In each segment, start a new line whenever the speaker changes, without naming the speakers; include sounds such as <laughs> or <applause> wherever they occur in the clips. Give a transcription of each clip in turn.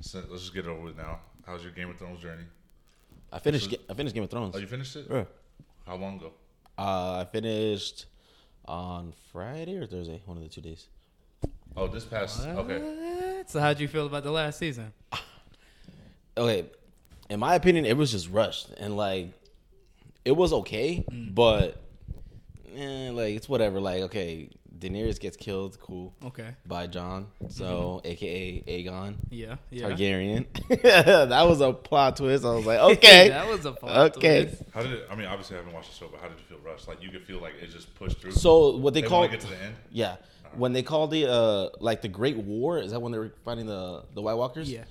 So let's just get it over with now. How's your Game of Thrones journey?
I finished. Ga- I finished Game of Thrones.
Oh, you finished it?
Yeah.
How long ago?
Uh, I finished on Friday or Thursday, one of the two days.
Oh, this past. Okay.
What? So how'd you feel about the last season?
Okay, in my opinion, it was just rushed and like it was okay, but eh, like it's whatever. Like okay, Daenerys gets killed, cool,
Okay.
by John, so AKA Aegon
Yeah. Yeah.
Targaryen. <laughs> that was a plot twist. I was like, okay,
that was a plot
okay.
twist.
How did it? I mean, obviously, I haven't watched the show, but how did you feel rushed? Like you could feel like it just pushed through.
So what they
they
call
want to get to the end.
Yeah. When they call the uh like the Great War, is that when they were fighting the the White Walkers?
Yeah.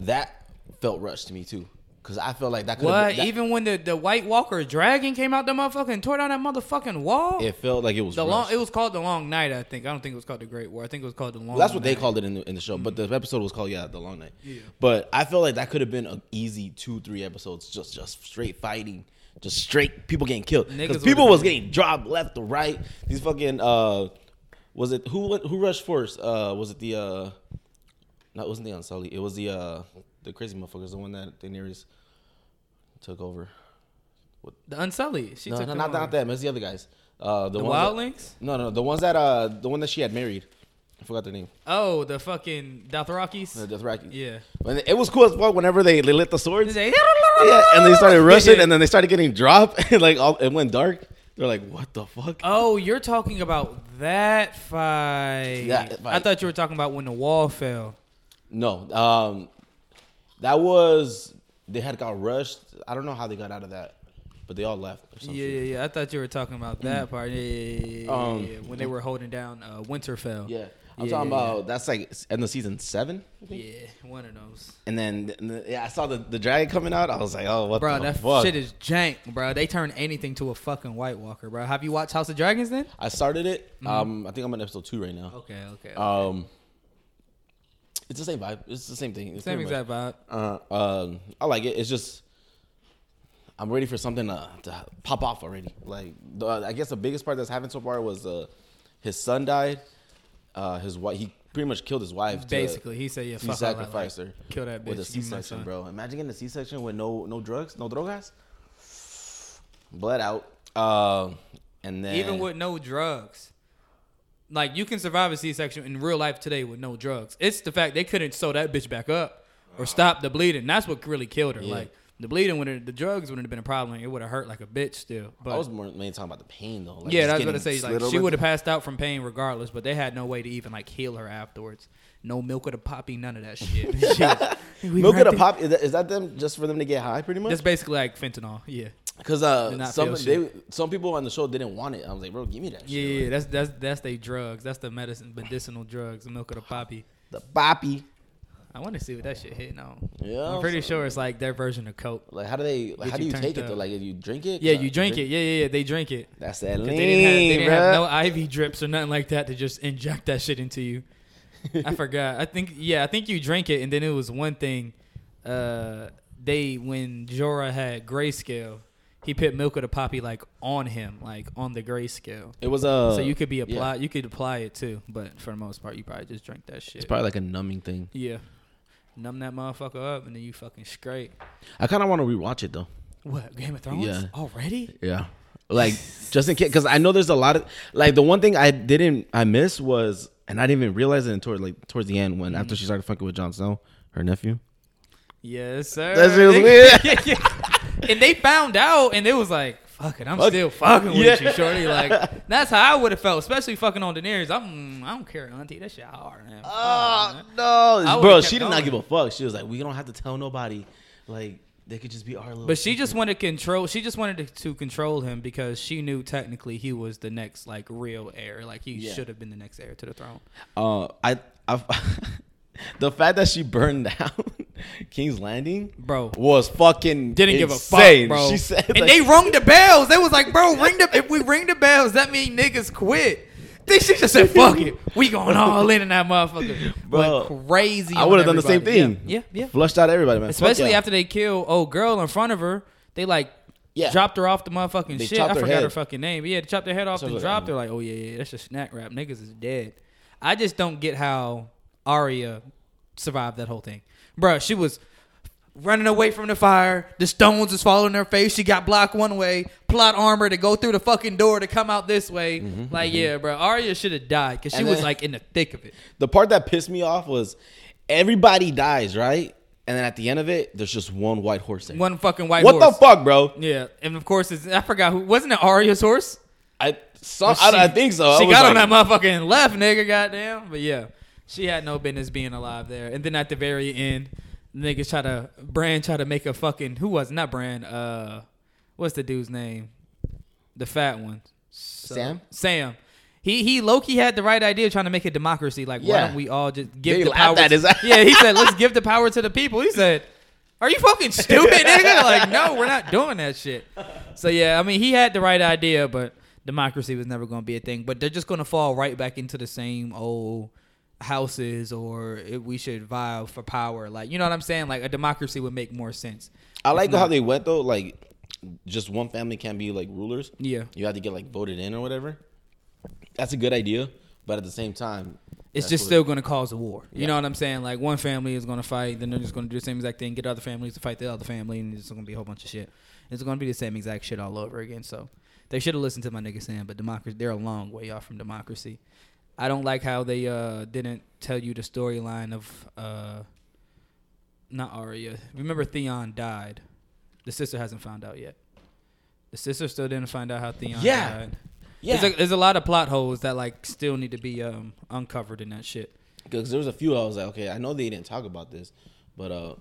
That felt rushed to me too. Cause I felt like that could
What?
that,
Even when the, the White Walker dragon came out the motherfucker and tore down that motherfucking wall?
it felt like it was
the long
rushed.
it was called the Long Night, I think. I don't think it was called the Great War. I think it was called the Long
Well, that's what they
Night. Mm-hmm.
called it in the, in the show, but the episode was called yeah, the Long Night.
Yeah.
But I felt like that could have been an easy two, three episodes, just just straight fighting, just straight people getting killed.
Niggas
Because people
would've
was
been-
getting dropped left to right. These fucking uh, was it who went- who rushed first? Uh, was it the uh, not wasn't the Unsullied? It was the uh, the crazy motherfuckers, the one that Daenerys took over.
The Unsullied. She
No,
took
no,
them
not,
over.
not them. It's the other guys. Uh, the
The
ones that-
Wildlings?
No, no, the ones that uh, the one that she had married. I forgot their name.
Oh, the fucking Dothrakis?
The Dothraki.
yeah.
When it was cool as fuck whenever they, they lit the swords.
They-
<laughs> Yeah, and they
<laughs>
started rushing, and then they started getting dropped, <laughs> and like all, it went dark. They're like, "What the fuck?"
Oh, you're talking about that fight.
That
I
fight.
thought you were talking about when the wall fell.
No, um, that was they had got rushed. I don't know how they got out of that, but they all left. Or something.
Yeah, yeah, yeah. I thought you were talking about that part. Yeah, yeah, yeah, yeah, yeah,
Mm. Um,
yeah. When they were holding down uh, Winterfell.
yeah. I'm
Yeah,
talking
yeah,
about that's like s- end of season seven,
Yeah, one of those.
and then th- th- yeah, I saw the, the dragon coming out. I was like, "Oh, what
Bro,
the
that
fuck?"
shit is jank, bro. They turn anything to a fucking White Walker, bro. Have you watched House of Dragons then?
I started it. Um, I think I'm on episode two right now.
Mm-hmm. Okay, okay.
Um, it's the same vibe. It's the same thing. It's
Same
pretty much-
exact vibe.
Uh, um, I like it. It's just I'm ready for something to, to pop off already. Like the, I guess the biggest part that's happened so far was uh, his son died. Uh, his wife. He pretty much killed his wife. to-
Basically, he said, yeah,
he
fuck all that, like,
sacrificed her.
Kill that bitch.
with a
give me my
C-section,
son.
bro. Imagine getting a C-section with no no drugs, no drogas, bled out. Um, and then
Even with no drugs. Like you can survive a C-section in real life today with no drugs. It's the fact they couldn't sew that bitch back up or stop the bleeding. That's what really killed her.
Yeah.
Like the bleeding wouldn't, the drugs wouldn't have been a problem. It would have hurt like a bitch still. But
I was more mainly talking about the pain though. Like,
yeah,
just
that's what I
getting
say.
slid
Like she
over.
would have passed out from pain regardless, but they had no way to even like heal her afterwards. No milk of the poppy, none of that
<laughs>
shit. She- <laughs> we
Milk
wrapped
of the
it-
pop is that, is that them just for them to get high, pretty much?
That's basically like fentanyl. Yeah.
Because
Did
uh,
not
some
feel
they, some people on the show didn't want it. I was like, bro, give me that.
Yeah,
shit.
yeah, that's that's that's they drugs. That's the medicine, medicinal drugs, the milk of the poppy.
The boppy.
I want to see what that shit hitting on.
Yeah,
I'm pretty
so-
sure it's like their version of coke.
Like, how do they? Like,
Get
how do
you
you
turned
take it
up.
though? Like, if you drink it.
Yeah, you drink it. Yeah, yeah, yeah. They drink it.
That's that
'Cause
lean,
They didn't, have, they didn't have
bruh.
no IV drips or nothing like that to just inject that shit into you.
<laughs>
I forgot. I think yeah, I think you drink it, and then it was one thing. Uh, they when Jorah had grayscale, he put milk of the poppy like on him, like on the grayscale.
It was uh.
so you could be
yeah.
applied. You could apply it too, but for the most part, you probably just drink that shit.
It's probably like a numbing thing.
yeah, numb that motherfucker up, and then you fucking straight.
I kind of want to rewatch it though.
What Game of Thrones
Yeah.
already?
Yeah. Like just in case, because I know there's a lot of like the one thing I didn't I miss was, and I didn't even realize it until like towards the end when
Mm-hmm.
after she started fucking with Jon Snow, her nephew.
Yes, sir.
That shit was
<laughs> weird. and they found out, and it was like, "Fuck it, I'm
Fuck.
still fucking with
Yeah.
you,
<laughs>
shorty." Like that's how I would have felt, especially fucking on Daenerys. I'm, I don't care, auntie. That shit hard, man. Fuck, man. I
no,
would've
bro,
kept
she did
going.
not give a fuck. She was like, we don't have to tell nobody. Like they could just be our little.
But she just wanted to control. She just wanted to, to control him because she knew technically he was the next like real heir. Like he
Yeah.
should have been the next heir to the throne.
Uh, I, I, <laughs> the fact that she burned down <laughs> King's Landing,
Bro.
was fucking
Didn't give a
insane.
fuck, bro.
She said,
and
like-
they rung the bells. They was like, "Bro, ring the if we ring the bells, that mean niggas quit." They she just said, "Fuck it, we going all in in that motherfucker."
Bro,
Went crazy.
I
on
would have done the same
everybody.
thing.
Yeah, yeah. yeah.
flushed out everybody, man. Fuck
Especially
yeah.
after they kill old girl in front of her, they like
Yeah.
dropped her off the motherfucking
They
shit.
chopped
I
her
forgot
head.
her fucking name. But yeah, they chopped their head off
So
and
like,
dropped her.
um,
Like, oh yeah, yeah, that's a snack wrap. Niggas is dead. I just don't get how Arya survived that whole thing. Bruh, she was running away from the fire. The stones was following her face. She got blocked one way. Plot armor to go through the fucking door to come out this way. like, yeah, bro, Arya should have died because she
Mm-hmm, And
was
then-
like in the thick of it.
The part that pissed me off was everybody dies, right? And then at the end of it, there's just one white horse there.
One fucking white
what
horse.
the fuck, bro?
Yeah, and of course, it's, I forgot who wasn't it Arya's horse.
I some, I, I think so. I
She
was
got
like-
on that motherfucker and left, nigga. Goddamn. But yeah, she had no business being alive there. And then at the very end, niggas try to Brand try to make a fucking who was it? not Brand. Uh, what's the dude's name? The fat one. So-
Sam?
Sam. He he Loki had the right idea trying to make a democracy. Like why
Yeah.
don't we all just give
They
the power?
laughed at his
to-
ass.
<laughs> yeah, he said let's give the power to the people. He said. Are you fucking stupid,
<laughs>
nigga? Like, no, we're not doing that shit. So yeah, I mean, he had the right idea, but democracy was never going to be a thing. But they're just going to fall right back into the same old houses, or it, we should vie for power. Like, you know what I'm saying? Like, a democracy would make more sense.
I like how they went though. Like, just one family can't be like rulers.
Yeah.
you have to get like voted in or whatever. That's a good idea, but at the same time,
It's
that's
just
what-
still going to cause a war. You
Yeah.
know what I'm saying? Like one family is going to fight, then they're just going to do the same exact thing, get other families to fight the other family, and it's going to be a whole bunch of shit. It's going to be the same exact shit all over again. So they should have listened to my nigga Sam, but democracy, they're a long way off from democracy. I don't like how they uh, didn't tell you the storyline of uh, not Arya. Remember Theon died. The sister hasn't found out yet. The sister still didn't find out how Theon
Yeah.
died.
yeah,
There's a, there's a lot of plot holes that like still need to be um, uncovered in that shit.
because there was a few I was like, okay, I know they didn't talk about this, but uh,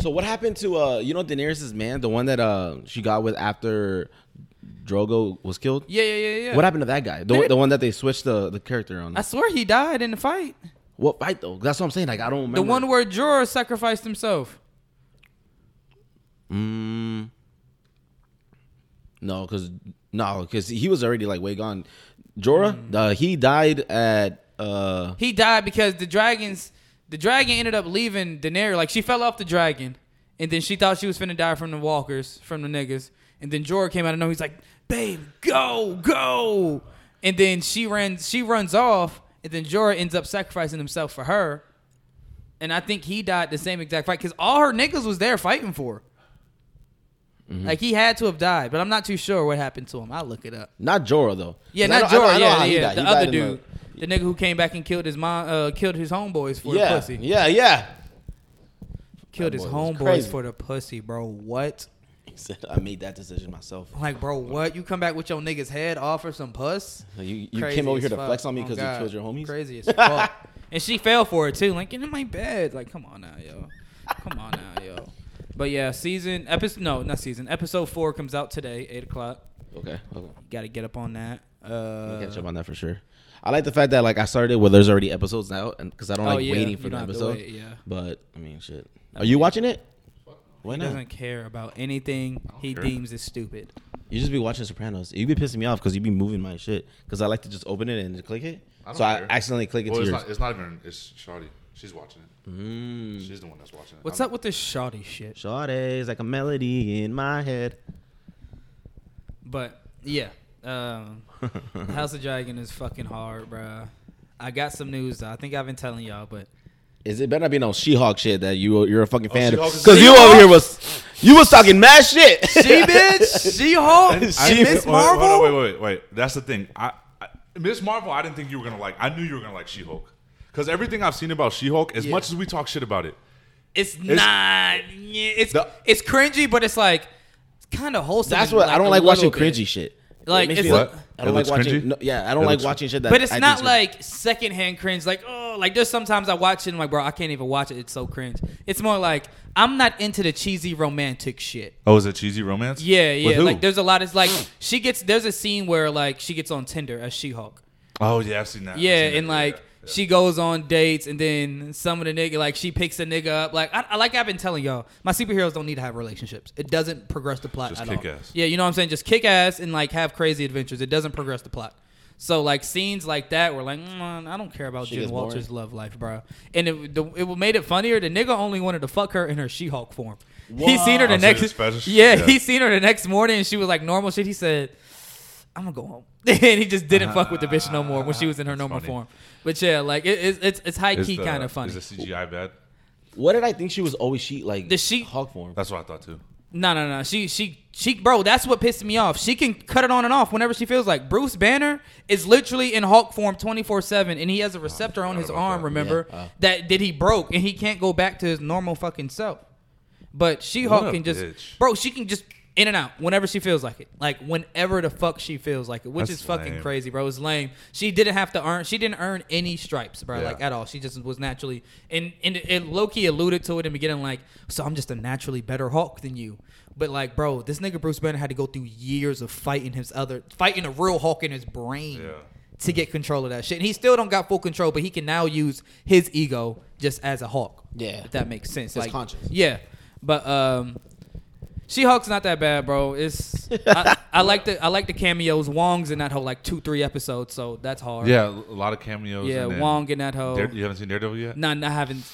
so what happened to uh, you know, Daenerys's man, the one that uh she got with after Drogo was killed.
Yeah, yeah, yeah, yeah.
What happened to that guy? The, the one that they switched the, the character on.
I swear he died in the fight.
what fight though? That's what I'm saying. Like I don't remember.
The one where Jorah sacrificed himself.
Mm, no, because no, because he was already like way gone. Jorah,
Mm.
uh, he died at uh,
He died because the dragons, the dragon ended up leaving Daenerys. Like she fell off the dragon, and then she thought she was finna die from the walkers, from the niggas. And then Jorah came out of nowhere. He's like, "Babe, go, go!" And then she ran, she runs off, and then Jorah ends up sacrificing himself for her. And I think he died the same exact fight because all her niggas was there fighting for. her. Like he had to have died, but I'm not too sure what happened to him. I'll look it up.
not Jorah though.
Yeah,
'Cause I
not
know- I know-
Jorah.
I know
Yeah,
how he
yeah,
died.
the
He
other
died in
dude, the nigga who came back and killed his mom, uh, killed his homeboys for the
yeah,
pussy.
yeah, yeah.
Killed
That
his
boy was
homeboys
crazy.
for the pussy, bro. What?
He said, "I made that decision myself."
I'm Like, bro, what? You come back with your nigga's head off for some puss?
You, you
Crazy
came over here
as
to
fuck.
flex on me
Oh,
because
God.
you killed your homies. <laughs>
Crazy as fuck. and she fell for it too. Like, get in my bed. Like, come on now, yo. Come on now, yo. But yeah, season episode no, not season. Episode four comes out today, eight o'clock.
Okay, okay.
Got to get up on that. Uh,
I'll catch up on that for sure. I like the fact that like I started where there's already episodes out, and because I don't
Oh,
like
yeah,
waiting
you
for the
don't have to
episode.
wait, yeah.
But I mean, shit. Are you watching it? Why
He
not?
doesn't care about anything he
care.
deems is stupid.
You just be watching Sopranos. You be pissing me off because you be moving my shit. Because I like to just open it and just click it.
don't
so
care.
I accidentally click it
Well,
to
it's
yours. Hmm.
not, it's not even. It's Shawty. She's watching it.
Mm.
She's the one that's watching it.
What's
I'm-
up with this shoddy shit?
Sade like a melody in my head.
But yeah,
<laughs>
um, House of Dragon is fucking hard, bruh. I got some news. Though. I think I've been telling y'all,
<laughs>
but
Is it better not be no She-Hulk shit that you you're a fucking fan of?
Oh, She-Hulk is-
Because you
She-Hulk?
over here was you was talking
<laughs>
mad shit.
she bitch,
<laughs>
she Hulk,
I-
Miss
wait, hold on,
Marvel.
Wait, wait, wait, wait. That's the thing. I, I Miss Marvel, I didn't think you were gonna like. I knew you were gonna like She Hulk. Because everything I've seen about She Hulk, as
Yeah.
much as we talk shit about it,
It's not. yeah, It's
The-
it's cringy, but it's like it's kind of wholesome.
That's
in,
what I don't
a
like watching
little bit.
cringy shit.
Like,
It makes
it's
me like-
like-
It
I don't like
looks
watching.
cringy?
No, yeah, I
It
don't like
looks-
watching shit that.
But it's
I think
not
is-
like secondhand cringe. Like, oh, like there's sometimes I watch it and I'm like, bro, I can't even watch it. It's so cringe. It's more like I'm not into the cheesy romantic shit.
oh, is it cheesy romance?
Yeah,
With
yeah.
who? Hmm.
Like there's a lot. It's like she gets. There's a scene where like she gets on Tinder as She-Hulk.
oh yeah, I've seen that. I've
Yeah,
seen that.
and like
yeah.
she goes on dates, and then some of the nigga like she picks a nigga up. Like I, I like I've been telling y'all, my superheroes don't need to have relationships. It doesn't progress the plot
Just
at
kick
all.
ass.
Yeah, you know what I'm saying. Just kick ass and like have crazy adventures. It doesn't progress the plot. So like scenes like that were like mm, I don't care about
She
Jen
gets boring.
Walters' love life, bro. And it the, it what made it funnier. The nigga only wanted to fuck her in her She-Hulk form. He seen her the
I've seen
next
this fetish.
<laughs> yeah,
Yeah.
he seen her the next morning and she was like normal shit. He said, I'm gonna go home. <laughs> and he just didn't
Uh-huh.
fuck with the bitch no more when she was in her
That's
normal
funny.
form. But yeah, like it, it's it's it's high
Is
key
the-
kind of funny.
Is the CGI bad?
What did I think she was always she like
The she-
Hulk form?
That's what I thought too.
No, no, no. She, she, she, bro. That's what pissed me off. She can cut it on and off whenever she feels like. Bruce Banner is literally in Hulk form twenty four seven, and he has a
Oh,
receptor on his
about
arm.
that.
Remember
Yeah, uh.
that that he broke, and he can't go back to his normal fucking self. But She
What
Hulk
a
can just,
bitch.
bro. She can just in and out whenever she feels like it, like whenever the fuck she feels like it, which
That's
is fucking
lame.
crazy, bro. It's lame. She didn't have to earn. She didn't earn any stripes, bro.
Yeah.
Like at all. She just was naturally. And and, and Loki alluded to it in the beginning, like, so I'm just a naturally better Hulk than you. But like, bro, this nigga Bruce Banner had to go through years of fighting his other, fighting a real Hulk in his brain
Yeah.
to get control of that shit. And he still don't got full control, but he can now use his ego just as a Hulk.
Yeah.
if that makes sense.
His
like,
conscience.
Yeah, but um, she Hulk's not that bad, bro. It's I, I like the I like the cameos. Wong's in that whole like two three episodes, so that's hard.
Yeah, a lot of cameos.
yeah.
and then
Wong in that whole.
Dare- you haven't seen Daredevil yet?
No, no, I haven't.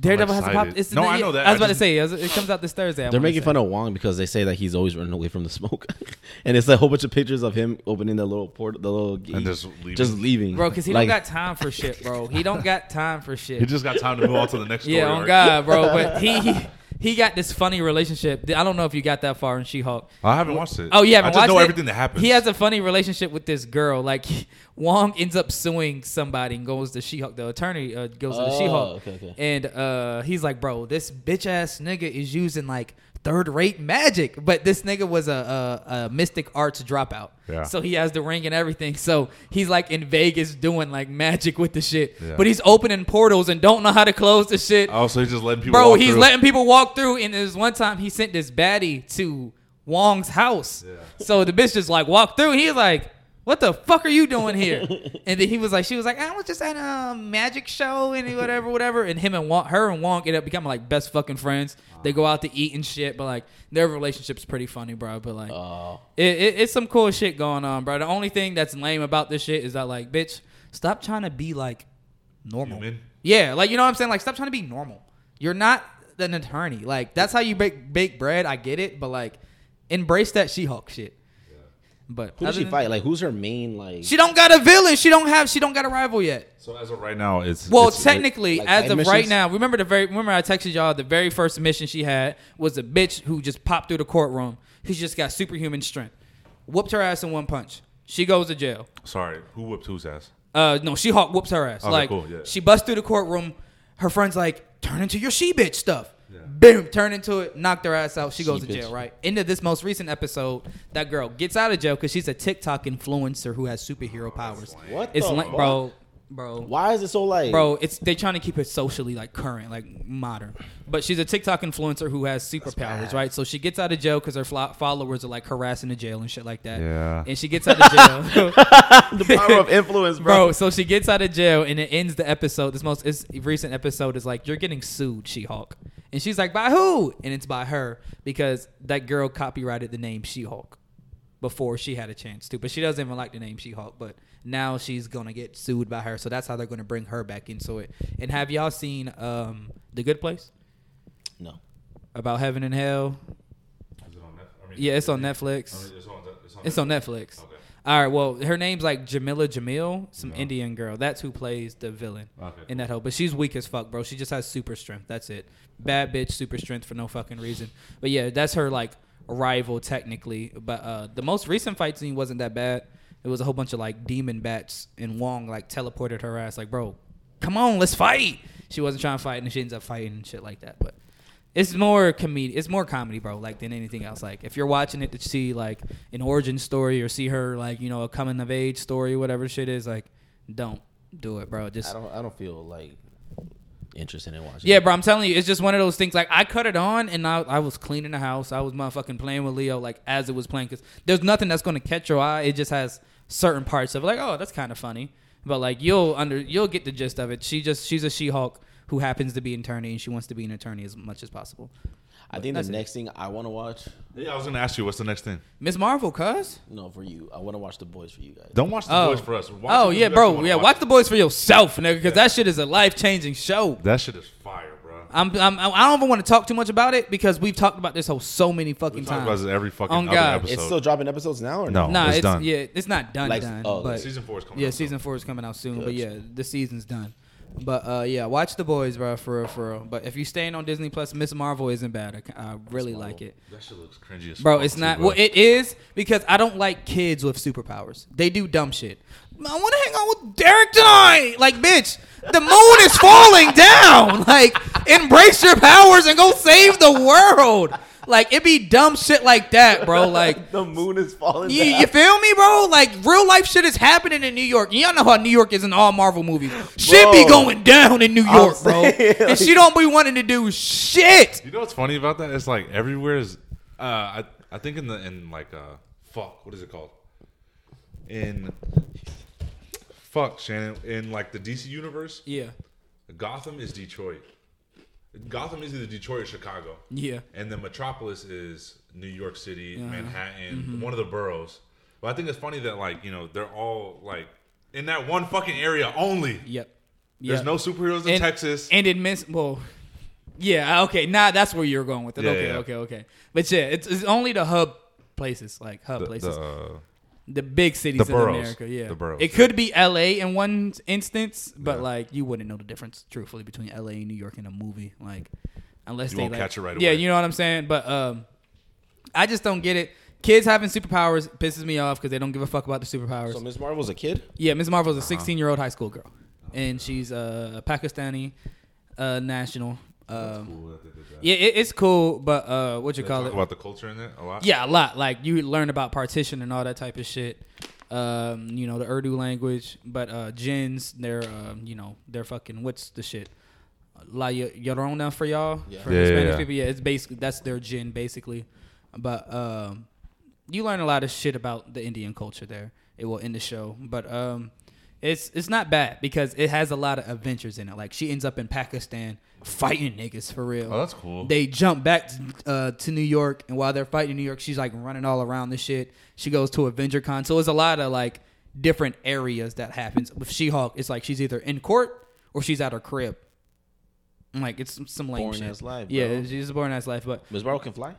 Daredevil has a pop.
excited.
It's in
No,
the-
I know that.
I was
I
about
just-
to say it was- it comes out this Thursday. I
They're
wanna
making
say.
fun of Wong because they say that he's always running away from the smoke, <laughs> and it's a whole bunch of pictures of him opening the little port, the little gate,
just leaving.
just leaving.
bro because he
Like,
don't got time for shit, bro. He don't got time for shit.
He just got time to move on to the next story.
Yeah, on
arc.
God, bro. But
<laughs>
he, he he got this funny relationship. I don't know if you got that far in She-Hulk.
I haven't watched it.
Oh yeah,
I
man,
just
watch
know
that.
everything that happens.
He has a funny relationship with this girl. Like <laughs> Wong ends up suing somebody and goes to She-Hulk. The attorney uh, goes to
Oh,
She-Hulk,
okay, okay.
and uh, he's like, "Bro, this bitch ass nigga is using like third-rate magic." But this nigga was a, a, a mystic arts dropout,
Yeah.
so he has the ring and everything. So he's like in Vegas doing like magic with the shit,
Yeah.
but he's opening portals and don't know how to close the shit.
Oh, so he's just letting people.
Bro,
walk
he's
through.
letting people walk through, and there's one time he sent this baddie to Wong's house. So the bitch just like walked through. He's like, "What the fuck are you doing
<laughs>
here?" and then he was like, "She was like, I was just at a magic show and whatever, whatever." And him and Wong, her and Wong end up becoming like best fucking friends. They go out to eat and shit, but like their relationship's pretty funny, bro. But like,
uh,
it, it, it's some cool shit going on, bro. The only thing that's lame about this shit is that like, bitch, stop trying to be like normal.
Human.
Yeah, like you know what I'm saying. Like, stop trying to be normal. You're not an attorney. Like, that's how you bake bake bread. I get it, but like, embrace that She-Hulk shit. But
who
other
does she
than-
fight? Like, who's her main? Like,
She don't got a villain. She don't have. She don't got a rival yet.
So as of right now, it's
Well,
it's-
technically,
like
as
side
of right
missions?
now, remember the very remember I texted y'all the very first mission she had was a bitch who just popped through the courtroom. Who just got superhuman strength, whooped her ass in one punch. She goes to jail.
Sorry, who whipped whose ass?
Uh, no, She Hulk whoops her ass.
Okay,
like
cool, yeah.
she busts through the courtroom. Her friend's like, "Turn into your she bitch stuff."
Yeah.
Boom, turn into it, knocked her ass out. She goes to
She bitch.
jail. Right into this most recent episode, that girl gets out of jail because she's a TikTok influencer who has
Oh,
superhero powers.
what?
It's
the
like,
fuck?
bro, bro
Why is it so like,
bro it's they trying to keep it socially like current like modern but she's a tiktok influencer who has superpowers
bad.
right so she gets out of jail because her flo- followers are like harassing the jail and shit like that
Yeah.
and she gets out of
<laughs>
jail
<laughs>
<laughs>
The power of influence, bro.
bro so she gets out of jail and it ends the episode this most it's, recent episode is like you're getting sued she-hulk and she's like by who and it's by her because that girl copyrighted the name she-hulk before she had a chance to but she doesn't even like the name she-hulk but now she's gonna get sued by her so that's how they're gonna bring her back into it and have y'all seen um the good place
No,
about heaven and hell
Is it on Netflix? I mean,
yeah it's on
I
netflix
mean, it's on. It's on.
it's on netflix
Oh, Okay.
all right. Well, her name's like Jamila Jamil, some
Yeah.
Indian girl. That's who plays the villain
Okay,
in that whole. But she's weak as fuck, bro. She just has super strength. That's it. Bad bitch, super strength for no fucking reason. But yeah, that's her like rival technically. But uh, the most recent fight scene wasn't that bad. It was a whole bunch of like demon bats, and Wong like teleported her ass. Like, bro, come on, let's fight. She wasn't trying to fight, and she ends up fighting and shit like that. But it's more comedy. It's more comedy, bro. Like than anything else. Like if you're watching it to see like an origin story or see her like you know a coming of age story, whatever shit is, like don't do it, bro. Just
I don't. I don't feel like interested in watching.
yeah,
it.
bro. I'm telling you, it's just one of those things. Like I cut it on, and I, I was cleaning the house. I was motherfucking playing with Leo, like as it was playing, because there's nothing that's gonna catch your eye. It just has certain parts of it, like, oh, that's kind of funny. But like you'll under you'll get the gist of it. She just she's a She-Hulk who happens to be an attorney, and she wants to be an attorney as much as possible.
I think
That's
the
it.
next thing I want to watch.
Yeah, I was gonna ask you, what's the next thing?
Miss Marvel, cuz.
No, for you, I want to watch the boys for you guys.
Don't watch the
Oh.
boys for us. Watch
oh
it if
yeah,
you
bro.
actually
Yeah,
wanna
watch the boys for yourself, nigga, because
Yeah.
that shit is a life changing show.
it. That shit is fire, bro.
I'm, I'm, I don't even want to talk too much about it because we've talked about this whole so many fucking
We talk about
times.
this every fucking
On
other
God.
episode.
It's still dropping episodes now or
No.
Nah,
Oh, It's
it's,
done.
yeah, it's not done.
Like,
done.
oh,
but
season four is coming.
yeah,
out soon.
season four is coming out soon. But
Gotcha.
yeah, the season's done. But uh, yeah, watch the boys, bro, for real, for real. But if you're staying on Disney Plus, Miss Marvel isn't bad. I, I really like it,
That shit looks cringy as
bro.
fuck,
It's
too,
not.
bro.
Well, it is because I don't like kids with superpowers. They do dumb shit. I want to hang out with Derek tonight. Like, bitch, the moon is falling down. <laughs> Like, embrace your powers and go save the world. Like, it be dumb shit like that, bro. Like,
the moon is falling.
you, you feel me, bro? Like real life shit is happening in New York. Y'all know how New York is in all Marvel movies. Shit be
Bro.
going down in New York, bro.
saying,
and she don't be wanting to do shit.
You know what's funny about that? It's like everywhere is. Uh, I I think in the in like uh fuck what is it called? In fuck Shannon in like the DC universe,
Yeah,
Gotham is Detroit. Gotham is either Detroit or Chicago,
yeah,
and then Metropolis is New York City, Manhattan,
Mm-hmm.
one of the boroughs. But I think it's funny that like you know they're all like in that one fucking area only.
yep.
There's
yep.
no superheroes in
And-
Texas.
and in Miss. Well, yeah, uh, okay. Nah, that's where you're going with it.
Yeah,
okay,
yeah.
okay, okay. But yeah, it's, it's only the hub places, like hub
The-
places,
the, uh,
the big cities
the
in
boroughs.
America. Yeah,
The boroughs,
It
yeah.
could be L.A. in one instance, but like you wouldn't know the difference, truthfully, between L.A. and New York in a movie, like unless
You
they
won't
like,
catch it right
yeah,
away.
you know what I'm saying. But um, I just don't get it. Kids having superpowers pisses me off because they don't give a fuck about the superpowers.
So Miss Marvel's a kid.
Yeah, Ms. Marvel's a 16 year old high school girl, and she's a Pakistani uh, national. Um,
Ooh, I think it's that.
yeah, it, it's cool, but uh, what you
They
call
talk
it?
about the culture in it a lot.
Yeah, a lot. Like you learn about partition and all that type of shit. Um, you know the Urdu language, but uh, jinns, they're um, you know they're fucking what's the shit? La Yo- Llorona for y'all
Yeah.
for
Yeah, yeah,
Hispanic
yeah.
people. Yeah, it's basically that's their jinn basically. But um, you learn a lot of shit about the Indian culture there. It will end the show, but um, it's it's not bad because it has a lot of adventures in it. Like she ends up in Pakistan fighting niggas for real
Oh, that's cool.
they jump back to, uh, to New York, and while they're fighting in New York, she's like running all around the shit. She goes to Avenger Con, so it's a lot of like different areas that happens with She Hulk. It's like she's either in court or she's at her crib. Like it's some- some lame
Boring
shit.
ass life,
yeah,
bro.
she's a boring ass life, but
Miss Marvel can fly.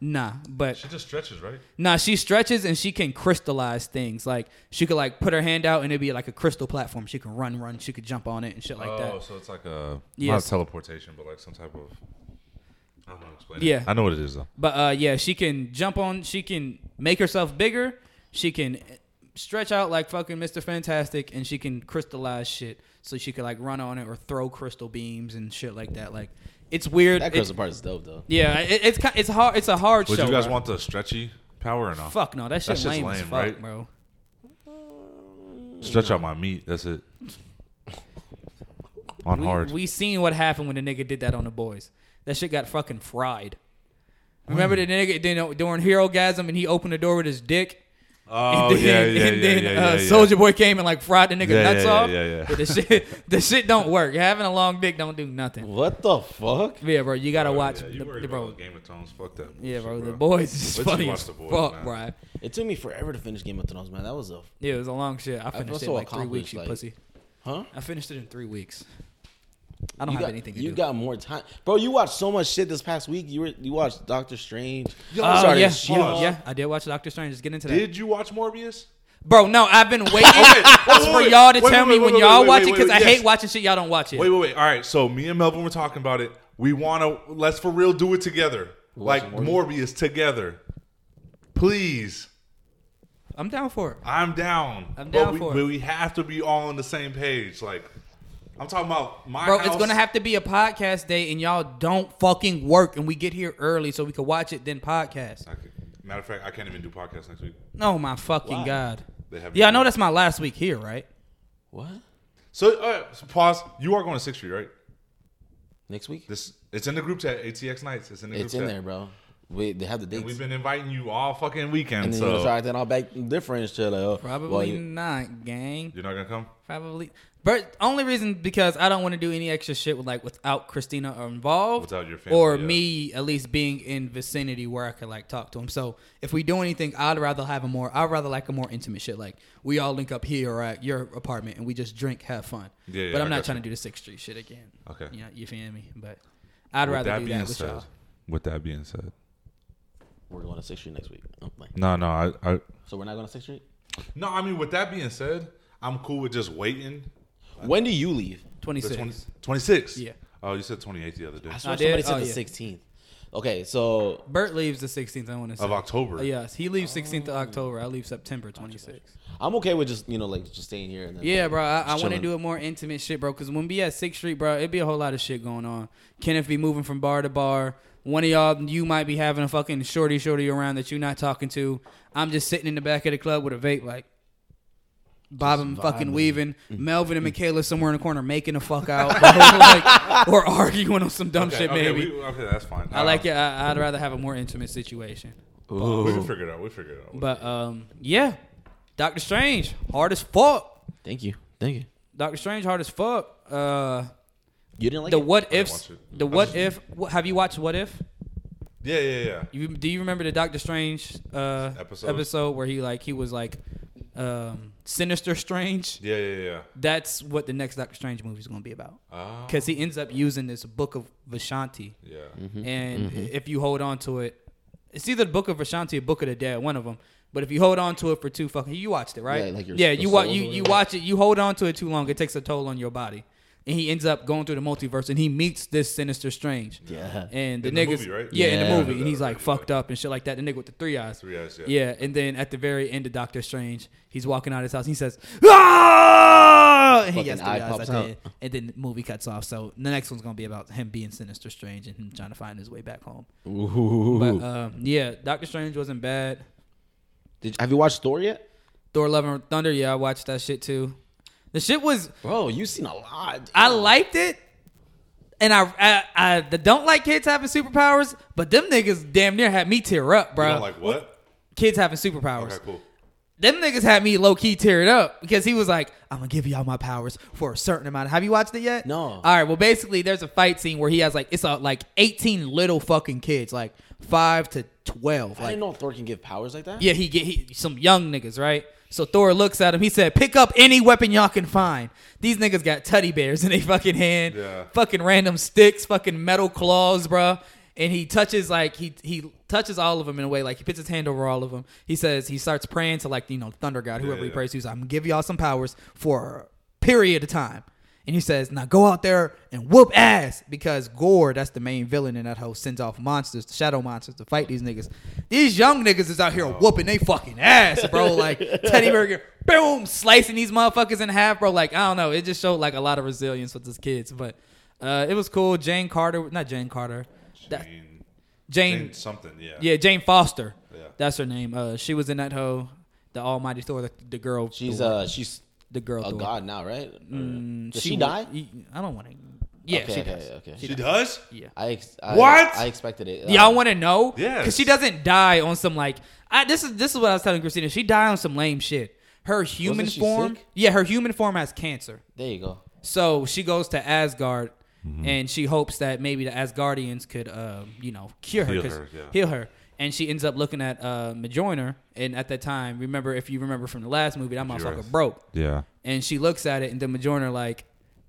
nah, but
she just stretches, right?
Nah, she stretches and she can crystallize things. Like she could like put her hand out and it'd be like a crystal platform. She can run, run. She could jump on it and shit like
oh,
that.
so it's like a not
Yes.
teleportation, but like some type of. I don't know how to explain
Yeah.
it. I know what it is though.
But uh, yeah, she can jump on. She can make herself bigger. She can stretch out like fucking Mr. Fantastic, and she can crystallize shit. So she could like run on it or throw crystal beams and shit like that. Like it's weird.
That
It-
crystal part is dope though.
yeah, it, it's ki- it's hard. It's a hard
Would
show.
you guys
bro.
want the stretchy power or no?
Fuck no, that shit
shit's
lame, as
lame,
fuck,
right?
bro.
Stretch out my meat. That's
<laughs>
it. On
We,
hard.
we seen what happened when the nigga did that on the boys. That shit got fucking fried. Remember
Mm.
the nigga did during Hero Gasm and he opened the door with his dick.
oh
<laughs> and then,
yeah, yeah,
and
yeah,
then
yeah,
uh,
yeah, yeah.
Soldier Boy came and like fried the nigga
Yeah, yeah,
nuts
yeah,
off.
yeah, yeah.
the shit, the shit don't work. Having a long dick don't do nothing.
What the fuck?
Yeah, bro, you gotta
Oh,
watch.
yeah,
the,
you worried
the-
about
bro,
Game of Thrones. Fuck that.
yeah, bro,
bullshit,
the boys is
But you
funny
watch
as
The Boys,
fuck,
man.
bro.
It took me forever to finish Game of Thrones, man. That was a
Yeah, it was a long shit. I finished
also
it in like three
accomplished,
weeks, you
like,
pussy.
huh.
I finished it in three weeks. I don't
you
have
got,
anything to
you
do.
got more time, bro. You watched so much shit this past week. You were you watched Doctor Strange. You
Oh,
started
yeah, yeah,
She-Hulk.
yeah, I did watch Doctor Strange. Just get into that,
Did you watch Morbius?
bro. No, I've
<laughs>
been waiting <laughs> for y'all to
Wait,
tell
wait,
me
wait,
when
wait,
y'all
wait,
watch
wait,
it because
wait,
I
yes.
hate watching shit y'all don't watch it.
Wait, wait, wait. All right. So me and Melvin were talking about it. We wanna let's for real do it together. Like
watching
Morbius together. Please.
I'm down for it.
I'm down.
I'm
but
down
we,
for it.
But we have to be all on the same page. Like, I'm talking about my
Bro,
house.
it's gonna have to be a podcast day, and y'all don't fucking work, and we get here early so we can watch it then podcast.
I could- Matter of fact, I can't even do podcasts next week.
Oh my fucking
Why?
god!
They have
Yeah, I know that's my last week here, right?
What
So, all right, so pause. You are going to Sixth Street, right?
next week?
This it's in the group chat. ATX nights. It's in the group
It's in
chat.
there, bro. We they have the dates.
And we've been inviting you all fucking weekend.
and then
so
you start acting all back different and shit. Like, oh,
Probably
well, you-
not, gang.
you're not gonna come.
Probably. But only reason because I don't want to do any extra shit with like without Christina or involved,
Without your family,
or
yeah.
me at least being in vicinity where I could like talk to him. So if we do anything, I'd rather have a more I'd rather like a more intimate shit. Like we all link up here or at your apartment and we just drink, have fun.
Yeah, yeah,
but I'm
I
not
got
trying
you.
to do the Sixth Street shit again.
Okay.
You know, you feel me? But I'd
With
rather
that
do
being
that with
said,
y'all.
With that being said,
We're going to Sixth Street next week. Oh, my.
no, no, I, I,
So we're not going to Sixth Street.
no. I mean, with that being said, I'm cool with just waiting.
Uh,
When do you leave?
Twenty
The 20,
six.
26.
Yeah.
Oh, you said 28 the other day
I swear
did?
somebody said
Oh,
the
yeah.
sixteenth. Okay, so
Bert leaves the sixteenth. I want to say.
of October.
Oh, yes, he leaves sixteenth of October. I leave September twenty sixth.
I'm okay with just you know like just staying here. And then
Yeah, bro. I, I want to
chilling.
do a more intimate shit, bro. Because when we at Sixth Street, bro, it'd be a whole lot of shit going on. Kenneth be moving from bar to bar. One of y'all, you might be having a fucking shorty shorty around that you're not talking to. I'm just sitting in the back of the club with a vape, like bobbing, fucking weaving. Melvin and Michaela somewhere in the corner making a fuck out, bro. Like, or arguing on some dumb
Okay,
shit,
okay,
maybe.
we- okay, that's fine.
I like it. I, I'd rather have a more intimate situation.
Ooh. We can figure it out. We figure it out.
But um, yeah, Doctor Strange, hard as fuck.
Thank you. Thank you.
Doctor Strange, hard as fuck. Uh,
You didn't like
the
it?
what
didn't watch
ifs.
it.
The
I
what
just-
if? wh- Have you watched What If?
yeah, yeah, yeah.
You do you remember the Doctor Strange uh,
Episode?
where he like he was like um, sinister strange?
Yeah, yeah, yeah.
That's what the next Doctor Strange movie is going to be about.
Oh,
Because he ends up using this book of Vishanti,
yeah.
Mm-hmm.
and if you hold on to it, it's either the book of Vishanti or book of the dead, one of them. But if you hold on to it for too fucking, you watched it, right?
Yeah, like your-
yeah,
the
you wa-
souls
you
or
you
whatever.
watch it, you hold on to it too long, it takes a toll on your body, and he ends up going through the multiverse, and he meets this sinister strange.
Yeah.
And the
In the
niggas,
movie, right?
yeah, in
Yeah.
the movie, and he's
Yeah.
like fucked up and shit like that. The nigga with the three eyes,
Three eyes, yeah.
yeah. And then at the very end of Doctor Strange, he's walking out of his house. And he says, "Ah!" And he
Fucking
has three
eye
eyes
pops
like that.
out.
And then the movie cuts off. So the next one's gonna be about him being sinister, strange, and him trying to find his way back home.
Ooh.
But um, yeah, Doctor Strange wasn't bad.
Did, have you watched Thor yet?
Thor: Love and Thunder, yeah, I watched that shit too. The shit was,
Bro, you've seen a lot.
I liked it. And I, I, I the don't like kids having superpowers, but them niggas damn near had me tear up,
You
bro.
don't like what?
kids having superpowers.
Okay, cool.
them niggas had me low key teared up because he was like, "I'm gonna give y'all my powers for a certain amount." Have you watched it yet?
No.
All right. Well, basically, there's a fight scene where he has like it's a, like 18 little fucking kids, like five to 12.
I
Like,
didn't know Thor can give powers like that.
yeah, he get he, some young niggas, right? So Thor looks at him. He said, "Pick up any weapon y'all can find." These niggas got teddy bears in their fucking hand,
Yeah.
fucking random sticks, fucking metal claws, bruh. And he touches like he he touches all of them in a way like he puts his hand over all of them. He says he starts praying to like you know Thunder God, whoever he
yeah.
prays to. He's like, "I'm gonna give y'all some powers for a period of time." And he says, "Now go out there and whoop ass because Gore, that's the main villain in that whole sends off monsters, shadow monsters to fight these niggas. These young niggas is out here whooping they fucking ass,
<laughs>
bro. Like Teddy Berger, boom, slicing these motherfuckers in half, bro. Like I don't know, it just showed like a lot of resilience with these kids, but uh, it was cool. Jane Carter, not Jane Carter, that,
Jane,
Jane,
Jane something, yeah.
yeah, Jane Foster,
Yeah.
that's her name. Uh, she was in that hoe, the Almighty Thor, the, the girl,
She's
Thor.
uh she's
the girl,
a
Thor. Mm,
god now, right? Or- Does she,
w-
die?
I don't want to. Yeah,
okay,
she
okay,
does.
okay.
She does?
Yeah.
I, ex- I
What?
I expected it. Uh,
Y'all want to know?
Yes.
Because she doesn't die on some like. I, this is this is what I was telling Christina. She died on some lame shit. Her human
she
form.
sick?
Yeah, her human form has cancer.
There you go.
So she goes to Asgard,
Mm-hmm.
and she hopes that maybe the Asgardians could, um, you know, cure her,
Heal
'cause-
her, yeah.
heal her. And she ends up looking at uh, Mjolnir, and at that time, remember if you remember from the last movie, that motherfucker
Yes.
broke.
Yeah.
and she looks at it, and then Majorna like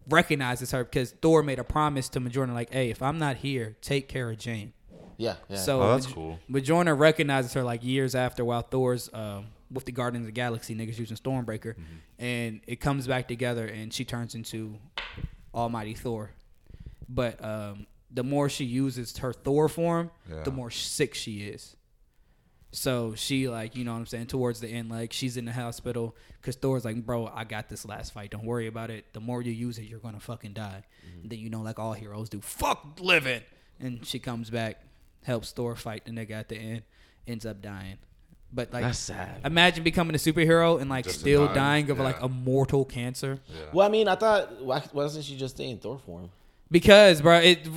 recognizes her because Thor made a promise to Majorna like, "Hey, if I'm not here, take care of Jane."
Yeah, yeah.
So
Oh, that's
Maj-
cool.
Majorna recognizes her like years after, while Thor's um, with the Guardians of the Galaxy niggas using Stormbreaker,
Mm-hmm.
and it comes back together, and she turns into Almighty Thor. But um, the more she uses her Thor form,
Yeah.
the more sick she is. So she like, you know what I'm saying, towards the end, like she's in the hospital because Thor's like, bro, I got this last fight. Don't worry about it. The more you use it, you're gonna fucking die.
Mm-hmm.
Then you know, like all heroes do, fuck living. And she comes back, helps Thor fight the nigga at the end, ends up dying. But like,
That's sad.
Imagine becoming a superhero and like
Just
still
dying,
dying of
yeah.
like a mortal cancer.
Well, I mean, I thought why, why doesn't she just stay in Thor form?
Because, bro, it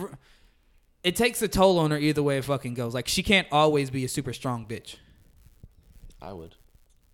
it takes a toll on her either way it fucking goes. Like she can't always be a super strong bitch.
I would.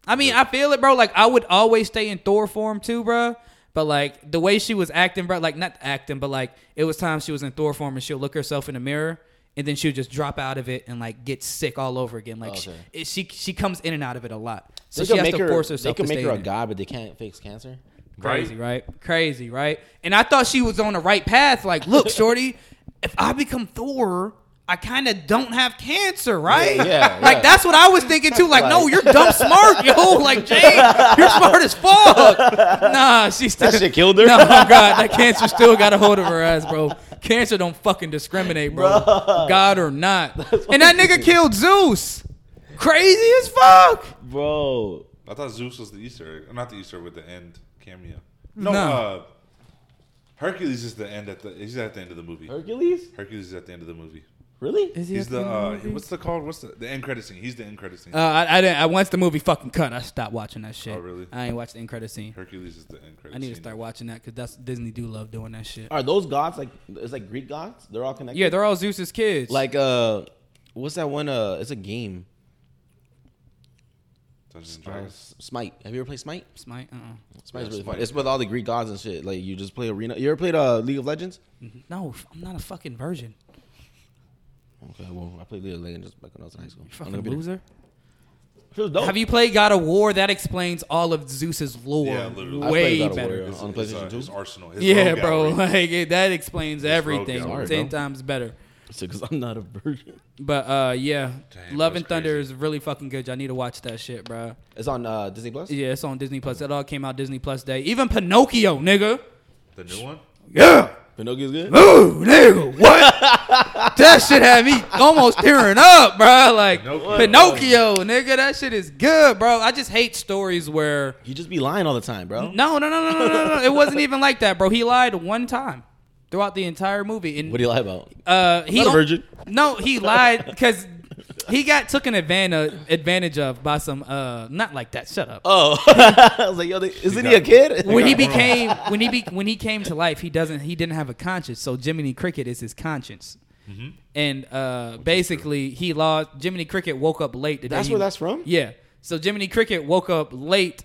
I mean, I feel it, bro. Like I would always stay in Thor form too, bro. But like the way she was acting, bro, like not acting, but like it was time she was in Thor form and she'll look herself in the mirror and then she'll just drop out of it and like get sick all over again. Like she
Oh, Okay.
it she, she comes in and out of it a lot, so
They
she
could
has
make
to
her.
force
They
herself.
could
to
make
stay
her a
in it.
god, but they can't fix
<laughs>
cancer. <laughs>
Crazy, right? Crazy, right? And I thought she was on the right path. Like, look, shorty, if I become Thor, I kind of don't have cancer, right?
Yeah, yeah,
<laughs> like
yeah.
that's what I was thinking too. Like, no,
Right.
you're dumb
<laughs>
smart, yo. Like, Jane, you're smart as fuck. Nah, she's still.
That shit
<laughs>
killed her.
no, oh God, that cancer still got a hold of her ass, bro. Cancer don't fucking discriminate, bro. God or not. And that nigga killed Zeus. Crazy as fuck.
Bro.
I thought Zeus was the Easter egg. Not the Easter, but the end cameo. No,
No.
Uh, Hercules is the end at the. He's at the end of the movie.
Hercules?
Hercules is at the end of the movie.
Really?
Is he
He's
up
the.
in
Uh,
movie?
what's the called? What's the the end credit scene? He's the end credit scene.
Uh, I, I didn't. I, once the movie fucking cut, I stopped watching that shit.
Oh, really?
I ain't watched the end credit scene.
Hercules is the end credit.
I need to
scene.
start watching that because that's Disney do love doing that shit.
Are those gods like it's like Greek gods? They're all connected.
Yeah, they're all Zeus's kids.
Like uh what's that one uh it's a game.
Dungeons and
Uh,
Dragons.
S- Smite. Have you ever played Smite?
Smite. Uh-uh.
Smite's
Yeah,
really
Smite.
fun. It's with all the Greek gods and shit. Like you just play arena. You ever played uh League of Legends?
No, f- I'm not a fucking virgin.
Okay, well I played League of Legends back when I was in high school.
You fucking
Unlimited.
loser.
It was dope.
Have you played God of War? That explains all of Zeus's lore.
Yeah, literally. I
Way
played God of
better.
War, yeah. on
His,
PlayStation
uh,
2?
his arsenal. His
yeah,
rogue
bro. <laughs>
gallery.
Like it, that explains everything.
gallery,
Ten
bro.
times better.
Because I'm not a virgin.
But uh, yeah,
Damn,
Love
that's
and Thunder
crazy.
is really fucking good. Y'all need to watch that shit, bro.
It's on uh Disney Plus.
Yeah, it's on Disney Plus. That all came out Disney Plus Day. Even Pinocchio, nigga.
The new one.
Yeah.
Pinocchio's good.
Ooh,
<laughs>
nigga, what? that shit had me almost tearing up, bro. Like
Pinocchio.
Pinocchio. nigga, that shit is good, bro. I just hate stories where
You just be lying all the time, bro.
no, no, no, no, no, no, no. It wasn't even like that, bro. He lied one time throughout the entire movie, and
What do you lie about?
uh, he
not a
on-
virgin.
No, he lied because he got taken advantage advantage of by some uh, not like that. Shut up.
Oh, <laughs> I was like, yo, they, isn't he a <laughs> kid?
when he
got one.
became when he be, when he came to life, he doesn't he didn't have a conscience. So Jiminy Cricket is his conscience. And uh, basically, he lost. Jiminy Cricket woke up late. The day
That's
he-
where that's from?
Yeah. So Jiminy Cricket woke up late.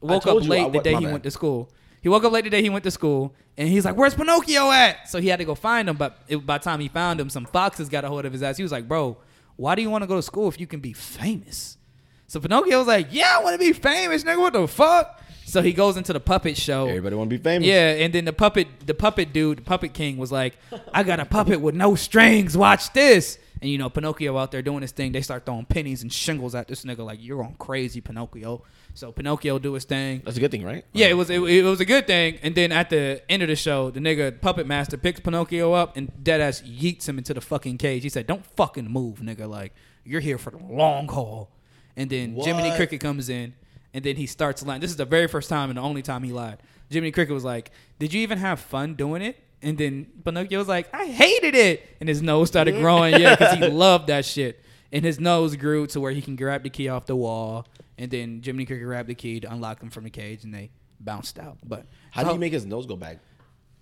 Woke
told
up
you,
late
I
the
wa-
day
my
he
bad.
went to school. He woke up late the day he went to school, and he's like, "Where's Pinocchio at?" So he had to go find him. But it, by the time he found him, some foxes got a hold of his ass. He was like, "Bro, why do you want to go to school if you can be famous?" So Pinocchio was like, "Yeah, I want to be famous, nigga. What the fuck?" So he goes into the puppet show.
Everybody want to be famous.
Yeah, and then the puppet, the puppet dude, the puppet king was like, "I got a puppet with no strings. Watch this." And you know, Pinocchio out there doing his thing. They start throwing pennies and shingles at this nigga like, "You're on crazy, Pinocchio." So Pinocchio do his thing.
That's a good thing, right?
Yeah, it was it, it was a good thing. And then at the end of the show, the nigga puppet master picks Pinocchio up and dead ass yeets him into the fucking cage. He said, "Don't fucking move, nigga. Like you're here for the long haul." And then Jiminy
What?
Cricket comes in, and then he starts lying. This is the very first time and the only time he lied. Jiminy Cricket was like, "Did you even have fun doing it?" And then Pinocchio was like, "I hated it," and his nose started growing. Yeah, because <laughs> he loved that shit. And his nose grew to where he can grab the key off the wall, and then Jiminy Cricket grabbed the key to unlock him from the cage, and they bounced out. But
How do you make his nose go back?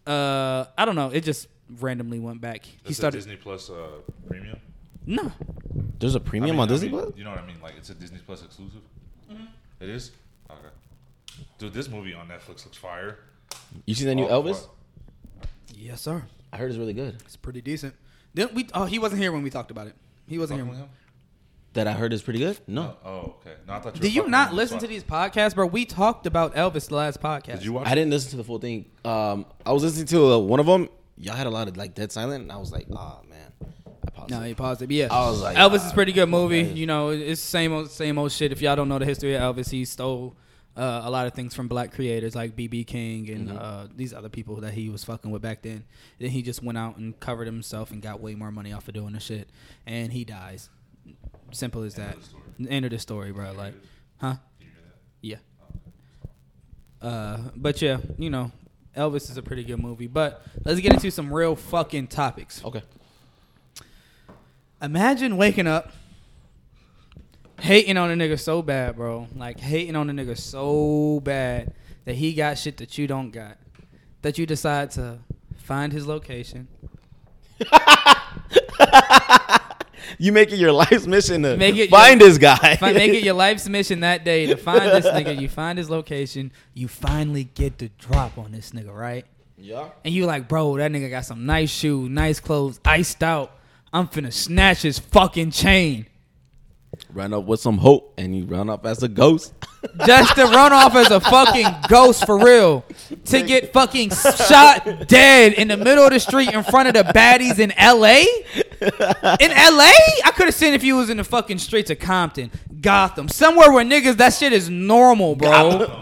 Uh, I don't know. It just randomly went back. he
It's
started.
a Disney Plus uh, premium.
No,
There's a
I
premium
mean-
on Disney
I mean,
Plus.
You know what I mean? Like it's a Disney Plus exclusive.
Mm-hmm.
It is. Okay. Dude, this movie on Netflix looks fire.
You seen that new
Oh,
Elvis?
fuck.
yes, sir.
I heard it's really good.
It's pretty decent. Then we. Oh, he wasn't here when we talked about it. He wasn't here.
Fucking
When,
with him?
That I heard is pretty good. No,
Oh, oh, okay. No, I thought you.
Did
were
you
fucking
not
with me.
listen to
Fuck.
these podcasts, bro? We talked about Elvis the last podcast.
Did you watch?
I didn't listen to the full thing. Um, I was listening to uh, one of them. Y'all had a lot of like dead silent, and I was like, oh man, I paused.
No,
it.
he paused it. But yeah,
I was like,
Elvis
nah,
is a pretty good movie.
man.
You know, it's same old same old shit. If y'all don't know the history of Elvis, he stole uh, a lot of things from black creators like BB King and uh, these other people that he was fucking with back then. Then he just went out and covered himself and got way more money off of doing this shit, and he dies. Simple as that. End of the story, bro. Like, huh? Yeah. Uh, but yeah, you know, Elvis is a pretty good movie. But let's get into some real fucking topics.
Okay.
Imagine waking up hating on a nigga so bad, bro. Like hating on a nigga so bad that he got shit that you don't got. That you decide to find his location,
You make it your <laughs> life's mission to
Make it
find
your-
this guy.
Fi- make it your life's mission that day to find this nigga. You find his location. You finally get the drop on this nigga, right?
<laughs> yeah.
And you like, bro, that nigga got some nice shoes, nice clothes, iced out. I'm finna snatch his fucking chain.
Run up with some hope, and you run up as a ghost. <laughs>
just to run off as a fucking ghost for real, to get fucking shot dead in the middle of the street in front of the baddies in L.A. In L.A., I could have seen if you was in the fucking streets of Compton, Gotham, somewhere where niggas that shit is normal, bro.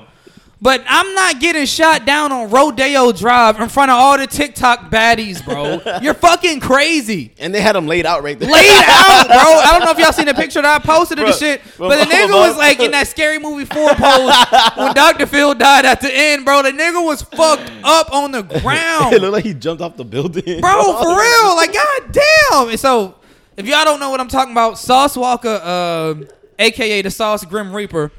But I'm not getting shot down on Rodeo Drive in front of all the TikTok baddies, bro. You're fucking crazy.
And they had him laid out right there. <laughs>
<laughs> Laid out, bro. I don't know if y'all seen the picture that I posted of the
Bruh,
shit,
bro,
but the
bro,
nigga
bro.
was like in that scary movie four pose when Dr. Phil died at the end, bro. The nigga was fucked up on the
it
ground,
looked like he jumped off the building.
bro. For real, like god damn. And so, if y'all don't know what I'm talking about, Sauce Walker, um, aka the Sauce Grim Reaper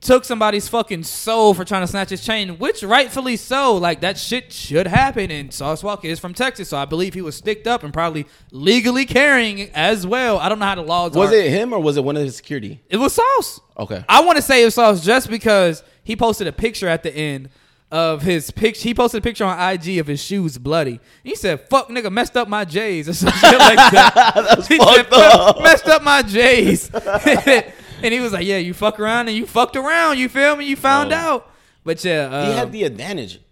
took somebody's fucking soul for trying to snatch his chain, which rightfully so. Like that shit should happen. And Sauce Walker is from Texas, so I believe he was sticked up and probably legally carrying as well. I don't know how the
<laughs>
laws
Was
are.
it him or was it one of his security?
It was Sauce.
Okay.
I want to say it was Sauce just because he posted a picture at the end of his picture. He posted a picture on IG of his shoes bloody. He said, "Fuck, nigga, messed up my J's or some <laughs> shit like
<laughs>
that." he said,
fucked up.
"Fuck, messed up
<laughs>
my J's. <laughs> and he was like, "Yeah, you fuck around and you fucked around. You feel me? You found
Oh.
out." But yeah, um,
he had the advantage,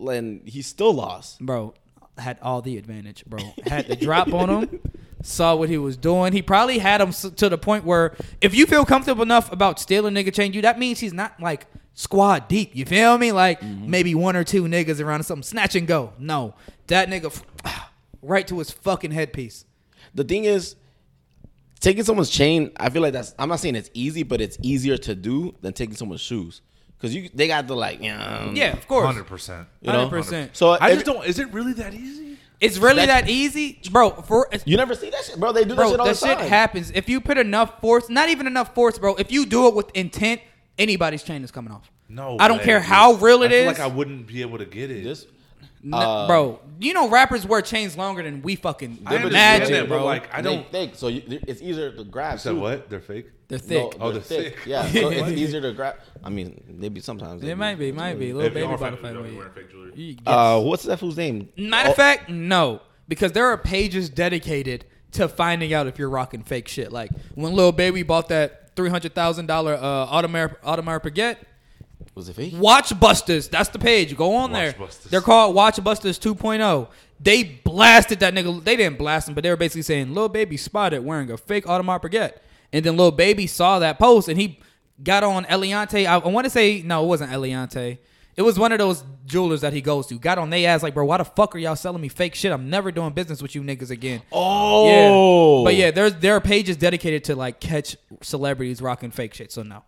and he still lost.
bro had all the advantage, bro. Had the drop on him, saw what he was doing. He probably had him s- to the point where if you feel comfortable enough about stealing nigga chain you, that means he's not like squad deep. You feel me? Like
Mm-hmm.
maybe one or two niggas around or something. Snatch and go. No, that nigga f- <sighs> right to his fucking headpiece.
The thing is, taking someone's chain, I feel like that's. I'm not saying it's easy, but it's easier to do than taking someone's shoes, because you they got to like, yeah,
Yeah, of course.
Hundred percent.
you know.
100%.
So
I
every-
just don't. Is it really that easy?
It's really
That-
that easy, bro. For
You never see that shit, bro. They do that
bro,
shit all
that
the
shit
time.
happens. If you put enough force, not even enough force, bro. If you do it with intent, anybody's chain is coming off.
No,
I don't
way,
care
dude.
how real it
I feel
is.
Like I wouldn't be able to get it.
Just-
N-
Uh,
bro, you know rappers wear chains longer than we fucking
I understand
imagine,
that, but,
bro.
like, I
they
don't-
think so. You, it's easier to grab.
Said
too.
what? They're fake.
They're
No,
thick.
Oh, they're thick.
Yeah,
<laughs>
so it's easier to grab. I mean, maybe sometimes they
it
do.
might be, might be. Little
If you
baby
are
about to
fake,
fight
don't
with
be
you.
wearing fake jewelry.
You get-
Uh, what's that fool's name? Oh,
Matter of fact, no, because there are pages dedicated to finding out if you're rocking fake shit. Like when Lil Baby bought that three hundred thousand dollar uh, Audemars Audemars Piguet.
was it fake?
Watch Busters. That's the page. Go on there.
Watchbusters.
They're called Watch Busters 2.0. They blasted that nigga. They didn't blast him, but they were basically saying Lil Baby spotted wearing a fake Audemars Piguet. And then Lil Baby saw that post and he got on Eliante. I, I want to say, no, it wasn't Eliante. It was one of those jewelers that he goes to. Got on they ass like, bro, why the fuck are y'all selling me fake shit? I'm never doing business with you niggas again.
Oh,
Yeah. But yeah, there's there are pages dedicated to like catch celebrities rocking fake shit. So no.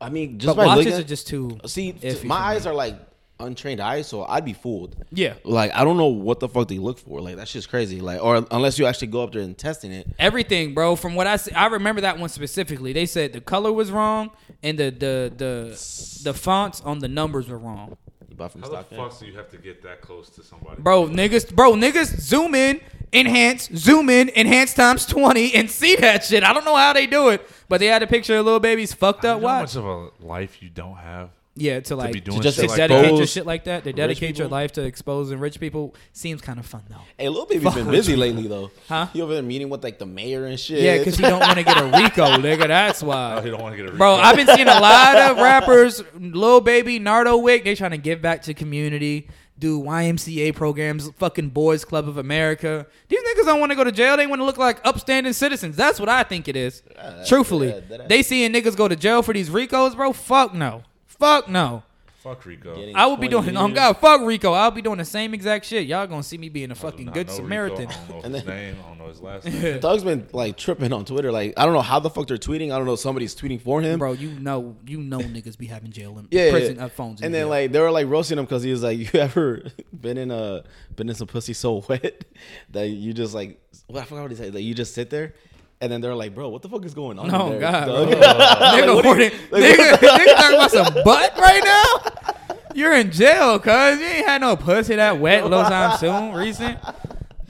I mean, just
But
by
watches
looking
are
at-
just too.
See, t-
iffy
my
for me.
eyes are like untrained eyes, so I'd be fooled.
Yeah.
Like I don't know what the fuck they look for. Like that shit's crazy. Like or unless you actually go up there and testing it.
Everything, bro. From what I see, I remember that one specifically. They said the color was wrong and the the the the fonts on the numbers were wrong.
You bought from
How the
stock.
fuck do you have to get that close to somebody?
Bro, niggas, bro, niggas zoom in, enhance, zoom in, enhance times 20 and see that shit. I don't know how they do it, but they had a picture of little baby's fucked
you
up
know how much
watch.
of a life you don't have.
Yeah, to like
be doing
To just
shit
to
like
dedicate your
expose
shit like that. They
rich
dedicate your
people?
life to exposing rich people. Seems kind of fun though.
Hey, little baby
Fuck.
been busy lately though.
Huh?
He over there meeting with like the mayor and shit.
Yeah, because he don't want to get a Rico, nigga. That's why.
Oh, you don't want to get a
<laughs>
Bro,
refund.
I've been seeing a lot of rappers, Lil Baby, Nardo Wick, they trying to give back to community, do YMCA programs, fucking Boys Club of America. These niggas don't want to go to jail. They want to look like upstanding citizens. That's what I think it is. Truthfully,
that- that-
they seeing niggas go to jail for these Ricos, bro. Fuck no. Fuck no.
fuck Rico.
Getting-
I will be doing,
20
oh
years.
God, fuck Rico. I'll be doing the same exact shit. Y'all gonna see me being a
I do
fucking
not
good
know Rico.
<laughs>
Samaritan.
I don't know
And
his
then-
name. I don't know his last name.
<laughs>
<laughs>
Thug's been like tripping on Twitter. Like I don't know how the fuck they're tweeting. I don't know if somebody's tweeting for him.
Bro, you know, you know niggas be having jail and
yeah,
prison
yeah.
up phones. in
And then
jail.
like they were like roasting him because he was like, <laughs> "You ever been in a been in some pussy so wet <laughs> that you just like well, I forgot what he said. Like you just sit there." And then they're like, bro, what the fuck is going on?
No,
in there,
God,
dog?" <laughs>
<laughs>
bro. <laughs> nigga, warning, <laughs> nigga, nigga talking about some butt right now. You're in jail, cuz you ain't had no pussy that
<laughs>
wet low time soon, recent.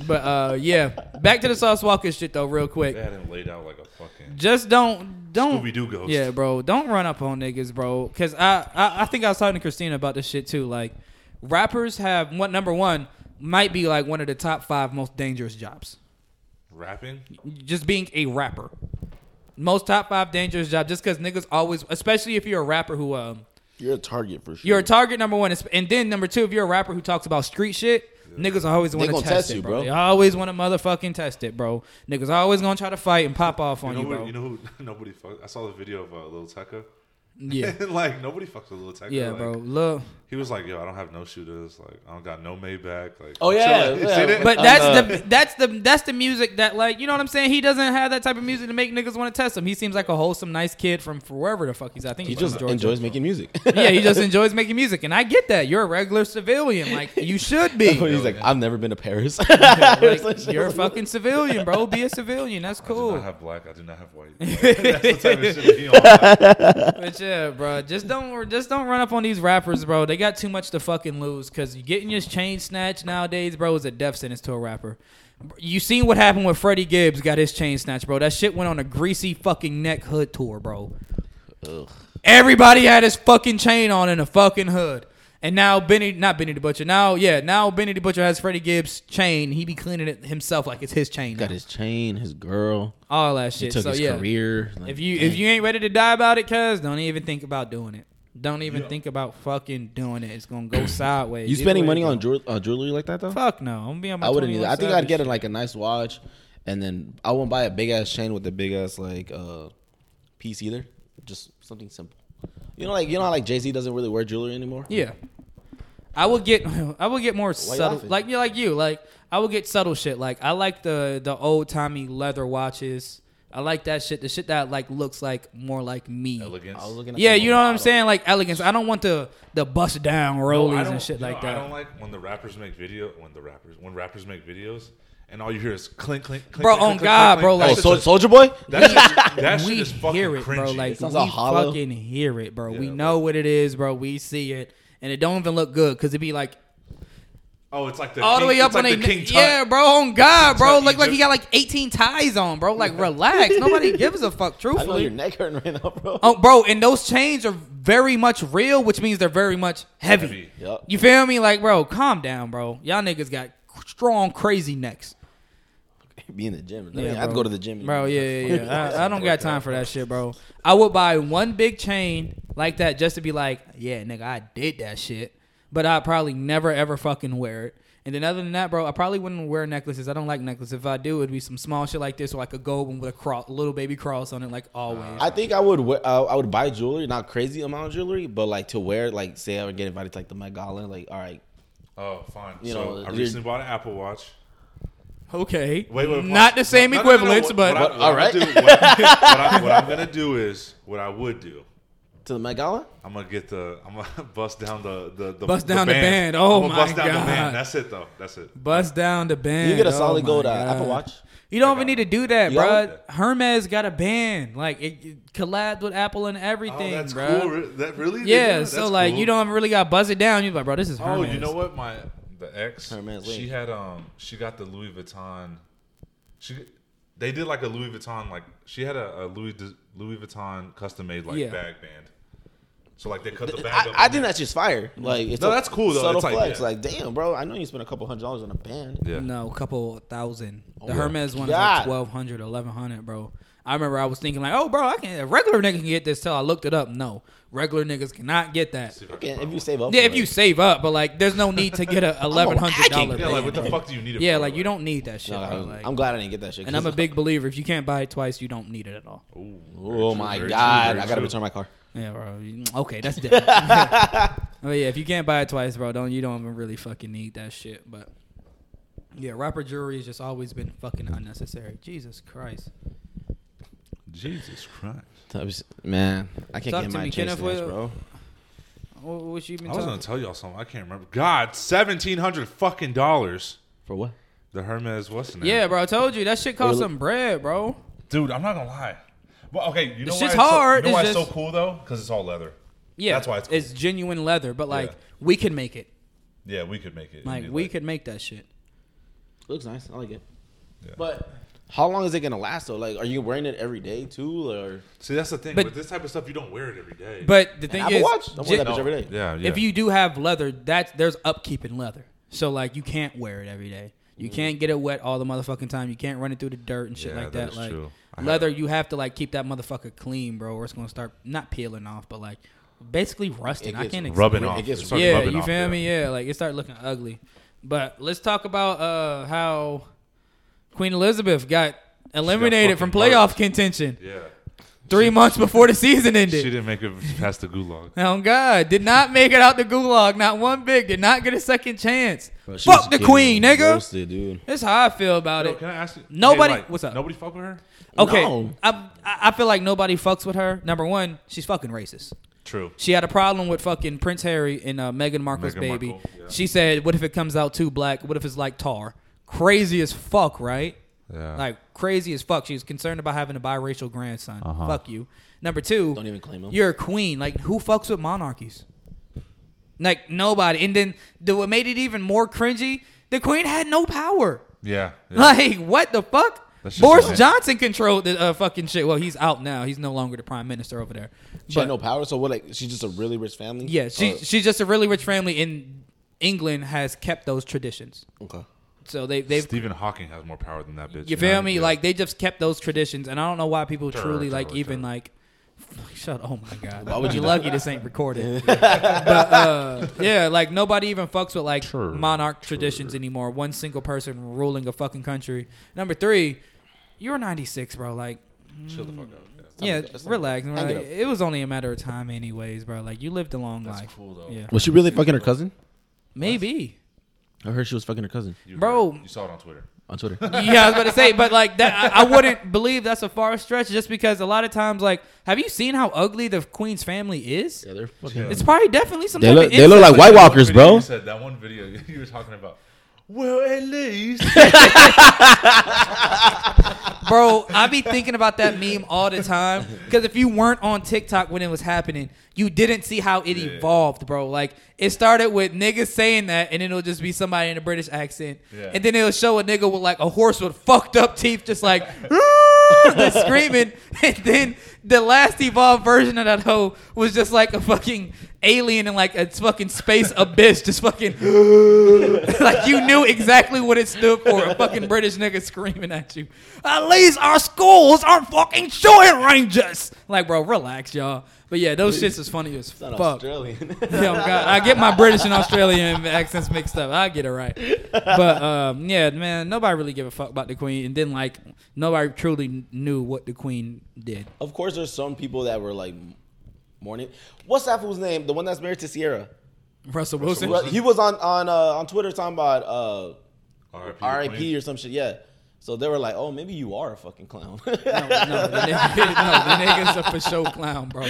But uh, yeah, back to the Sauce Walker shit though, real
They
quick.
had him laid out like a fucking.
Just don't, don't.
Scooby-Doo ghost.
Yeah, bro, don't run up on niggas, bro. Cause I, I, I think I was talking to Christina about this shit too. Like, rappers have what number one might be like one of the top five most dangerous jobs.
Rapping?
Just being a rapper. Most top five dangerous job just because niggas always, especially if you're a rapper who um
You're a target for sure.
you're a target number one, and then number two if you're a rapper who talks about street shit. Niggas always want to
gonna
test,
test
it,
you,
bro.
bro.
They always want to motherfucking test it, bro. Niggas always gonna try to fight and pop off
You
on
know,
you,
what,
bro.
you know who <laughs> nobody fucks? I saw the video of uh, Lil Tecca.
yeah,
<laughs> And like nobody fucks with Lil Tecca.
<laughs> yeah,
like,
bro. Look,
He was like, "Yo, I don't have no shooters. Like, I don't got no Maybach. Like,
Oh,
I'm
yeah,
chilling." <laughs> You
yeah.
seen it?
But
Uh,
that's
uh,
the that's the that's the music that like you know what I'm saying. He doesn't have that type of music to make niggas want to test him. He seems like a wholesome, nice kid from from wherever the fuck he's. At. I think
he
he's from
just
Georgia.
enjoys making
<laughs>
music.
yeah, he just enjoys making music, and I get that. You're a regular civilian, like you should
<laughs>
be.
He's like, I've never been to Paris.
Like, you're a fucking civilian, bro. Be a civilian. That's
I do
cool.
not have black. I do not have
<laughs>
white. Like, <laughs> that's the type of shit he on.
But yeah, bro, just don't just don't run up on these rappers, bro. They got too much to fucking lose. Cause getting your chain snatched nowadays, bro, is a death sentence to a rapper. You seen what happened when Freddie Gibbs got his chain snatched, bro? That shit went on a greasy fucking neck hood tour, bro. Everybody had his fucking chain on in a fucking hood. And now Benny, not Benny the Butcher. Now, yeah, now Benny the Butcher has Freddie Gibbs' chain. He be cleaning it himself like it's his chain.
got
now.
his chain, his girl.
all that
He
shit.
took
so
his
yeah,
career. Like,
if you
dang.
if you ain't ready to die about it, cuz don't even think about doing it. Don't even think about fucking doing it. It's gonna
<clears throat>
go sideways.
you
Either
spending
way
money
it
on
go.
jewel- uh, jewelry like that though,
<clears throat> Fuck no, I'm being.
I wouldn't either. I think I'd get it like a nice watch, and then I wouldn't buy a big ass chain with a big ass like uh, piece either. Just something simple. You know, like you know, how, like Jay Z doesn't really wear jewelry anymore.
Yeah, I would get. <laughs> I would get more
you
subtle.
laughing?
Like you, like you, like I would get subtle shit. Like I like the the old timey leather watches. I like that shit. The shit that like looks like more like me.
Elegance.
I was looking. At
Yeah,
the
you know what I'm
model.
saying? Like elegance. I don't want the the bust down
No, I
rollies
don't-
and shit
you
like
know,
that.
I don't like when the rappers make video. When the rappers, when rappers make videos, and all you hear is clink, clink, clink.
Bro,
clink,
on
clink,
God,
clink,
bro,
clink.
Oh,
like-
That
so,
shit's-
Soldier Boy.
<laughs> that
<laughs>
shit, that shit
we
is fucking
hear it,
cringy.
bro. Like
sounds
we
all hollow.
fucking hear it, bro. we
Yeah,
know what it is, bro. We see it, and it don't even look good because it be like
oh, it's like the
all
king,
the way up
it's like
on a
the King Tut.
yeah,
<laughs>
bro. On God, bro.
Tut
Look like he
Egypt.
got like eighteen ties on, bro.
<laughs>
Like relax. Nobody gives a fuck.
I know your
Truthfully,
neck hurting right now, bro.
oh, bro. And those chains are very much real, which means they're very much heavy.
Heavy.
Yup.
You feel me? Like, bro, calm down, bro. Y'all niggas got strong, crazy necks.
Be in the gym. I
Yeah,
mean, I'd
bro.
go to the gym.
Bro, yeah, yeah,
<laughs>
yeah. I, I don't got time for that shit, bro. I would buy one big chain like that just to be like, yeah, nigga, I did that shit. But I'd probably never ever fucking wear it. And then other than that, bro, I probably wouldn't wear necklaces. I don't like necklaces. If I do, it'd be some small shit like this, or like a gold one with a cross, little baby cross on it, like always.
I think I would we- uh, I would buy jewelry, not crazy amount of jewelry, but like to wear like say I would get invited to like the Met Gala, like all right,
Oh, fine.
You
so
know,
I
you're-
recently bought an Apple Watch.
okay,
Wait, wait, wait.
not the same
No, no, no, no.
equivalence,
What-
but
what I-
But-
what
all
I <laughs>
right.
do- what I- what I- what I'm gonna do is what I would do.
to the Met Gala.
I'm gonna get the. I'm gonna <laughs> bust down the the, the
Bust down the band.
I'm
Oh
gonna
my
bust down the
God.
band. That's it though. That's it.
bust down the band.
You get a
Oh
solid
my
gold uh,
God.
Apple Watch.
You don't even need to do that,
You got
bro. Hermes got a band, like it, it collabed with Apple and everything,
oh, that's
bro.
cool. Re- That really? They do
Yeah,
that?
so
That's
like
cool.
you don't really got buzz it down. You're like, bro, this is
Oh,
Hermes.
you know what? My the ex.
Hermes
she
Lee.
had um. She got the Louis Vuitton. She. They did like a Louis Vuitton like she had a, a Louis Louis Vuitton custom made like
Yeah.
bag band. So like they cut the bag
I,
up.
I
and
think
then-
that's just fire. Like it's
No,
a
that's cool, though.
Subtle
It's like,
flex.
yeah.
Like damn, bro, I know you spent a couple hundred dollars on a band.
Yeah.
No, a couple thousand. The
Oh,
Hermes one is
God.
like 1200 1100 bro. I remember I was thinking like, oh, bro, I can. A regular nigga can get this. Till I looked it up. No, regular niggas cannot get that.
See if I can
Okay, if
find
you
one.
save up,
Yeah,
for
if
it.
you save up, but like, there's no need to
<laughs>
get a eleven hundred dollar.
Yeah, like what the fuck do you need it
Yeah,
for?
like you don't need that shit.
No,
bro.
I'm-
Like,
I'm glad I didn't get that shit.
and I'm a big believer. If you can't buy it twice, you don't need it at all.
Ooh,
<laughs> Oh my
very true,
god,
very
I gotta
true.
return my car.
Yeah, bro. You- Okay, that's
<laughs>
different. but yeah, if you can't buy it twice, bro, don't you don't even really fucking need that shit. But yeah, rapper jewelry has just always been fucking unnecessary. Jesus Christ.
Jesus Christ.
Man, I can't
Talk
get
to
my
me,
chase
Kenneth,
snatched,
will-
bro.
What, what you been
I was gonna
talking?
tell y'all something. I can't remember. God, seventeen hundred fucking dollars.
For what?
The Hermes what's the name?
yeah, bro. I told you that shit cost
Really?
some bread, bro.
dude, I'm not gonna lie. Well, okay, you know
This
why it's
shit's
so-
hard,
you know why
it's
it's so
just-
cool though? Because it's all leather.
Yeah,
That's why it's cool.
genuine leather, but like
Yeah.
we can make it.
Yeah, we could make it.
Like
It'd be
we could make that shit.
Looks nice. I like it.
Yeah.
But how long is it gonna last though? Like, are you wearing it every day too, or
See, that's the thing.
But-
with this type of stuff, you don't wear it every day.
But the thing
Apple
is,
Watch? Don't wear
ge-
that bitch every day.
yeah, yeah.
if you do have leather, that's there's upkeep in leather. So like you can't wear it every day. You can't get it wet all the motherfucking time. You can't run it through the dirt and shit
Mm. Yeah,
like
that
that.
is
like
true.
Leather, you have to like keep that motherfucker clean, bro, or it's gonna start not peeling off, but like basically rusting. I
gets
can't
rubbing
It
off.
gets-
It started
Yeah,
rubbing
you
off,
feel me? Yeah, like it started looking ugly. But let's talk about uh how Queen Elizabeth got eliminated from
fucking
playoff
hurt.
contention
Yeah,
three months before the
<laughs>
season
she
ended.
didn't make it past the gulag.
Oh God! Did not make it out the gulag. Not one big. Did not get a second chance.
Bro, she was
Fuck the
getting
queen, nigga.
roasted, dude.
That's how I feel about
Yo,
it.
can I ask you?
Nobody-
hey, like,
what's up?
Nobody fuck with her.
Okay,
No.
I I I feel like nobody fucks with her. Number one, she's fucking racist.
True.
She had a problem with fucking Prince Harry and uh, Meghan Markle's
Meghan
baby.
Markle, yeah.
She said, "What if it comes out too black? What if it's like tar? Crazy as fuck, right?
Yeah.
Like crazy as fuck. She's concerned about having a biracial grandson. Fuck you. Number two,
Uh-huh. Don't even claim him.
You're a queen. Like who fucks with monarchies? Like nobody. And then the what made it even more cringy? The queen had no power.
Yeah. yeah.
<laughs> Like what the fuck?
That's just
Boris
insane.
Johnson controlled the uh, fucking shit. Well, he's out now. He's no longer the prime minister over there.
She
But
had no power, so what? Like she's just a really rich family. Oh,
yeah, she
uh,
Or-
she's just a really rich family, and England has kept those traditions.
okay.
So they they've
Stephen Hawking has more power than that bitch.
you
know what
feel
I mean?
me?
Yeah.
Like they just kept those traditions, and I don't know why people
Sure,
truly like
sure,
even
sure.
like. <laughs> Shut! Oh my God!
Why would you
You're
do
lucky this
<laughs>
ain't recorded? but uh, yeah, like nobody even fucks with like
Sure,
monarch traditions anymore. One single person ruling a fucking country. Number three, you're 96, bro. Like,
chill the fuck out. Yeah.
yeah,
to- that's time to-
relax.
time to
Like,
get
it was only a matter of time, anyways, bro. Like, you lived a long life.
cool, though.
Yeah,
Was she really fucking her cousin?
maybe.
I heard she was fucking her cousin
You
Bro.
heard- you saw it on Twitter.
on <laughs> Twitter.
<laughs> yeah, I was about to say, but like that, I, I wouldn't believe that's a far stretch, just because a lot of times, like, have you seen how ugly the queen's family is?
they're fucking.
It's probably definitely some.
They
type
look-
of
they look like
incest.
White
That one
Walkers,
video
bro.
You said that one video <laughs> you were talking about. Well, at least
bro. I be thinking about that meme all the time because if you weren't on TikTok when it was happening, you didn't see how it
Yeah.
evolved, bro. Like it started with niggas saying that, and then it'll just be somebody in a British accent,
Yeah.
and then it'll show a nigga with like a horse with fucked up teeth, just like. <laughs> "Ah," just screaming, and then the last evolved version of that hoe was just like a fucking alien in like a fucking space abyss, just fucking <gasps> like you knew exactly what it stood for. A fucking British nigga screaming at you. At least our schools aren't fucking shooting rangers. Like, bro, relax, y'all. But yeah, those shits is funny as
not
fuck.
Australian.
<laughs>
<laughs>
Yeah, I'm God. I get my British and Australian accents mixed up. I get it right. But um, yeah, man, nobody really give a fuck about the Queen, and then like nobody truly knew what the Queen did.
of course, there's some people that were like mourning. What's that fool's name? The one that's married to Sierra.
Russell Wilson.
Well, He was on on uh, on Twitter talking about uh,
R.I.P.
R.I.P. or some shit. Yeah. So they were like, "Oh, maybe you are a fucking clown." <laughs>
No, no, the nigga, <laughs> no, the nigga's a for show clown, bro.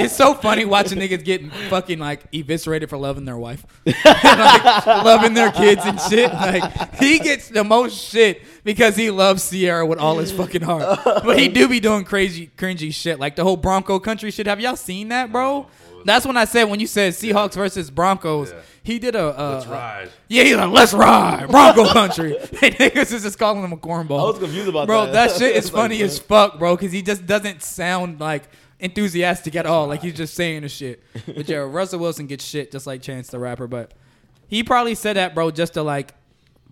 It's so funny watching niggas get fucking like eviscerated for loving their wife, <laughs> like, loving their kids and shit. Like he gets the most shit because he loves Sierra with all his fucking heart, but he do be doing crazy, cringy shit. Like the whole Bronco country shit. Have y'all seen that, bro? That's when I said when you said Seahawks versus Broncos,
Yeah.
he did a. Uh,
Let's ride.
yeah, he's like, let's ride,
<laughs>
Bronco country. <laughs> and niggas is just calling him a cornball.
I was confused about
bro,
that.
Bro, that shit is
It's <laughs> like,
funny as fuck, bro, because he just doesn't sound like enthusiastic at all. Like he's just saying the shit.
<laughs>
But yeah, Russell Wilson gets shit just like Chance the Rapper, but he probably said that, bro, just to like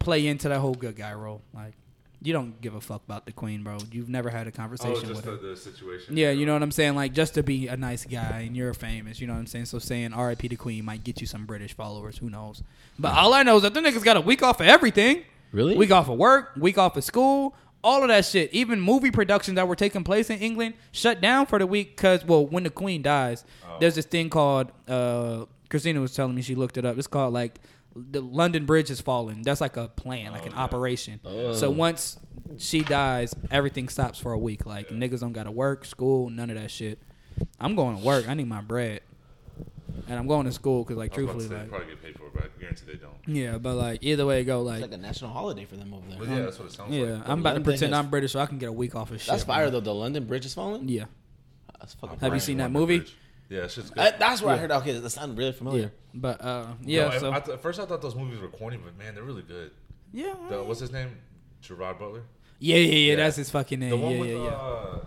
play into that whole good guy role. Like, you don't give a fuck about the queen, bro. You've never had a
Oh,
conversation
just
with her.
the, the situation.
Yeah, you know what I'm saying? Like, just to be a nice guy and you're famous, you know what I'm saying? So saying RIP the Queen might get you some British followers. Who knows? But all I know is that them niggas got a week off of everything.
Really?
Week off of work, week off of school, all of that shit. Even movie productions that were taking place in England shut down for the week because, well, when the Queen dies,
Oh.
there's this thing called, uh, Christina was telling me she looked it up. It's called, like, the London Bridge has fallen. That's like a plan,
Oh,
like an operation. So once she dies, everything stops for a week. Like niggas don't gotta work, school, none of that shit. I'm going to work. I need my bread, and I'm going to school because, like,
I was about to say,
truthfully,
they
like,
probably get paid for it, but I guarantee they don't.
yeah. But like, either way it go, like,
It's like a national holiday for them over there.
But yeah, that's what it sounds
Uh-huh. yeah,
like.
I'm about to
London
pretend
has-
I'm British so I can get a week off of shit.
That's fire
man.
though. The London Bridge is falling.
Yeah,
That's fucking.
Have
fire.
you seen that
Wonder
movie?
Bridge. Yeah, it's just good.
I, that's where I heard. Okay, that sounded really familiar.
yeah. But uh,
No,
yeah.
I-
so
I th- at first I thought those movies were corny, but man, they're really good.
yeah,
The, what's his name? Gerard Butler.
yeah, yeah, yeah.
Yeah.
That's his fucking name.
The one
yeah,
with
yeah, yeah.
uh,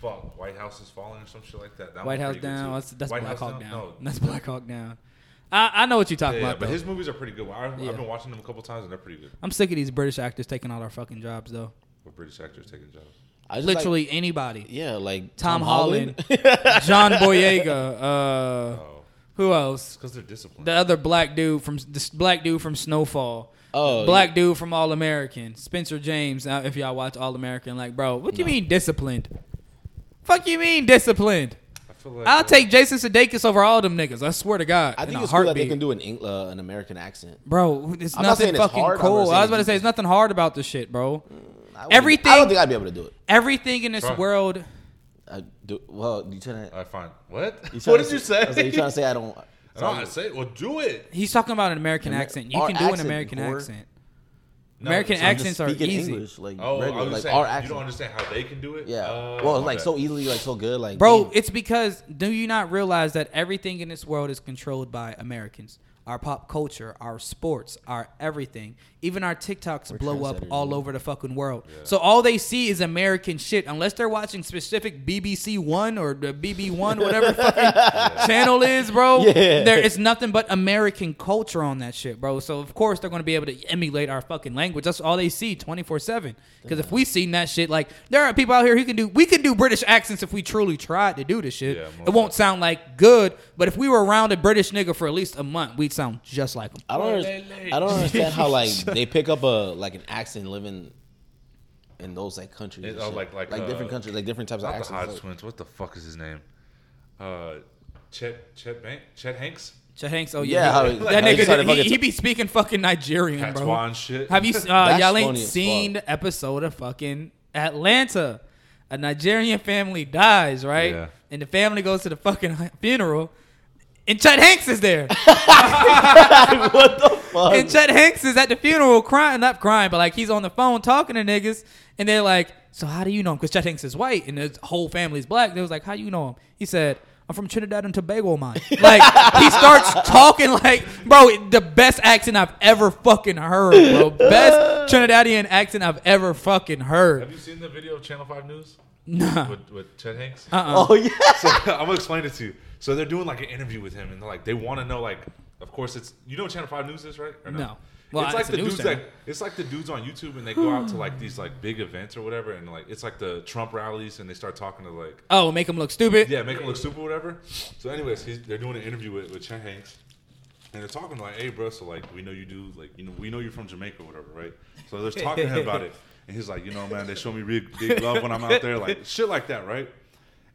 fuck, White House is falling or some shit like that. that
White
one's
House
pretty good,
Down.
too.
That's, that's
White
Black
House
Hawk Down.
No,
That's Black
<laughs>
Hawk Down. I, I know what you're
yeah,
talking
yeah,
about.
but
though.
his movies are pretty good. I,
Yeah.
I've been watching them a couple times and they're pretty good.
I'm sick of these British actors taking all our fucking jobs though.
with British actors taking jobs.
I just like- <laughs>
Literally anybody.
yeah, like
Tom John Boyega. Uh,
Oh,
who else?
because they're disciplined.
The other black dude from this black dude from Snowfall.
Oh,
black dude from All American. Spencer James. uh, If y'all watch All American, like, bro, what do you mean disciplined? Fuck you mean disciplined?
I feel like
I'll take Jason Sudeikis over all them niggas. I swear to God.
<laughs> I think
in
it's
a
cool that
heartbeat.
they can do an Eng- uh, an American accent.
Bro, it's
I'm not
nothing
saying it's
fucking
hard, I'm not
cool. I
saying
was about to
it's Mm.
say, it's nothing hard about this shit, bro.
I wouldn't- I
Everything-
don't think I'd be able to do it.
Everything in this
Bruh.
world,
I do, well, you trying to?
I find <laughs> what?
You
what
trying
did
to
you say?
I was like, you trying to say I don't?
<laughs> no, I said, well, do it.
he's talking about an American
Amer-
accent. You
our
can do an
accent,
American
whore.
accent.
No,
American
so
I'm
I'm
just
accents are
speaking
easy.
English, like
Oh, I
regular,
was
like
saying,
our
you
accent.
don't understand how they can do it.
Yeah.
Uh,
well,
my
like
bad.
so easily, like so good, like
Bro,
damn.
it's because do you not realize that everything in this world is controlled by Americans? Our pop culture, our sports, our everything. Even our TikToks blow up
trendsetters,
all
yeah.
over the fucking world. So all they see is American shit, unless they're watching specific BBC One or the BB One, whatever
<laughs>
fucking channel is, bro.
Yeah.
There is nothing but American culture on that shit, bro. So of course they're gonna be able to emulate our fucking language. That's all they see twenty four seven. Because if we seen that shit, like there are people out here who can do, we can do British accents if we truly tried to do this shit.
Yeah,
it
most
won't sound like good, but if we were around a British nigga for at least a month, we'd sound just like him.
I don't. under-
<laughs>
I don't understand how like they pick up a like an accent living in those like countries, and
oh,
shit.
like- like, uh,
different countries, like different types of
Not the Hodge
accents. Like,
twins. What the fuck is his name? Uh, Chet Chet Bank Chet Hanks.
Chet Hanks, oh
Yeah,
yeah,
how-
he-
like,
that
how he
nigga,
started
he,
fucking-
he be speaking fucking Nigerian, bro.
Patois and shit.
Have you?
<laughs>
Uh,
That's
y'all ain't
funny as
seen
fuck.
the episode of fucking Atlanta. A Nigerian family dies, right?
Yeah.
And the family goes to the fucking <laughs> funeral, and Chet Hanks is
<laughs>
there.
what
<laughs>
the fuck?
and Chet Hanks is at the funeral crying, not crying, but like he's on the phone talking to niggas, and they're like, "So how do you know him?" Because Chet Hanks is white, and his whole family's black. They was like, "How you know him?" He said. I'm from Trinidad and Tobago, mine. Like he starts talking like, bro, the best accent I've ever fucking heard, bro. Best Trinidadian accent I've ever fucking
Have
heard.
you seen the video of Channel Five News
<laughs> Nah.
with, with Chet Hanks?
Uh-uh.
oh yeah.
so <laughs> I'm gonna explain it to you. So they're doing like an interview with him, and they're like, they want to know like, of course it's you know what Channel Five News is right or
No. Well,
it's
it's
like
a
the
news
dudes
channel.
that it's like the dudes on YouTube, and they go out to like these like big events or whatever, and like it's like the Trump rallies, and they start talking to like
Oh, make him look stupid.
yeah, make him look stupid, or whatever. So, anyways, he's, they're doing an interview with, with Chet Hanks, and they're talking like, "Hey, bro, so like we know you do like you know we know you're from Jamaica, or whatever, right?" So
<laughs>
they're talking to him about it, and he's like, "You know, man, they show me big, big love when I'm out there, like shit like that, right?"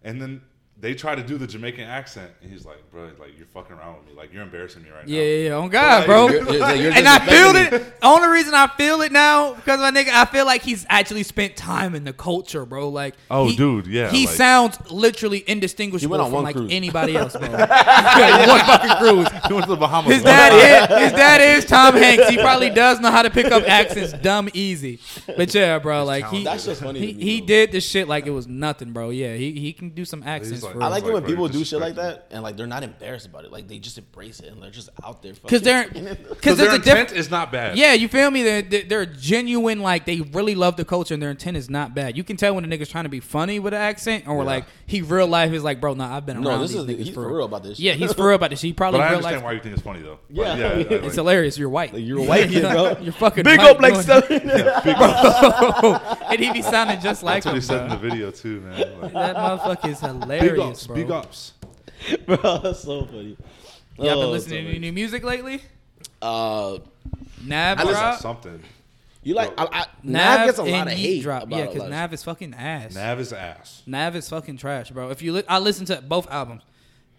And then they try to do the Jamaican accent, and he's like, "Bro, like you're fucking around with me, like you're embarrassing me right
Yeah,
now."
yeah, yeah. On God, bro.
You're-
You're- you're- you're
and I feel
disrespecting me.
it. Only reason I feel it now because my nigga, I feel like he's actually spent time in the culture, bro. Like,
Oh,
he-
dude, yeah,
he
like-
sounds literally indistinguishable
He went on
from
one
like
cruise.
anybody else, bro. one
<laughs>
fucking cruise.
He went to the Bahamas.
<laughs> His dad is his dad is Tom Hanks. He probably does know how to pick up accents dumb easy. But yeah, bro, like he
That's just funny.
he,
to me,
he
though.
did this shit like it was nothing, bro. Yeah, he, he can do some accents
like-
for
I
I
real.
like
Like,
it when
bro, you're
people do shit like
disrespecting
that, and like they're not embarrassed about it. Like they just embrace it, and they're just out there.
because
<laughs>
they're
because
because
their
there's a
intent
difference.
is not bad.
Yeah, you feel me? They're, they're they're genuine, like they really love the culture and their intent is not bad. You can tell when a nigga's trying to be funny with an accent or like he real life is like, bro, nah, I've been around.
no, this
these
is
niggas
he's for real about this. Shit.
Yeah, he's for real about this. He probably
but I
real
understand
life.
why you think it's funny though. But
Yeah.
yeah, I-
<laughs> It's
like-
hilarious. You're white.
Like, you're a
<laughs>
white kid, bro.
You're fucking
Big
white,
up like
bro. <laughs>
seven.
and he be sounding just like
that's what
him.
he said in the
Bro.
video too, man. Like,
That motherfucker is
big
hilarious,
ups,
bro.
big ups.
<laughs> bro. That's so funny.
Y'all
Oh,
been
so
listening to
funny.
any new music lately?
Uh,
Nav
I listen
Drop
drop.
something.
you like I, I, Nav,
Nav
gets a
and
lot of
Yeet
hate.
Drop.
about
Yeah,
it,
because
like-
Nav is fucking ass.
Nav his ass.
Nav is fucking trash, bro. If you li- I listen to both albums.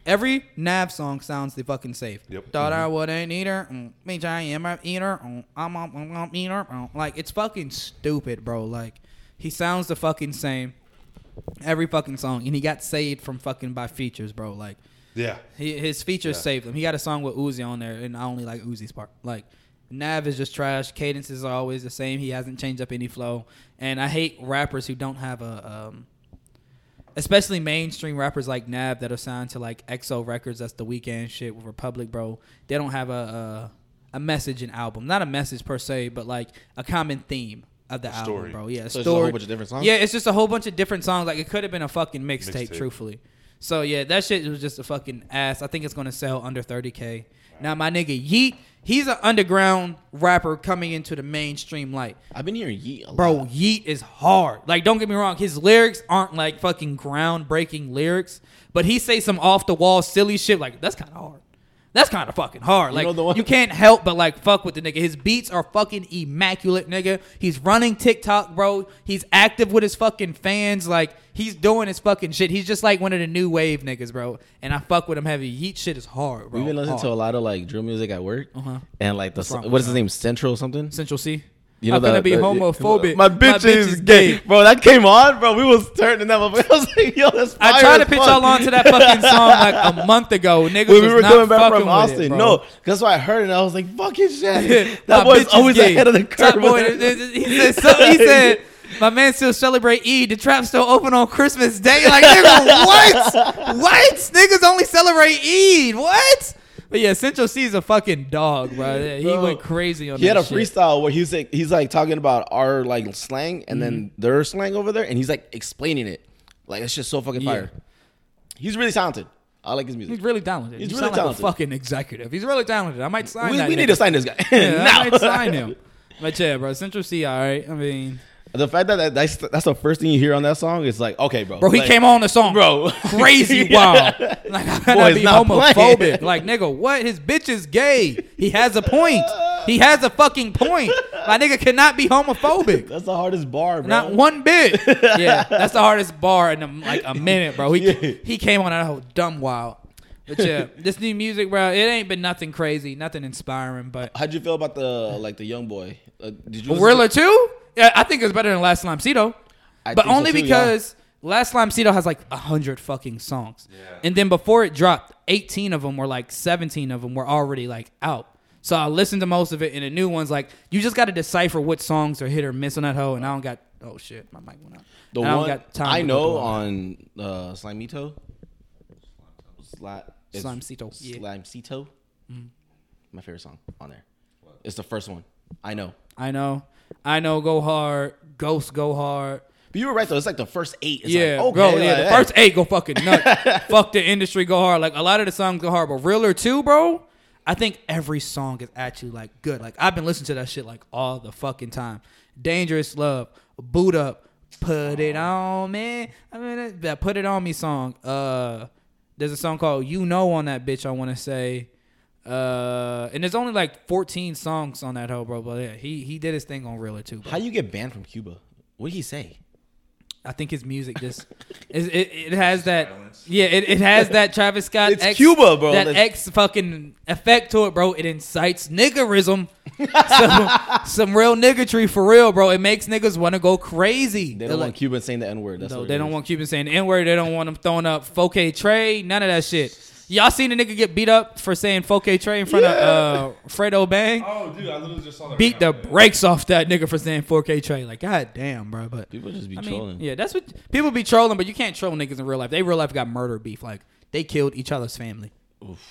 Every Nav song sounds the fucking safe.
Yep.
Thought I wouldn't eat her. Mm, bitch, I am a eater. Mm, I'm a I'm a eater. Mm. Like, it's fucking stupid, bro. Like, he sounds the fucking same. Every fucking song. And he got saved from fucking by features, bro. Like,
Yeah.
he, his features
Yeah.
saved him. He got a song with Uzi on there, and I only like Uzi's part. Like Nav is just trash. Cadences are always the same. He hasn't changed up any flow, and I hate rappers who don't have a, um, especially mainstream rappers like Nav that are signed to like EXO Records. That's the weekend shit with Republic, bro. They don't have a a, a message in album, not a message per se, but like a common theme of the album,
Story.
bro.
So
Yeah,
it's just a
story.
whole bunch of different songs?
Yeah, it's just a whole bunch of different songs. Like it could have been a fucking mixtape,
Mixtape.
truthfully. So yeah, that shit was just a fucking ass. I think it's gonna sell under 30k. Now my nigga Yeet, he's an underground rapper coming into the mainstream light.
I've been hearing Yeet a
Bro,
lot.
Yeet is hard. Like, don't get me wrong, his lyrics aren't like fucking groundbreaking lyrics, but he say some off the wall silly shit. Like, that's kind of hard. That's kind of fucking hard. Like,
know the one-
you can't help but like fuck with the nigga. His beats are fucking immaculate, nigga. He's running TikTok, bro. He's active with his fucking fans. Like, he's doing his fucking shit. He's just like one of the new wave niggas, bro. And I fuck with him heavy. Yeet shit is hard, bro.
We've been listening
Hard.
to a lot of like drill music at work,
Uh-huh.
and like the
wrong
so-
with
what is
that?
his name, Central something.
Central C.
You know
I'm gonna
that-
be
that-
homophobic.
My bitch, is gay. bro. That came on, bro. We was turning that. motherfucker. <laughs> I was like, yo, that's.
I
fire
tried to
as
pitch
fuck.
y'all on to that fucking song like
<laughs>
a month ago. Niggas
when we
was
were
not
coming back
fucking
from
With it,
Austin.
bro.
no, that's why I heard it. and I was like, fucking shit.
<laughs> My
<laughs> That boy's
bitch is
always
gay.
ahead of the curve.
Top boy, he said,
<laughs>
so, he said, my man still celebrate Eid. The trap still open on Christmas Day. Like, nigga, what? What? Niggas only celebrate Eid. What? But yeah, Central C is a fucking dog, bro. Yeah, He
Bro,
went crazy on
He had a
that shit.
freestyle where he's like, he's like talking about our like slang and then
Mm-hmm.
their slang over there, and he's like explaining it. Like it's just so fucking
Yeah.
fire. He's really talented. I like his
He's
music.
really talented.
He's
You
really
sound like
talented.
a fucking executive. He's really talented. I might sign
We,
that.
we need
nigga.
to sign this guy. <laughs>
Yeah,
now.
I
<laughs>
might sign him. But yeah, bro, Central C, all right. I mean,
The fact that that- that's, that's the first thing you hear on that song is like, okay, bro.
bro, he
Like,
came on the song,
Bro. <laughs>
<laughs> crazy
Yeah.
wild.
<laughs>
Like <laughs> I
Boy,
gotta
it's
be
not playing.
homophobic. Like nigga, what? His bitch is gay. He has a point. He has a fucking point. My nigga cannot be homophobic.
That's the hardest bar, <laughs> bro.
Not
<laughs>
one bit. Yeah, that's the hardest bar in a, like a minute, bro. He
<laughs> Yeah.
he came on that whole dumb wild.
<laughs>
But yeah, this new music, bro, it ain't been nothing crazy, nothing inspiring, but
How'd you feel about the like the young boy? Uh, did you listen
Gorilla
to-
too? Yeah, I think it's better than Last Slime Cito.
I
But
think so
only
too, yeah.
because Last Slime Cito has like a hundred fucking songs. And then before it dropped, eighteen of them were like seventeen of them were already like out. So I listened to most of it and the new ones like you just gotta decipher what songs are hit or miss on that hoe and I don't got oh shit, my mic went out.
the
And I
one
don't got time
I
to go
know
through all that.
on uh, Slimito, Sli- it's
Slimecito, yeah. Mm-hmm.
Slimecito, my favorite song on there. It's the first one I know.
I know. I know go hard, ghost go hard.
But you were right though. It's like the first eight. It's
yeah,
like, okay,
bro. Yeah,
like,
the
hey.
first eight go
<laughs>
fucking nuts. Fuck the industry, go hard. Like a lot of the songs go hard, but realer too, bro. I think every song is actually like good. Like I've been listening to that shit like all the fucking time. Dangerous love, boot up, put
Oh.
it on me. I mean that- that put it on me song. Uh, there's a song called You Know on that bitch. I want to say. Uh, and there's only like 14 songs on that hoe, bro. But yeah, he he did his thing on realer too. Bro.
How you get banned from Cuba? What did he say?
I think his music just is, it, it has that yeah it, it has
<laughs>
that Travis Scott
It's Cuba, bro.
that
That's-
X fucking effect to it bro it incites niggerism <laughs> some, some real niggatry for real bro it makes niggas want to go crazy
They
They're
don't want
like,
Cuban saying the N word. That's
no
what
they
it
don't
is.
want Cubans saying the N word they don't want them throwing up 4K Trey none of that shit y'all seen a nigga get beat up for saying 4K Trey in front of uh, Fredo Bang
Oh, dude, I literally just saw that.
beat the
right now.
brakes off that nigga for saying 4K Trey like god damn bro but
People just be
I mean,
trolling.
yeah, that's what people be trolling, but you can't troll niggas in real life. They real life got murder beef. Like they killed each other's family.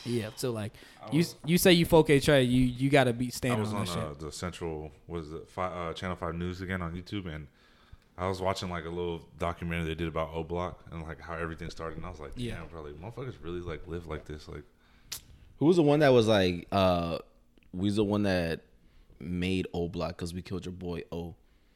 Yeah, so like you
was-
you say you 4K Trey, you you gotta be
I
standing
was
on,
on
that
uh, the Central was it fi uh, Channel Five News again on YouTube, and I was watching like a little documentary they did about O Block and like how everything started, and I was like,
Yeah.
damn, probably motherfuckers really like live like this, like
Who was the one that was like, uh, we's the one that made O Block because we killed your boy O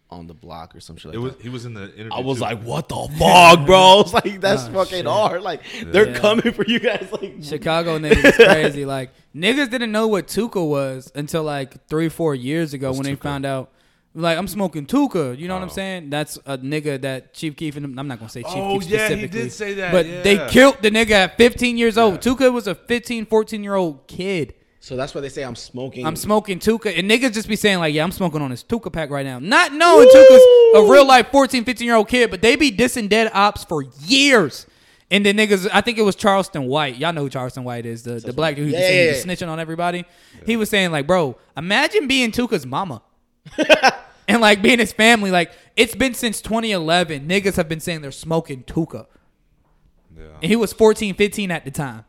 on the block or some shit like
it was.
that.
He was in the interview.
I was
too.
like, what the fuck, bro? <laughs> I was like, that's
Nah,
fucking
shit.
hard. Like, they're
Yeah.
coming for you guys. Like,
shit. Chicago niggas is crazy. <laughs> Like niggas didn't know what Tuka was until like three four years ago when they found out. Like I'm smoking Tuka, you know what I'm
Oh.
saying? That's a nigga that Chief Keef and them- I'm not gonna say Chief
Oh,
Keef
yeah, he
specifically,
did say that,
But they
yeah.
killed the nigga at 15 years old. Tuka was a 15, 14 year old kid.
so that's why they say I'm smoking.
I'm smoking Tuka, and niggas just be saying like, "Yeah, I'm smoking on this Tuka pack right now," not knowing Tuka's a real life 14, 15 year old kid, but they be dissing dead ops for years. And then niggas, I think it was Charleston White. Y'all know who Charleston White is the, the black dude who
Yeah,
just
yeah,
saying
yeah.
he was snitching on everybody. He was saying like, "Bro, imagine being Tuka's mama." and like being his family, like it's been since 2011, niggas have been saying they're smoking Tuka.
yeah.
<laughs> And he was 14, 15 at the time.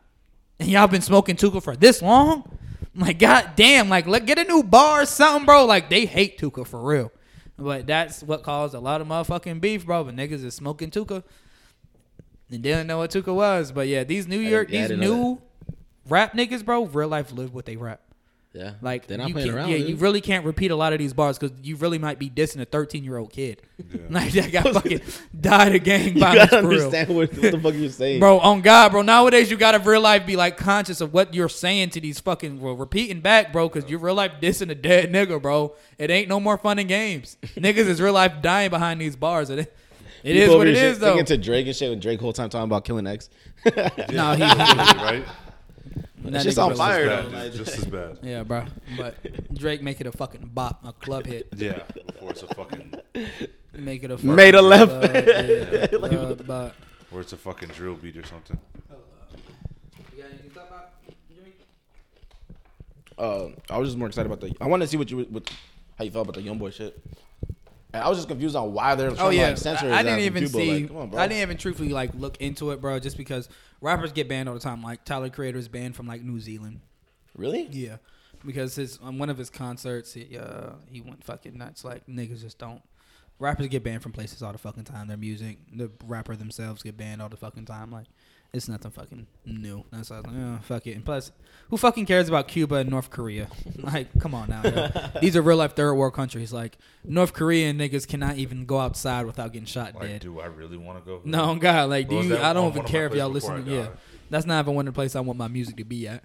And y'all been smoking Tuka for this long? I'm like, god damn, like let get a new bar or something, bro. Like they hate Tuka for real. But that's what caused a lot of motherfucking beef, bro. But niggas is smoking Tuka. And didn't know what Tuka was. But yeah, these New York,
yeah, I
these
didn't know
new rap niggas, bro, real life live what they rap.
Yeah.
Like
they're not
you
playing
can't-
around.
Yeah,
dude.
you really can't repeat a lot of these bars because you really might be dissing a thirteen year old kid. <laughs> Like that
<laughs>
guy fucking died of
<laughs>
gang
You
violence
gotta
for real.
understand what, what the fuck you're saying.
Bro, on God, bro. Nowadays, you gotta real life be like conscious of what you're saying to these fucking, well, repeating back, bro, because you real life dissing a dead nigga, bro. It ain't no more fun
<laughs>
and games. Niggas is real life dying behind these bars. It, it is
People
what
over
it
here
is, though.
Thinking to Drake and shit, when Drake whole time talking about killing X.
No,
<laughs>
he,
right?
that
just
nigga
on
was-
fire. Fire,
Bad,
though, like-
dude, just as bad.
<laughs> Yeah, bro. But Drake make it a fucking bop, a club hit.
Yeah, before it's a fucking,
Make it a fucking
Made a left.
club
<laughs>
hit, club bop.
or it's a fucking drill beat or something.
uh, I was just more excited about the. I want to see what you what, how you felt about the YoungBoy shit. And I was just confused on why they're trying
Oh
to
yeah,
like censor.
I, I
his
didn't
ass in
even
Cuba.
see.
Like, come on, bro.
I didn't even truthfully like look into it, bro. Just because rappers get banned all the time. Like Tyler Creator is banned from like New Zealand.
really.
Yeah, because his on one of his concerts, he, uh, he went fucking nuts. Like niggas just don't. Rappers get banned from places all the fucking time. Their music, the rapper themselves get banned all the fucking time. Like it's nothing fucking new. That's why I was like, oh, fuck it. And plus, who fucking cares about Cuba and North Korea? <laughs> like, come on now. yo. These are real life third world countries. Like North Korean niggas cannot even go outside without getting shot
Like,
dead.
do I really want to go?
No, God, like, do
Well, is
you?
that
I don't
one-
even
one of my
care if
places
y'all
before
listen. to
I
Yeah,
die?
that's not even one of the places I want my music to be at.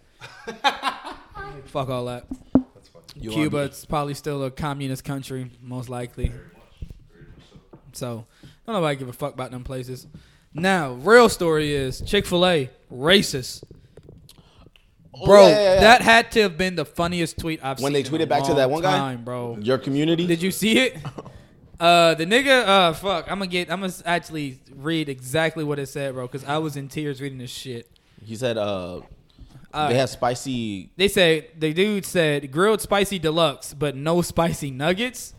Fuck all that.
That's funny.
You
Cuba,
wanna
it's probably still a communist country, most likely.
Very much. Very much so.
So, don't nobody give a fuck about them places. Now, real story is Chick Fil A racist,
be-
bro.
Oh, yeah, yeah, yeah.
That had to have been the funniest tweet I've
When
seen.
they tweeted back to that one guy?
time, bro.
your community.
Did you see it? Uh, the nigga, uh, fuck. I'm gonna get. I'm gonna actually read exactly what it said, bro, because I was in tears reading this shit.
He said uh,
Uh,
they have spicy.
They say the dude said grilled spicy deluxe, but no spicy nuggets.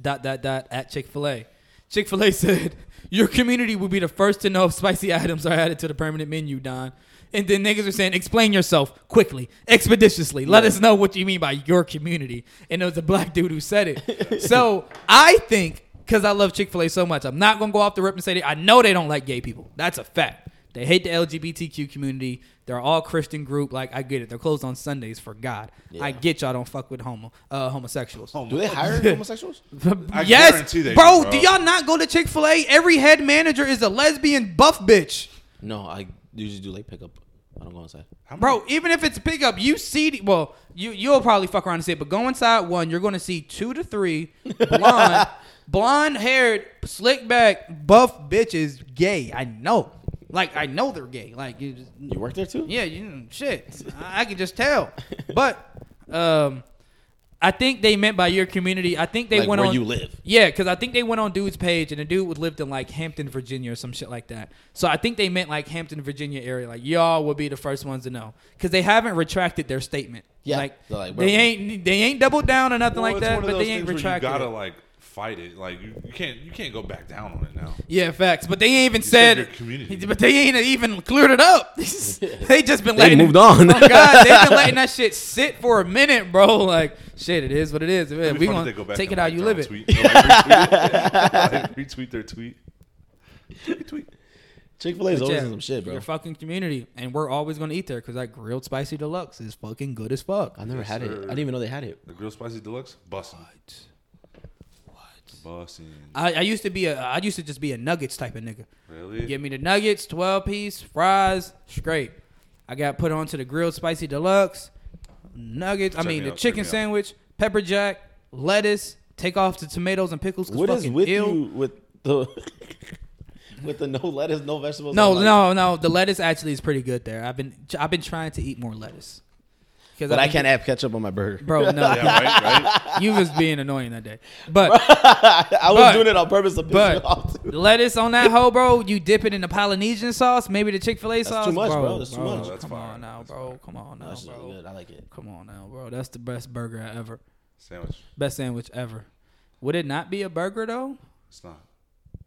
Dot dot dot at Chick Fil A. Chick Fil A <laughs> said your community will be the first to know if spicy <laughs> items are added to the permanent menu, Don. And then niggas are saying, explain yourself quickly, expeditiously. Let us know what you mean by your community. And it was a black dude who said it. so I think, because I love Chick fil A so much, I'm not going to go off the rip and say that. I know they don't like gay people. That's a fact. They hate the LGBTQ community. They're all Christian group. Like I get it. They're closed on Sundays for God. I get y'all don't fuck with homo uh, homosexuals.
Do they
<laughs>
hire homosexuals?
Oh, I
yes,
guarantee they
bro,
do, bro.
do y'all not go to Chick Fil A? Every head manager is a lesbian buff bitch,
No, I usually do like pickup. I don't go inside.
How
bro. Even if it's a pickup, you see. the- Well, you you'll probably fuck around and see it, but go inside one. You're gonna see two
<laughs>
to three blonde, blonde haired, slick back, buff bitches, gay. I know. Like I know they're gay. Like you just,
You work there too?
Yeah, you shit. I, I can just tell. But um, I think they meant by your community. I think they
Like
went
where
on
you live.
Yeah, because I think they went on dude's page and the dude would lived in like Hampton, Virginia, or some shit like that. So I think they meant like Hampton, Virginia area. Like y'all would be the first ones to know because they haven't retracted their statement.
Yeah.
like,
They're like, bro.
they ain't they ain't doubled down or nothing
Well,
like
it's
that.
one of
But
those
they ain't
things
retracted.
Where you gotta
it.
like fight it. Like you, you can't you can't go back down on it now.
Yeah, facts. But they ain't even
said
said,
your community.
But they ain't even cleared it up. <laughs> they just been
They
letting
moved on.
Oh, God,
<laughs>
they've been letting that shit sit for a minute, bro. <laughs> Like shit, it is what it is.
It'd be
We
fun if they
gonna
go back
take
and,
it how
like,
you live it.
retweet- or, like, retweet, <laughs> like, retweet their tweet. <laughs> Retweet.
Chick Fil A is always
Yeah,
in some shit, bro.
Your fucking community, and we're always gonna eat there because that grilled spicy deluxe is fucking good as fuck.
I never
Yes,
had it. I
sir.
didn't even know they had it.
The grilled spicy deluxe bussin. Bussin.
I, I used to be a I used to just be a nuggets type of nigga.
Really?
Give me the nuggets, twelve piece, fries, scrape. I got put onto the grilled spicy deluxe nuggets. I
Check
mean
me
the
out, check
chicken
me out.
sandwich, pepper jack, lettuce. Take off the tomatoes and pickles. 'cause
What is
fucking
with
ill.
you with the <laughs> with the no lettuce, no vegetables?
No,
I'm like-
no, no. The lettuce actually is pretty good there. I've been I've been trying to eat more lettuce. 'Cause
But I
think-
can't have ketchup on my burger. <laughs>
Bro, no,
Yeah, right, right.
you was being annoying that day. But
I was
But-
doing it on purpose to piss you
But
off. Too.
lettuce on that hoe, bro. You dip it in the Polynesian sauce, maybe the Chick Fil A sauce.
too much, bro. That's too much.
That's
come
fire.
on now,
That's
bro. Come on now,
That's really
Oh, bro.
good. I like it.
Come on now, bro. That's the best burger I ever.
Sandwich.
Best sandwich ever. Would it not be a burger though?
It's not.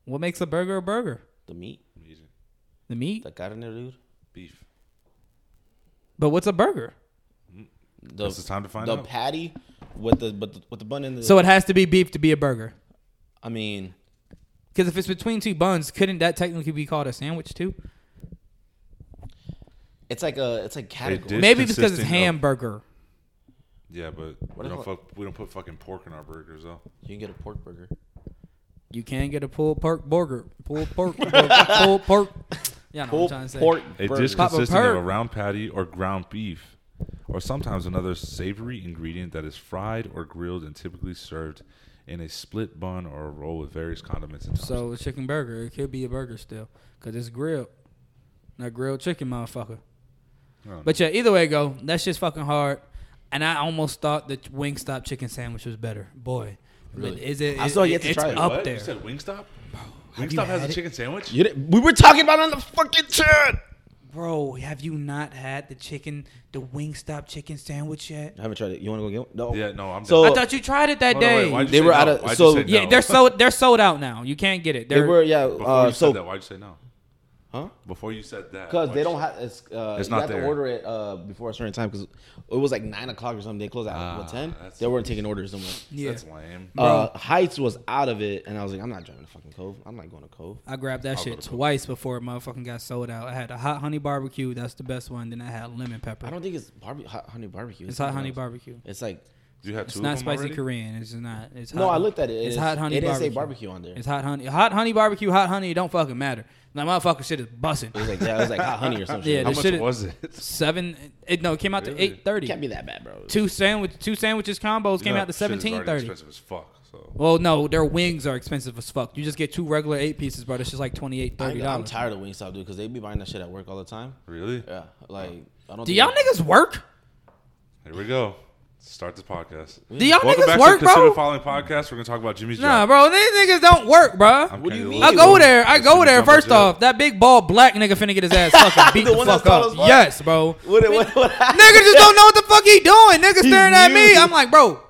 What makes a burger a burger?
The meat,
I'm eating
The meat.
the carne, dude.
beef.
But what's a burger?
The,
It's the time to find
the
out.
patty with the, but the with the bun in the.
So it has to be beef to be a burger.
I mean,
Because if it's between two buns, couldn't that technically be called a sandwich too?
It's like a it's like category.
It's
Maybe it's because it's
consistent of-
hamburger.
Yeah, but we
if
don't
I-
fuck, we don't put fucking pork in our burgers though.
You can get a pork burger.
You can get a pulled pork burger. Pulled pork. burger. pulled pork. <laughs> Yeah, know what I'm
Pulled
trying to say.
pork
It
burger.
dish
Papa
consisting of a
Perk.
round patty or ground beef, or sometimes another savory ingredient that is fried or grilled and typically served in a split bun or a roll with various condiments and toppings.
So a chicken burger. It could be a burger still, cause it's grilled. Not grilled chicken, motherfucker.
Oh,
But yeah, either way it go, that's just fucking hard. And I almost thought the Wingstop chicken sandwich was better. Boy,
Really?
but is it?
I
it-
still yet to
it's
try it.
up
What?
there.
You said Wingstop?
you
Wingstop has a
had it?
chicken sandwich?
You didn't- we were talking about it on the fucking chat.
Bro, have you not had the chicken, the Wingstop chicken sandwich yet?
I haven't tried it. You want to go get one? No.
Yeah, no, I'm
So-
done.
I thought you tried it that
Oh,
Hold on,
day.
wait, why'd you
They
say
were
no?
out of-
Why'd you
so-
say
yeah,
no?
they're sold. They're sold out now. You can't get it.
They
They're,
were yeah.
Before
Uh,
you said that,
so
why'd you say no?
huh?
Before you said that,
Because
why'd
they
you
don't
say-
have it's. Uh,
It's
you
not
have
there.
to order it uh, before a certain time because it was like nine o'clock or something. They closed out
Ah,
what ten.
that's-
They weren't taking orders no more.
yeah.
That's lame.
Uh, Heights was out of it, and I was like, I'm not driving to fucking Cove. I'm not going to Cove.
I grabbed that
I'll go
shit
to Coke.
twice before it motherfucking got sold out. I had a hot honey barbecue. That's the best one. Then I had lemon pepper.
I don't think it's barbe- hot honey barbecue.
it's hot
something
honey
else.
barbecue.
It's like
You had two
It's
of
not
them
spicy
already?
Korean. It's not. It's
no,
hot-
I looked at it.
It's hot honey
It didn't
barbecue.
say barbecue on there.
It's hot honey. Hot honey barbecue. Hot honey. It don't fucking matter. That motherfucker shit is busting.
It was like yeah, it was like hot honey or something.
<laughs> Yeah,
How
<laughs> this
much
shit is-
was it?
Seven. It, no, it came out to
Really?
eight thirty.
it can't be that bad, bro.
Two sandwich. Two sandwiches combos came
Yeah,
out to
shit is already
seventeen thirty.
Expensive as fuck. So
Well, no, their wings are expensive as fuck. You just get two regular eight pieces, bro. That's just like twenty eight, thirty
I'm, I'm
dollars.
tired of Wingstop, dude, because they be buying that shit at work all the time.
really,
Yeah, like I don't.
Do
think-
y'all niggas work?
here we go. Start this podcast.
Do y'all
Welcome
niggas
back
work,
to Consider
bro?
Following podcast. We're gonna talk about Jimmy's
Nah,
job.
bro, these niggas don't work, bro.
I'm
What do you
Kenny
mean?
Lewis.
I go there. I
That's
go
Jimmy
there.
Jumbo
First
Joe. <laughs>
off, that big bald black nigga finna get
<laughs>
his ass fucking beat
The
the,
one that's
fuck
tall
up.
as fuck?
Yes, bro.
What, what,
<laughs>
what,
Nigga just don't know what the fuck he doing. Nigga staring at me.
mute.
I'm like, bro,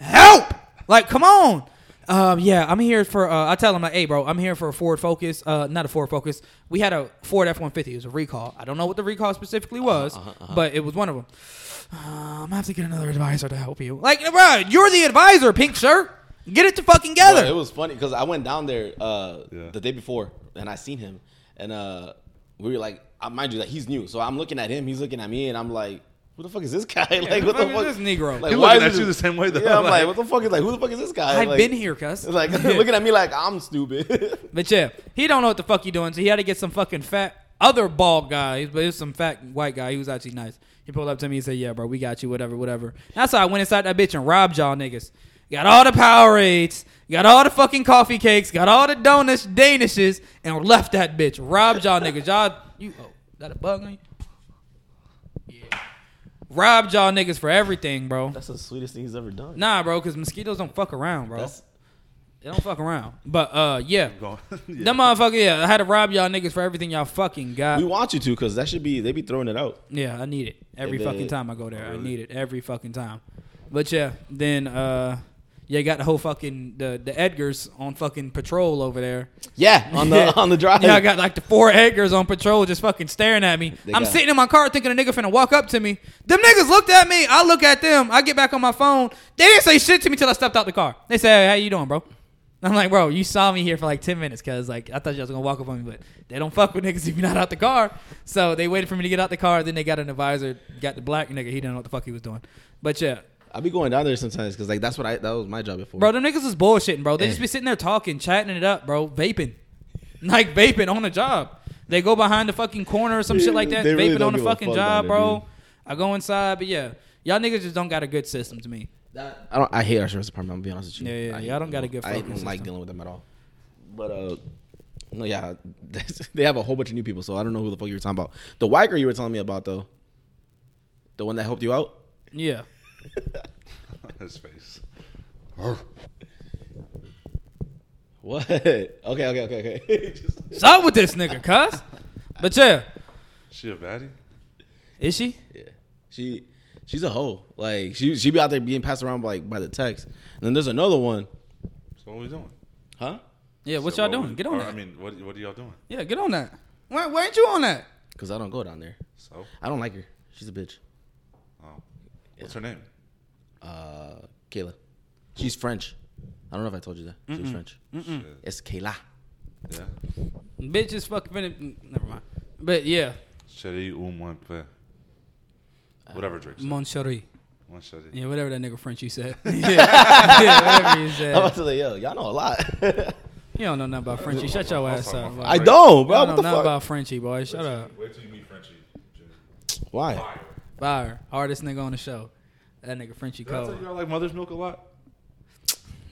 help! Like, come on. Um, yeah, I'm here for. Uh, I tell him like, hey, bro, I'm here for a Ford Focus. Uh, not a Ford Focus. We had a Ford F-150. It was a recall. I don't know what the recall specifically was, but it was one of them. Uh, I'm gonna have to get another advisor to help you. Like, bro, you're the advisor, pink shirt. Get it to fucking
Bro,
together.
it was funny because I went down there uh,
Yeah.
the day before and I seen him, and uh, we were like, I mind you, that he's new, so I'm looking at him, he's looking at me, and I'm like, who the fuck is this <laughs> guy? like, what
who
the
the
fuck
fuck is this Negro?
Like,
He
why
looking
is
at you
this-
the same way, though.
Yeah, I'm like, <laughs>
Like-
what the fuck is like, who the fuck is this guy?
I've
like,
been here,
<laughs>
cuz. <laughs>
Like
Yeah.
looking at me like I'm stupid. <laughs>
But yeah, he don't know what the fuck he doing, so he had to get some fucking fat other bald guy. But it was some fat white guy. He was actually nice. He pulled up to me and said, "Yeah, bro, we got you. Whatever, whatever." That's how I went inside that bitch and robbed y'all niggas. Got all the Powerades, got all the fucking coffee cakes, got all the donuts, Danishes, and left that bitch. Robbed y'all niggas. Y'all, you oh, is that a bug on you? Yeah. Robbed y'all niggas for everything, bro.
That's the sweetest thing he's ever done.
Nah, bro, because mosquitoes don't fuck around, bro.
That's
They don't fuck around. But uh, yeah.
Going- Yeah.
Them motherfucker, yeah, I had to rob y'all niggas for everything y'all fucking got.
we want you to because that should be they be throwing it out.
yeah, I need it every
They-
fucking time I go there. I
Really?
need it every fucking time. But yeah, then uh, yeah, got the whole fucking the the Edgars on fucking patrol over there.
Yeah, on the
<laughs> Yeah.
on the drive.
Yeah, I got like the four Edgars on patrol just fucking staring at me.
They
I'm
got-
sitting in my car thinking a nigga finna walk up to me. Them niggas looked at me. I look at them. I get back on my phone. They didn't say shit to me till I stepped out the car. They said, hey, how you doing, bro? I'm like, bro, you saw me here for like 10 minutes because like I thought you was gonna walk up on me, but they don't fuck with niggas if you're not out the car. So they waited for me to get out the car. Then they got an advisor, got the black nigga. He didn't know what the fuck he was doing. But yeah,
I be going down there sometimes because like that's what I that was my job before.
Bro, them niggas is bullshitting, bro. They
Eh.
just be sitting there talking, chatting it up, bro. Vaping. <laughs> Like vaping on the job. They go behind the fucking corner or some shit like that.
They really
vaping
don't
on the
give a
fucking
fuck
job,
down there,
bro.
dude.
I go inside, but yeah. Y'all niggas just don't got a good system to me. That-
I don't. I hate our sheriff's department. I'm gonna be honest with you.
Yeah, yeah,
I hate
y'all
them.
don't got a good
I
fucking
don't like
system.
dealing with them at all. But uh, no, yeah, <laughs> they have a whole bunch of new people, so I don't know who the fuck you were talking about. The white girl you were telling me about though, the one that helped you out. <laughs>
Yeah.
His face.
What? Okay, okay, okay, okay. <laughs> Just-
What's up with this nigga, cuz? But yeah.
She a baddie?
Is she?
yeah, she she's a hoe. Like she she be out there being passed around by, like by the text. And then there's another one,
So what we doing?
huh?
Yeah, what
So
y'all
we-
doing? Get on
or,
that.
I mean, what what are y'all doing?
yeah, get on that. Why, why ain't you on that?
Because I don't go down there.
So,
I don't like her. She's a bitch.
oh. what's her name?
Uh, Kayla. She's French. I don't know if I told you that. She's French.
Shit.
It's Kayla.
Yeah.
Bitch is fucking finna. Never mind. mm, But yeah.
Chérie ou mon père. Whatever Drake said.
Moncherie.
Mon chéri.
Yeah, whatever that nigga French you said. <laughs> yeah. yeah, <laughs> whatever
<laughs>
you
I'm about
said.
to say, yo, y'all know a lot.
You don't know nothing about Frenchie. Shut your ass up. bro.
<laughs> I don't, bro. What
Y'all know
the
nothing
fuck?
about Frenchie, boy. Shut up.
Wait till you meet Frenchie. Junior.
Why?
Fire.
Fire. Hardest nigga on the show. That nigga Frenchie
Did I tell
Cole.
you I like mother's milk a lot?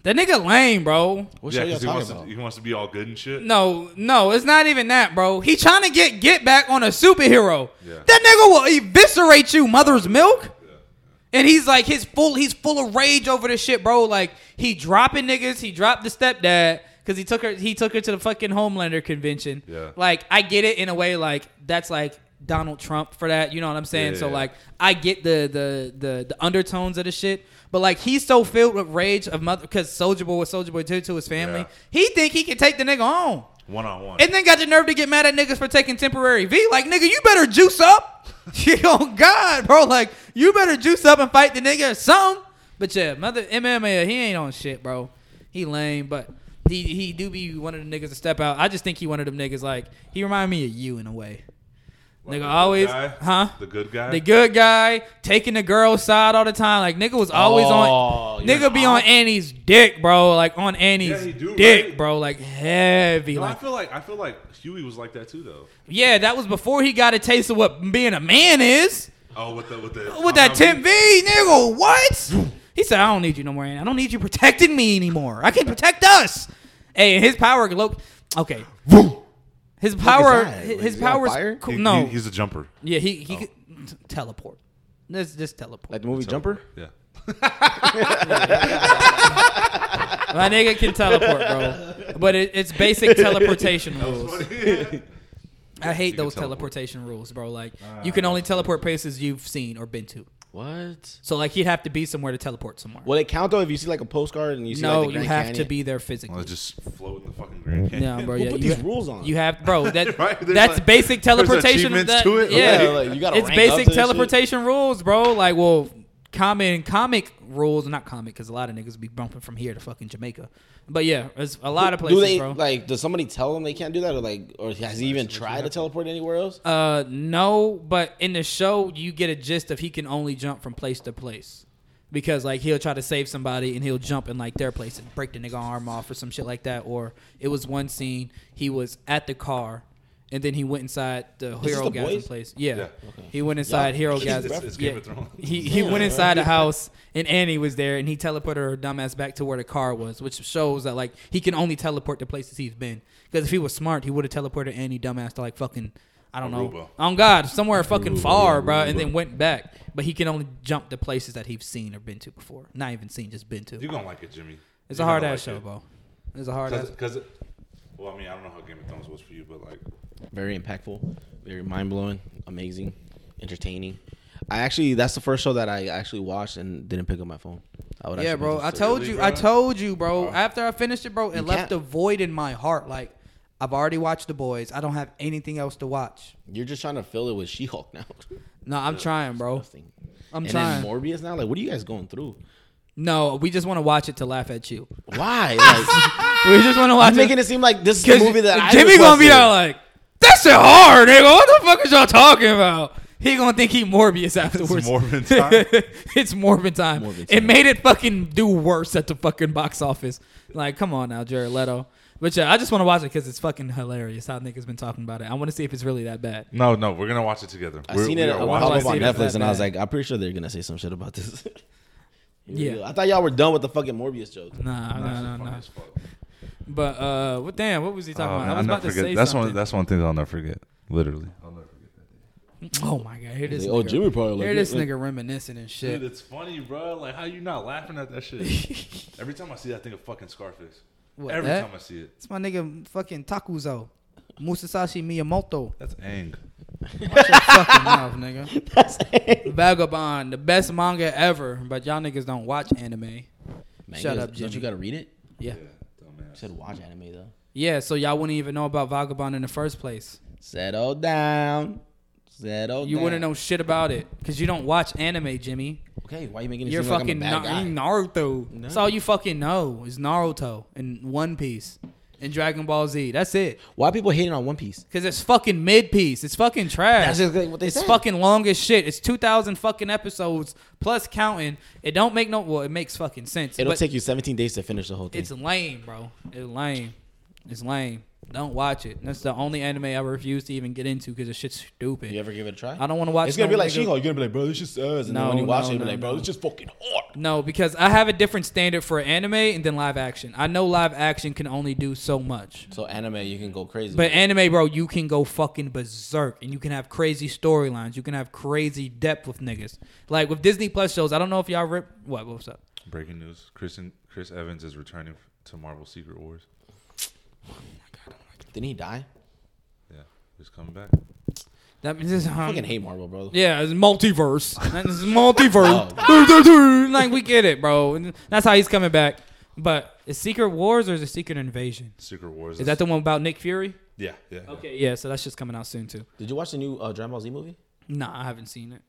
That nigga lame, bro.
What
yeah,
show y'all
he wants,
talking
to,
about?
he wants to be all good and shit.
No, no, it's not even that, bro. He trying to get get back on a superhero.
Yeah.
That nigga will eviscerate you, mother's milk. And he's like, his full, he's full of rage over this shit, bro. Like he dropping niggas. He dropped the stepdad because he took her, he took her to the fucking Homelander convention.
Yeah.
Like I get it in a way, like that's like Donald Trump for that. You know what I'm saying?
Yeah,
so
yeah,
like I get the the the the undertones of the shit. But like he's so filled with rage of mother because Soldier Boy, what Soldier Boy did to his family,
Yeah.
he think he can take the nigga on.
One on one.
And then got the nerve to get mad at niggas for taking temporary V. Like, nigga, you better juice up. <laughs> oh God, bro. Like, you better juice up and fight the nigga or something. But yeah, mother MMA, he ain't on shit, bro. He lame, but he he do be one of the niggas to step out. I just think he one of them niggas like he remind me of you in a way.
Like the
nigga
good
always
guy?
huh?
The good guy.
The good guy taking the girl's side all the time. Like nigga was always
Oh, yeah.
on nigga be on Annie's dick, bro. Like on Annie's
he do,
dick,
right?
bro. Like heavy.
No, I
like
feel like I feel like Huey was like that too, though.
yeah, that was before he got a taste of what being a man is.
Oh, with the with the
With that Tim V, nigga, what? He said, I don't need you no more, Annie. I don't need you protecting me anymore. I can protect us. Hey, and his power look okay. His power
that?
his,
Like,
his
is he on
power's
fire?
cool.
He-
no.
he- he's a jumper.
yeah, he he could teleport. Let's just teleport.
Like the movie Jumper?
<laughs> Yeah.
My nigga can teleport, bro. But it,
<laughs>
it's basic teleportation rules. I hate those
teleport.
teleportation rules, bro. Like you can only teleport places you've seen or been to.
What?
So like he'd have to be somewhere to teleport somewhere.
Will it count though if you see like a postcard and you see
no,
like the
you
Grand
have to
Canyon?
be there physically.
Well, just float in the fucking Grand Canyon.
yeah, bro.
Who
yeah,
put
you
these
ha-
rules on?
You have, bro.
<laughs>
That
Right? There's
that's
like-
basic
there's
teleportation. of
achievements
that,
to it?
Yeah,
Yeah, like, you gotta
it's
rank up to
basic
that shit.
teleportation rules, bro. Like, well, common comic rules, not comic, because a lot of niggas be bumping from here to fucking Jamaica. But yeah, it's a lot of places,
do they
bro.
like? Does somebody tell them they can't do that, or like, or has he even tried to teleport anywhere else?
Uh, no, but in the show, you get a gist of he can only jump from place to place. Because like he'll try to save somebody and he'll jump in like their place and break the nigga arm off or some shit like that. Or it was one scene he was at the car and then he went inside the
this
hero
The
gasm
Boys?
place. Yeah,
Yeah.
he went inside hero
It's,
gasm.
it's, it's Game of Thrones.
He he went inside the house and Annie was there and he teleported her dumbass back to where the car was, which shows that like he can only teleport to places he's been. Because if he was smart, he would have teleported Annie dumbass to like fucking I don't know
Aruba.
on God somewhere fucking far, bro, and then went back. But he can only jump to places that he's seen or been to before. Not even seen, just been to.
You're gonna like it, Jimmy.
It's a
You're
hard
gonna
ass
like
show,
it.
bro. It's a hard ass.
Cause, cause it, well, I mean, I don't know how Game of Thrones was for you, but like,
Very impactful, very mind blowing, amazing, entertaining. I actually, that's the first show that I actually watched and didn't pick up my phone. I would
Yeah,
actually
bro.
watch
I
this.
told
Really,
you.
bro?
I told you, bro.
Wow.
After I finished it, bro, it
You
left
can't-
a void in my heart. Like I've already watched The Boys. I don't have anything else to watch.
You're just trying to fill it with She Hulk now. <laughs>
No, I'm trying, bro.
Disgusting.
I'm
and
trying.
then Morbius now. Like, what are you guys going through?
No, we just want to watch it to laugh at you.
Why? <laughs>
<laughs>
Like,
We just want to watch
I'm
it.
making it seem like this is the movie that I
Jimmy gonna be
requested.
there like, that shit hard, nigga. What the fuck is y'all talking about? He gonna think he Morbius afterwards. <laughs>
Morbin time.
it's Morbin time.
Morbin
It
time.
made it fucking do worse at the fucking box office. Like, come on now, Jared Leto. But yeah, I just want to watch it because it's fucking hilarious how niggas been talking about it. I want to see if it's really that bad.
no, no, we're gonna watch it together.
I
We're-
seen
we
it
are
uh,
watching
pop
I
up
see
on
it as
Netflix,
that
and I was
bad.
like, I'm pretty sure they're gonna say some shit about this. <laughs>
Yeah.
I thought y'all were done with the fucking Morbius joke.
Nah,
That's
nah, nah,
funny
nah.
as fuck.
But uh, what? Damn, what was he
Oh,
talking
man,
about? I was
I'll never
about to
forget.
say
that's
something.
one. That's one thing that I'll never forget. Literally. I'll never forget.
oh my god, here this.
Like, oh,
nigga-
Jimmy probably like
Here
it.
this nigga reminiscing and shit.
Dude, it's funny, bro. Like, how you not laughing at that
<laughs>
shit? Every time I see that, I think of fucking Scarface.
What,
Every
that?
time I see it,
It's my nigga fucking Takuzo. Musasashi
<laughs>
Miyamoto.
that's Ang.
Watch your fucking mouth, nigga. Vagabond, the best manga ever, but y'all niggas don't watch anime.
Mangas,
Shut up,
Don't
Jimmy.
you gotta read it?
Yeah.
I
dumbass.
said watch anime though.
Yeah, so y'all wouldn't even know about Vagabond in the first place.
Settle down. Settle
You
down.
wouldn't know shit about it because you don't watch anime, Jimmy.
Okay, why you making it
You're
seem like I'm a
fucking
bad
Na-
guy?
you Naruto. That's all you fucking know is Naruto and One Piece and Dragon Ball Z. That's it.
Why people hating on One Piece?
Cause it's fucking mid piece. It's fucking trash.
That's exactly what they
it's
said.
fucking long as shit. It's two thousand fucking episodes plus counting. It don't make no. Well, it makes fucking sense.
It'll
but
take you 17 days to finish the whole thing.
It's lame, bro. It's lame. It's lame. Don't watch it. That's the only anime I refuse to even get into because the shit's stupid.
You ever give it a try?
I don't want to watch.
It's gonna
no
be like
nigga-
She-Hulk. You're gonna be like, bro, this just sucks. And
No,
then when you watch
no,
it, you're
no,
like, bro,
no.
it's just fucking hard.
No, because I have a different standard for anime and then live action. I know live action can only do so much.
So anime, you can go crazy.
But anime, bro, you can go fucking berserk and you can have crazy storylines. You can have crazy depth with niggas. Like with Disney Plus shows, I don't know if y'all rip. What? What's up?
Breaking news: Chris and Chris Evans is returning to Marvel Secret Wars.
didn't he die?
Yeah, he's coming back.
That means it's.
I fucking
Um,
hate Marvel, bro.
yeah, it's multiverse. It's <laughs> multiverse. like we get it, bro. And that's how he's coming back. But is Secret Wars or is it Secret Invasion?
Secret Wars.
Is that the one about Nick Fury?
<laughs> Yeah, yeah. yeah.
Okay, yeah. So that's just coming out soon too.
Did you watch the new uh, Dragon Ball Z movie?
Nah, I haven't seen it.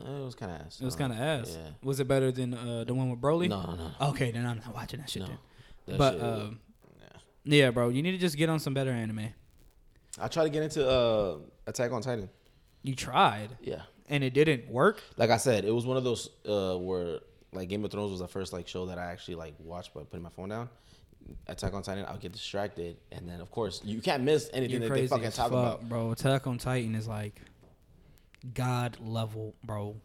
Uh, it was kind of ass.
It was kind of ass.
yeah.
Was it better than uh, the one with Broly?
No, no,
Okay, then I'm not watching that shit.
no.
Then.
That
but
shit-
um, yeah. bro, you need to just get on some better anime.
I tried to get into uh, Attack on Titan.
You tried
Yeah.
and it didn't work.
Like I said, it was one of those uh, where like Game of Thrones was the first like show that I actually like watched by putting my phone down. Attack on Titan, I'll get distracted, and then of course you can't miss anything
You're
that they
crazy
fucking
as
talk
fuck,
about.
bro. Attack on Titan is like god level, bro.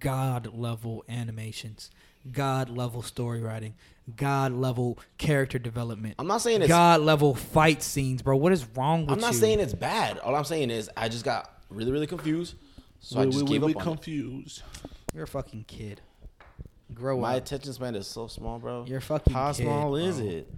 God level animations, god level story writing, god level character development,
I'm not saying it's.
god level fight scenes, bro. What is wrong with
I'm not
you?
saying it's bad. All I'm saying is I just got really, really confused. So I just gave up on it.
confused.
You're a fucking kid. Grow
My
up.
attention span is so small, bro.
You're a fucking
How
kid,
small
bro.
is it?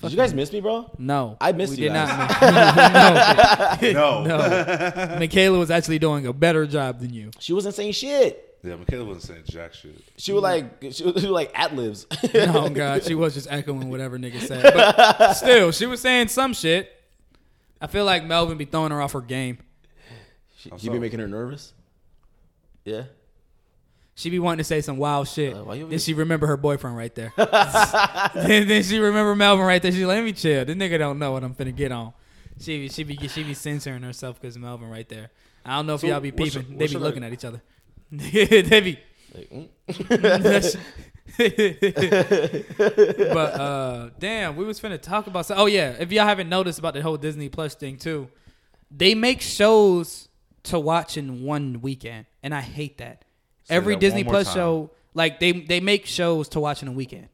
Did you guys miss me, bro?
No,
I missed
we
you
Did
guys.
not
<laughs>
<laughs>
miss.
No.
<laughs> no, no. Michaela was actually doing a better job than you.
She wasn't saying shit.
Yeah, Michaela wasn't saying jack shit.
She was like, she was, <laughs> she was like at libs. <laughs>
No, God, she was just echoing whatever nigga said. But still, she was saying some shit. I feel like Melvin be throwing her off her game.
She,
I'm
you be
sorry.
making her nervous. Yeah.
She be wanting to say some wild shit.
Uh, why you-
then she remember her boyfriend right there. then, then she remember Melvin right there. She like, let me chill. This nigga don't know what I'm finna get on. She be she be she be censoring herself because Melvin right there. I don't know if
So
y'all be
what should-
peeping.
what
they be
should I-
looking at each other. <laughs> they be.
Like, mm. <laughs>
That's- <laughs> but uh damn, we was finna talk about so oh yeah, if y'all haven't noticed about the whole Disney Plus thing too, they make shows to watch in one weekend. And I hate that.
Say
Every
that one
Disney
more
Plus
time.
show, like they they make shows to watch in a weekend.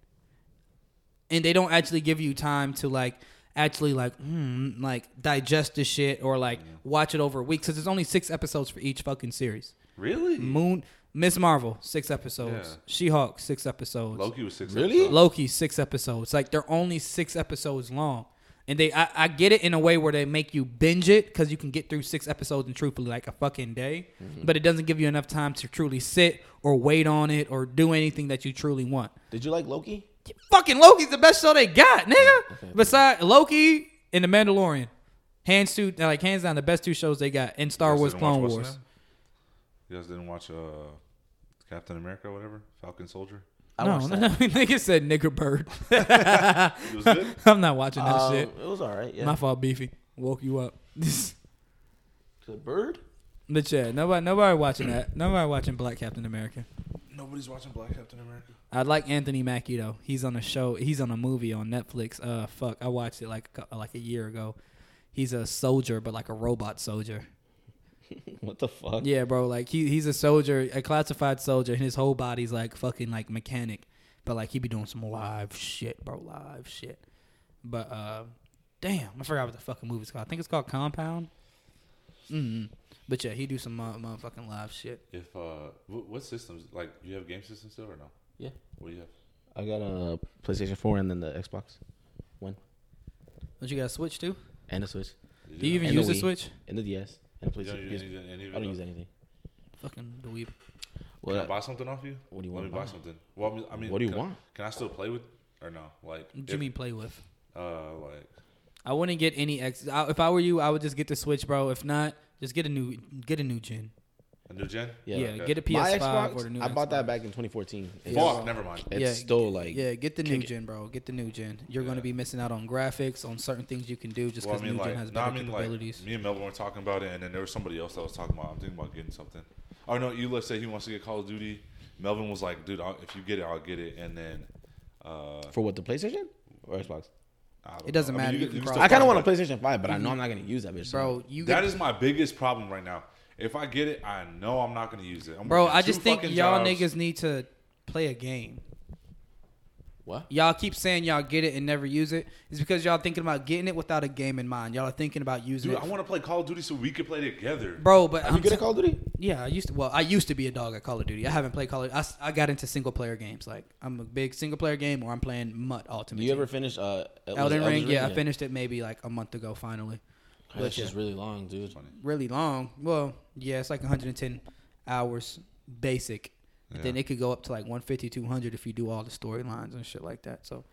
And they don't actually give you time to like actually like hmm, like digest this shit or like watch it over a week because there's only six episodes for each fucking series.
Really?
Moon Miss Marvel six episodes.
Yeah.
She Hulk six episodes. Loki.
Loki was six.
Really?
episodes.
six episodes. Like they're only six episodes long, and they I, I get it in a way where they make you binge it because you can get through six episodes in truthfully like a fucking day,
Mm-hmm.
but it doesn't give you enough time to truly sit or wait on it or do anything that you truly want.
Did you like Loki?
Fucking Loki's the best show they got, nigga.
Mm-hmm.
Beside Loki and The Mandalorian, hands to like hands down the best two shows they got in Star
You guys
Wars
didn't
Clone
watch
Wars.
what's his name? You guys didn't watch uh, Captain America, or whatever, Falcon <laughs> Soldier.
I
no,
watched
no,
that.
no. <laughs> Nigga said nigger bird. <laughs>
It was good.
I'm not watching that
Um,
shit.
It was all right. Yeah.
My fault, Beefy. Woke you up. <laughs>
the bird. <laughs>
but yeah, nobody, nobody watching that. Nobody watching Black Captain America.
Nobody's watching Black Captain America.
I like Anthony Mackie though. He's on a show. He's on a movie on Netflix. Uh, fuck, I watched it like a cou- like a year ago. He's a soldier, but like a robot soldier.
What the fuck?
Yeah, bro. Like he he's a soldier, a classified soldier, and his whole body's like fucking like mechanic. But like he be doing some live shit, bro. Live shit. But uh, damn, I forgot what the fucking movie's called. I think it's called Compound. Mm. But yeah, he do some uh, motherfucking live shit.
If uh, what, what systems? Like, you have game systems still or no?
Yeah.
What do you have?
I got a PlayStation 4 and then the Xbox One
Don't you got a Switch too?
and the Switch
Do you even
And the
use the
Wii.
Switch?
and the DS and the
You don't
PlayStation.
use any
I
of
don't use
those?
anything.
Fucking dweeb.
Can I
What?
buy something off you?
What do you
Let
want
me
to
buy
buy?
something. Well, I mean- I mean,
What do you
can-
want?
Can I still play with or no? Like,
What
if,
do you mean play with?
uh, like
I wouldn't get any X. I, if I were you, I would just get the Switch, bro. If not, just get a new get a new gen.
A new gen?
Yeah.
Yeah,
Okay.
get a PS5
My Xbox,
or the new
I bought
Xbox.
that back in 2014. It's,
Fuck, never mind.
it's
Yeah,
still like
Yeah, get the new
kick it.
gen, bro. Get the new gen. You're going to be missing out on graphics, on certain things you can do just
Well, I
because
mean,
new
like,
gen has
no,
better
I mean, like,
capabilities.
me and Melvin were talking about it, and then there was somebody else that was talking about. I'm thinking about getting something. Oh no, Eula said he wants to get Call of Duty. Melvin was like, "Dude, I'll, if you get it, I'll get it." And then, uh,
for what the PlayStation or Xbox.
I don't
It doesn't
know. I mean,
matter.
you
You
can-
can
you can
cross-
still
I kind
buy
of
it,
want a
but
PlayStation Five, but I know I'm not gonna use that bitch. so-
bro, you
That
get,
is my biggest problem right now. If I get it, I know I'm not going to use it. I'm
bro,
working
I
two
just think
fucking
y'all
jobs.
niggas need to play a game.
what?
Y'all keep saying y'all get it and never use it. It's because y'all thinking about getting it without a game in mind. Y'all are thinking about using
Dude,
<laughs> it.
I want to play Call of Duty so we can play together.
bro, but
Are
I'm
you good at
t-
Call of Duty?
Yeah, I used to. Well, I used to be a dog at Call of Duty. I haven't played Call of. I, s- I got into single player games. Like I'm a big single player game, or I'm playing Mutt Ultimate.
Do you
Team.
ever finish uh, was it
Elden Ring? Yeah, I finished it maybe like a month ago. Finally,
God, That's just really long, dude.
really long. Well, yeah, it's like 110 hours basic. And Then it could go up to like 150, 200 if you do all the storylines and shit like that. So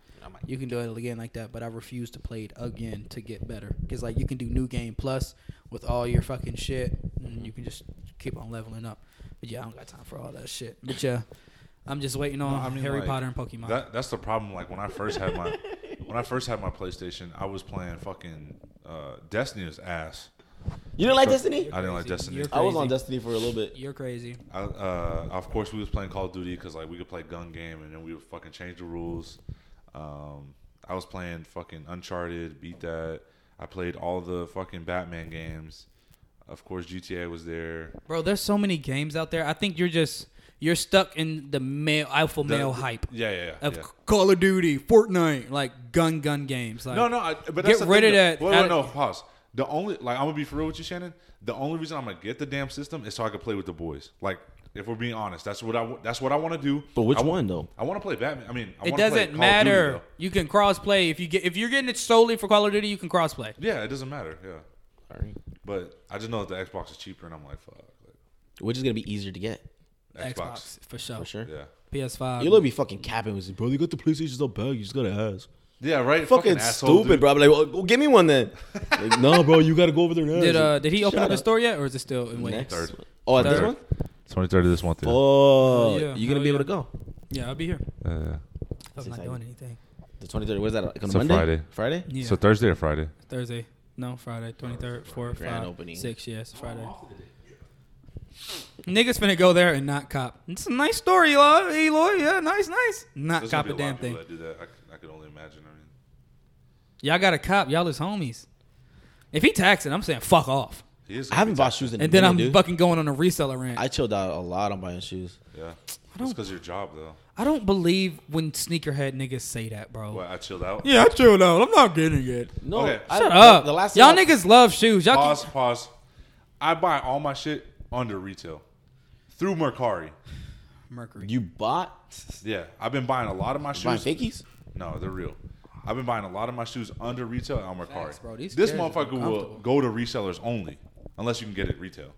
you can do it again like that. But I refuse to play it again to get better because like you can do new game plus with all your fucking shit, and you can just keep on leveling up. But yeah, I don't got time for all that shit. But yeah, I'm just waiting on
I mean,
Harry
like,
Potter and Pokemon.
That, that's the problem. Like when I first had my <laughs> when I first had my PlayStation, I was playing fucking uh, Destiny's ass.
You didn't like Destiny?
I didn't like
Crazy.
Destiny.
You're
I was on
crazy.
Destiny for a little bit.
You're crazy.
I, uh, of course, we was playing Call of Duty because like we could play gun game, and then we would fucking change the rules. Um, I was playing fucking Uncharted, beat that. I played all the fucking Batman games. Of course, GTA was there.
Bro, there's so many games out there. I think you're just you're stuck in the male alpha
The-
male hype
Yeah, yeah, yeah.
of
yeah.
Call of Duty, Fortnite, like gun gun games. Like,
No, no, I, but
Get
that's the
rid
thing
of that.
Wait, wait,
I-
no, pause. The only like I'm gonna be for real with you, Shannon. The only reason I'm gonna get the damn system is so I can play with the boys. Like, if we're being honest, that's what I wa- that's what I want to do.
But which
I wa-
one, though?
I want to play Batman. I mean, I
it
wanna play
doesn't
Call of
matter.
Duty,
you can cross play if you get if you're getting it solely for Call of Duty, you can cross play.
though. yeah, it doesn't matter. Yeah,
All right.
but I just know that the Xbox is cheaper, and I'm like, fuck,
Which is gonna be easier to get
like,
Xbox,
Xbox.
for sure.
for sure.
Yeah,
PS5.
You'll be fucking capping. Was bro? They got the PlayStation so bad. You just gotta ask.
yeah, right.
Fucking,
asshole,
stupid,
dude.
bro. I'm like, well, well, give me one then. <laughs> like, no, bro. You gotta go over there. and ask.
did uh did he open
Shut
up the store yet, or is it still in wait?
Next.
Third.
Oh, at this
Third.
one.
Twenty thirty this month. Yeah.
Oh,
Hell yeah,
you're gonna
hell
be able
yeah.
to go.
Yeah, I'll be here.
Uh,
I'm not
exciting.
doing anything.
The 23rd. What is that? Like on
It's a
Monday.
Friday.
Friday.
Yeah,
Thursday or Friday?
Thursday. No, Friday, twenty third, fourth,
Grand
five,
opening.
six. Yes, Friday. Niggas finna go there and not cop. It's a nice story, Eloy. Eloy. Yeah, nice, nice. Not
There's gonna
cop
be a lot
a damn
of people
thing.
that do that. I, c- I could only imagine. I mean,
Y'all got a cop. Y'all is homies. If he taxing, I'm saying fuck off.
he is.
I
gonna
haven't
be
bought shoes in
And
a
then
minute,
I'm
dude.
fucking going on a reseller rant. I,
I chilled out a lot on buying shoes.
taxed. Yeah,
don't-
it's because your job though.
don't believe when sneakerhead niggas say that, bro.
What I chilled out.
Yeah, I chilled out. I'm not getting it.
No,
Okay.
I-
Shut
the-
up.
The last
y'all
time I-
niggas love shoes. Y'all
Pause,
keep-
pause. I buy all my shit under retail through Mercari.
Mercury.
you bought
Yeah, I've been buying a lot of my shoes.
buying fakies.
No, they're real. I've been buying a lot of my shoes under retail on Mercari.
Facts, bro. These
this
chairs are
motherfucker will
uncomfortable.
go to resellers only, unless you can get it retail.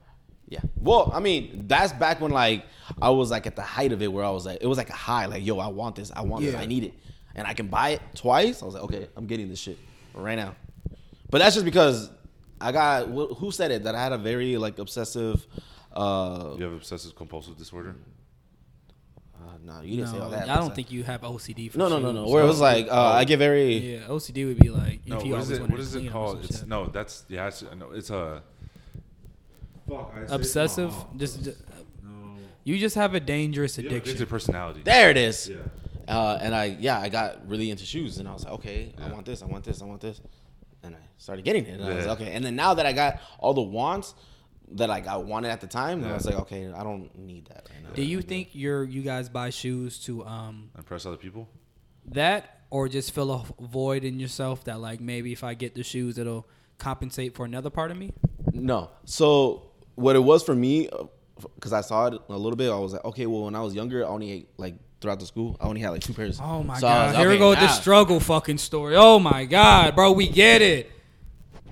Yeah. Well, I mean, that's back when like I was like at the height of it, where I was like, it was like a high, like, yo, I want this, I want this,
Yeah.
I need it, and I can buy it twice. I was like, okay, I'm getting this shit right now. But that's just because I got wh- who said it that I had a very like obsessive. Uh,
You have obsessive compulsive disorder.
uh no, you didn't say all
No,
that.
I don't think you have OCD. For
No, no, no, no.
shoes.
Where it was like, uh, I get very.
Yeah, OCD would be like if
No,
you
what is
always
it?
wanted
What
to
is
clean
it
them or
called?
some
It's
shit.
no, that's yeah, it's, no, it's a. Fuck, I said-
obsessive.
Oh,
Just just-
no.
you just have a dangerous
You have
addiction.
addictive personality.
There it is.
yeah.
Uh, and I, yeah, I got really into shoes, and I was like, okay, I
Yeah.
want this, I want this, I want this, and I started getting it. And I was
Yeah.
like, okay, and then now that I got all the wants that like I wanted at the time, then I was
Yeah.
like, okay, I don't need that right now.
Do you think you're you guys buy shoes to um
Impress other people.
that or just fill a void in yourself that like maybe if I get the shoes it'll compensate for another part of me?
No. So what it was for me, because I saw it a little bit, I was like, okay, well, when I was younger, I only like throughout the school, I only had like two pairs.
Oh my
So I
god.
was like,
Here we
okay,
go with the
nah.
struggle fucking story. Oh my god, bro, we get it.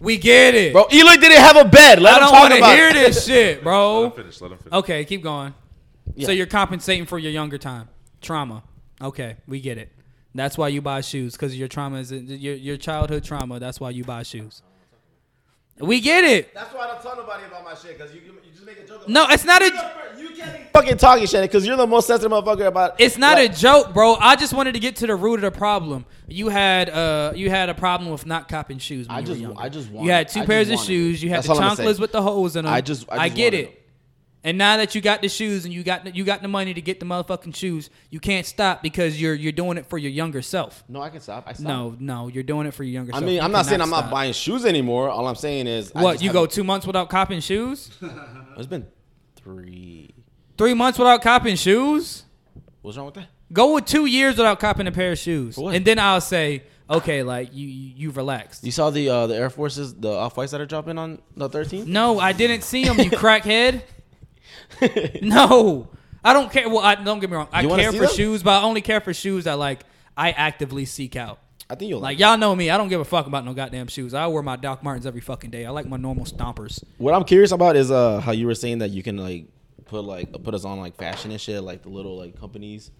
We get it.
Bro, Eloy didn't have a bed. Let
I
him
don't
talk
want to
about
hear
it.
this
<laughs>
shit,
Let him <laughs>
bro.
finish. Let him finish.
Oh. Okay, keep going.
Yeah.
So you're compensating for your younger time trauma. Okay, we get it. That's why you buy shoes because your trauma is your your childhood trauma. That's why you buy shoes. We get it.
That's why I don't tell nobody about my shit because you, you just make a joke.
No, it's not a.
you can't be fucking talking shit because you're the most sensitive motherfucker about.
It's not
like,
a joke, bro. I just wanted to get to the root of the problem. You had uh, you had a problem with not copping shoes. When
I
you
just-
were younger.
I just
you had
wanted-
two
I just
pairs of
wanted
shoes.
it.
You had
That's
the
all I'm gonna
chonklers
say.
with the holes in them.
I just- I just
get
wanted
it.
them.
And now that you got the shoes and you got the, you got the money to get the motherfucking shoes, you can't stop because you're you're doing it for your younger self.
No, I can stop. I stop.
No, no, you're doing it for your younger
I
self.
mean,
You
I'm not saying
cannot
I'm
stop.
not buying shoes anymore. All I'm saying is, I
What
just
you go
haven't-
two months without copping shoes?
It's been three.
Three months without copping shoes?
What's wrong with that?
Go with two years without copping a pair of shoes,
what?
and then I'll say, okay, like you you you've relaxed.
You saw the uh, the Air Forces, the off whites that are dropping on the 13th.
No, I didn't see him,
<laughs>
you crackhead. No, I don't care. Well, I, don't get me wrong. I
You wanna
care
see
for
them?
shoes, but I only care for shoes that like I actively seek out.
I think you'll
Like
like.
y'all know me, I don't give a fuck about no goddamn shoes. I wear my Doc Martens every fucking day. I like my normal stompers. Oh,
What I'm curious about is uh how you were saying that you can like put like put us on like fashion and shit, like the little like companies.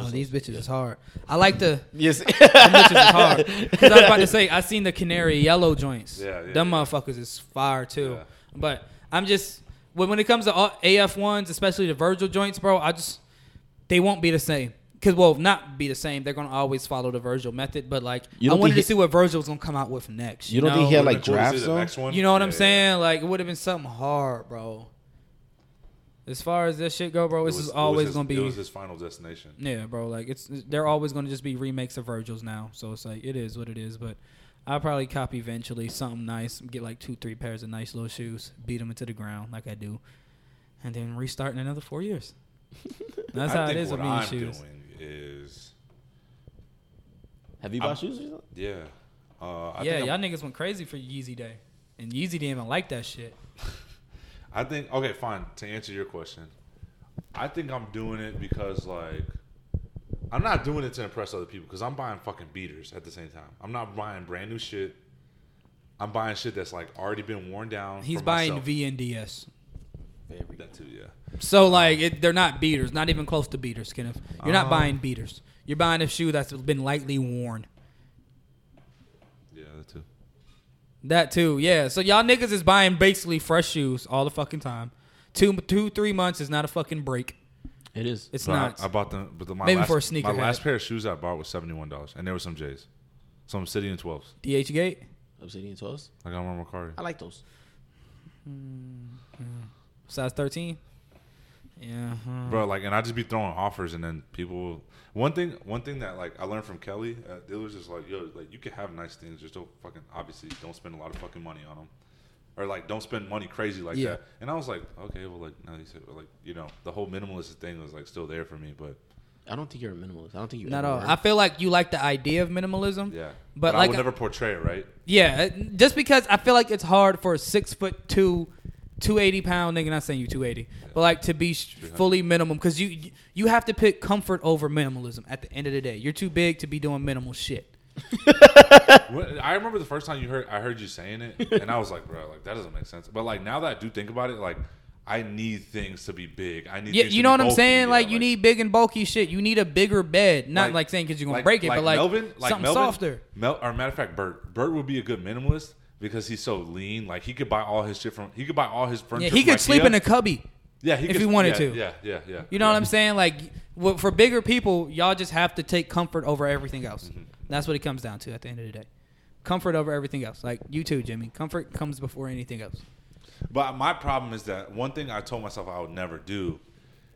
oh, these bitches is hard. I like the
<laughs> Yes.
them bitches
<laughs>
is hard. 'Cause I was about to say I seen the canary yellow joints.
Yeah, yeah,
them
yeah.
motherfuckers is fire too.
Yeah.
But I'm just when when it comes to all AF ones, especially the Virgil joints, bro. I just they won't be the same. Cause well, not be the same. They're gonna always follow the Virgil method. But like,
You
I
don't
wanted
think
to
he-
see what Virgil's gonna come out with next.
You don't think he
know?
had, like,
Would've been cool to see
drafts,
the
though?
next one.
You know what I'm
Yeah, yeah.
saying? Like it would have been something hard, bro. As far as this shit go, bro,
It
this
was-
is
it was
always
his-
gonna be
It was his final destination.
yeah, bro. Like it's they're always gonna just be remakes of Virgil's now. So it's like it is what it is. But I'll probably copy eventually something nice, get like two, three pairs of nice little shoes, beat them into the ground like I do, and then restart in another four years.
<laughs>
That's
I
how it
think
is with
what
me and
I'm
shoes.
doing is
Have you bought
I'm-
shoes? Or something?
yeah. Uh, I
yeah,
think I'm-
y'all niggas went crazy for Yeezy Day, and Yeezy didn't even like that shit.
I think okay, fine. To answer your question, I think I'm doing it because like I'm not doing it to impress other people because I'm buying fucking beaters at the same time. I'm not buying brand new shit. I'm buying shit that's like already been worn down.
He's
for
buying
myself.
VNDS.
That too, yeah.
So like it, they're not beaters, not even close to beaters, Kenneth. You're
Um,
not buying beaters. You're buying a shoe that's been lightly worn.
Yeah, that too.
That too, yeah. So y'all niggas is buying basically fresh shoes all the fucking time. Two, two, three months is not a fucking break.
It is.
It's
So I-
not.
I, bought them, but the, my
Maybe
last,
for a sneaker
My last
hat.
pair of shoes I bought was seventy one dollars, and there were some J's, some Obsidian twelves.
DH Gate.
Obsidian twelves.
I got one Macari.
I like those.
size thirteen. Yeah. huh.
bro. Like, and I just be throwing offers, and then people. One thing, one thing that like I learned from Kelly at dealers is like, yo, like you can have nice things, just don't fucking obviously don't spend a lot of fucking money on them, or like don't spend money crazy like
Yeah.
that. And I was like, okay, well, like now you said, well, like you know, the whole minimalist thing was like still there for me, but
I don't think you're a minimalist. I don't think you.
Not
ever
all.
were.
I feel like you like the idea of minimalism.
yeah,
But,
but,
like,
I would never portray it, right?
Yeah, it- just because I feel like it's hard for a six foot two, two eighty pound nigga. Not saying you two eighty, but like to be sh- fully minimum because you you have to pick comfort over minimalism. At the end of the day, you're too big to be doing minimal shit.
When- I remember the first time you heard I heard you saying
<laughs>
it, and I was like, bro, like that doesn't make sense. But like now that I do think about it, like. I need things to be big. I need.
Yeah,
things
you
to
know
be
what I'm
bulky,
saying?
yeah,
like, you need big and bulky shit. You need a bigger bed. Not like, saying because you're gonna break it, but like something softer.
Mel, or matter of fact, Bert. Bert would be a good minimalist because he's so lean. Like he could buy all his shit from. He could buy all his
Yeah,
furniture.
he
from
could sleep
Ikea.
in a cubby.
yeah he
if
could-
he wanted
yeah,
to.
Yeah, yeah, yeah.
You know what I'm saying? Like wh- for bigger people, y'all just have to take comfort over everything else.
Mm-hmm.
That's what it comes down to at the end of the day. Comfort over everything else. Like you too, Jimmy. Comfort comes before anything else.
But my problem is that one thing I told myself I would never do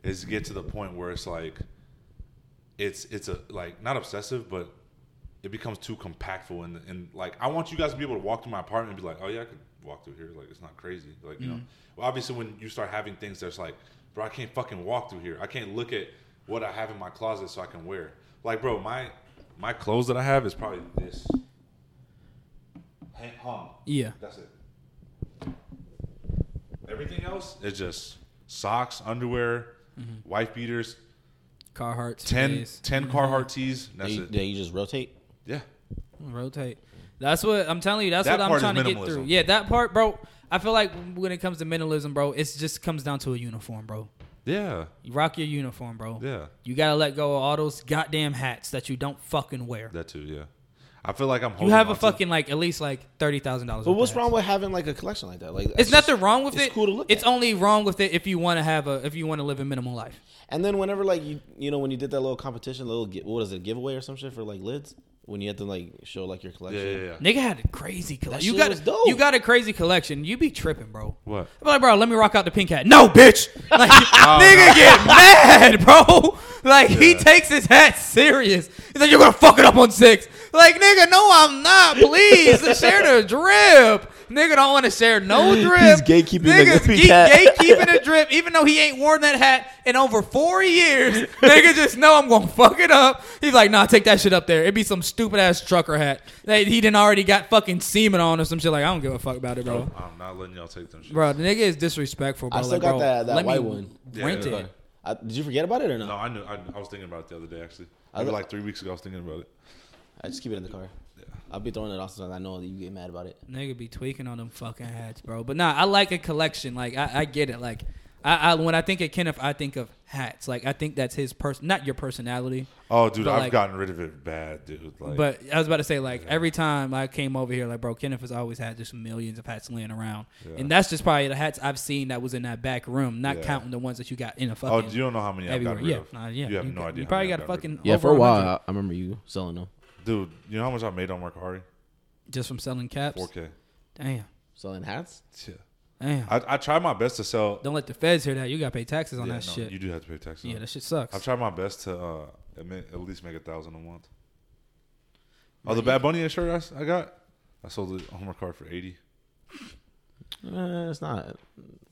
is get to the point where it's like it's it's a like not obsessive, but it becomes too compactful and and like I want you guys to be able to walk through my apartment and be like, oh yeah, I could walk through here. Like it's not crazy. Like you know, well, obviously when you start having things that's like, bro, I can't fucking walk through here. I can't look at what I have in my closet so I can wear. Like bro, my my clothes that I have is probably this hang- hung.
Yeah.
That's it. Everything else is just socks, underwear, wife beaters,
Carhartt.
10, 10
Mm-hmm.
Carhartt tees. That's
You,
it.
yeah, you just rotate.
Yeah.
Rotate. That's what I'm telling you. That's
That
what I'm
part is
trying to get through.
minimalism.
Yeah, that part, bro. I feel like when it comes to minimalism, bro, it just comes down to a uniform, bro.
Yeah.
You rock your uniform, bro.
Yeah.
You gotta let go of all those goddamn hats that you don't fucking wear.
That too. Yeah. I feel like I'm holding
You have a
on to-
fucking like at least like thirty thousand dollars.
But what's wrong with having like a collection like that? Like
It's
that's just-
nothing wrong with
it's
it.
cool to look
it's
at.
only wrong with it if you want to have a if you want to live a minimal life.
And then whenever like you you know when you did that little competition, little gi- what is it giveaway or some shit for like lids when you had to like show like your
Yeah,
collection.
yeah, yeah.
Nigga had a crazy collection.
shit
You got
was dope.
you got a crazy collection. You be tripping, bro.
What? Oh,
I'm like, bro, let me rock out the pink hat.
<laughs>
No, bitch. Like, nigga get mad, bro. <laughs> Like, he
Yeah.
takes his hat serious. He's like, you're gonna fuck it up on six. Like, nigga, no, I'm not. Please, share the drip. Nigga don't want to
<laughs>
share no drip.
gatekeeping the
Niggas
pink
ge-
hat.
<laughs> gatekeeping the drip, even though he ain't worn that hat in over four years. <laughs> nigga just know I'm gonna fuck it up. He's like, nah, take that shit up there. It'd be some stupid ass trucker hat that he didn't already got fucking semen on or some shit. Like, I don't give a fuck about it, bro.
I'm not letting y'all take them shit.
Bro, the nigga is disrespectful, bro.
I still
Like,
got
bro,
that- that
let me
white one.
Rent
Yeah.
it.
I, did you forget about it or no?
No, I knew. I, I was thinking about it the other day, actually.
I
Maybe
lo-
like three weeks ago, I was thinking about it.
I just keep it in the car. I'll be throwing it off sometimes. I know that you get mad about it.
Nigga be tweaking on them fucking hats, bro. But nah, I like a collection. Like I, I get it. Like I, I when I think of Kenneth, I think of hats. Like I think that's his person, not your personality.
Oh, dude,
But,
I've
like-
gotten rid of it bad, dude. Like,
But I was about to say, like every time I came over here, like bro, Kenneth has always had just millions of hats laying around, and that's just probably the hats I've seen that was in that back room, not
Yeah.
counting the ones that you got in a
oh,
fucking.
you don't know how many I've
everywhere.
gotten rid
Yeah,
of.
nah, yeah.
You have
You
no
got-
idea.
you
how
probably
many I've gotten rid
got a
of.
fucking-
Yeah,
Over
for a while
100.
I, I remember you selling them,
Dude, you know how much I made on Mercari?
just from selling caps.
4K.
Damn,
selling hats.
Yeah.
damn.
I, I tried my best to sell.
Don't let the feds hear that. You got to pay taxes on
Yeah,
that
no,
shit.
You do have to pay taxes. on
yeah,
it.
that shit sucks.
I've tried my best to uh, admit, at least make a thousand a month. Oh, the Bad Bunny shirt I s- I, got, I sold it on my card for eighty.
Uh, it's not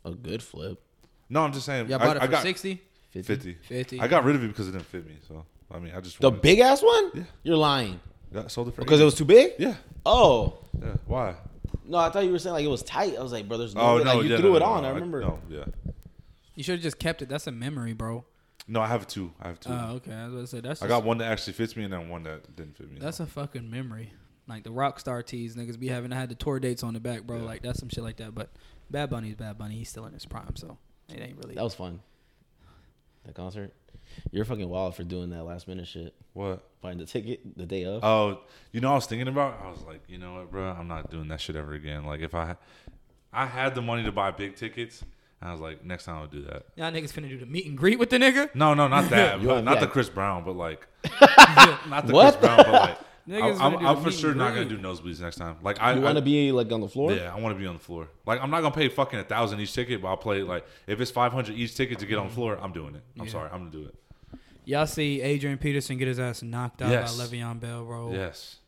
a good flip.
No, I'm just saying.
Y'all
I,
bought it
I
for
got
60?
50.
50.
50.
I got rid of it because it didn't fit me. So I mean, I just
The
wanted-
big ass one?
Yeah.
You're lying
I sold it for
because it
80.
was too big.
yeah,
Oh
yeah. Why?
no, I thought you were saying like it was tight. I was like, bro, there's no
Oh
way.
no,
Like, you
yeah,
threw
no,
it
no,
on.
no,
I remember.
No, yeah.
You should have just kept it. That's a memory, bro.
No, I have two. I have two.
Oh, okay. I was about to say that's
I
just,
got one that actually fits me, and then one that didn't fit me.
that's a fucking memory. Like the rock star tees niggas be having. I had the tour dates on the back, bro. Like that's some shit like that. But Bad Bunny is Bad Bunny. He's still in his prime, so it ain't really.
That was fun. That concert. You're fucking wild for doing that last minute shit.
what?
Buying the ticket the day of.
Oh, you know, I was thinking about. I was like, you know what, bro? I'm not doing that shit ever again. Like, if I, I had the money to buy big tickets, and I was like, next time I'll do that.
Y'all niggas finna do the meet and greet with the nigga.
No, no, not that.
<laughs> You
but
want-
not the
yeah.
Chris Brown, but like, <laughs> not the
What?
Chris Brown, but like, I,
<laughs> Niggas
am
gonna do
I'm
the
for
meet
sure
and
not gonna do
greet.
nosebleeds next time. Like, I
you
want
want to be like on the floor?
Yeah, I want to be on the floor. Like, I'm not gonna pay fucking a thousand each ticket, but I'll play like if it's 500 each ticket to get on the floor, I'm doing it. I'm
Yeah.
sorry, I'm gonna do it.
Y'all see Adrian Peterson get his ass knocked out
Yes.
by Le'Veon Bell, bro.
Yes.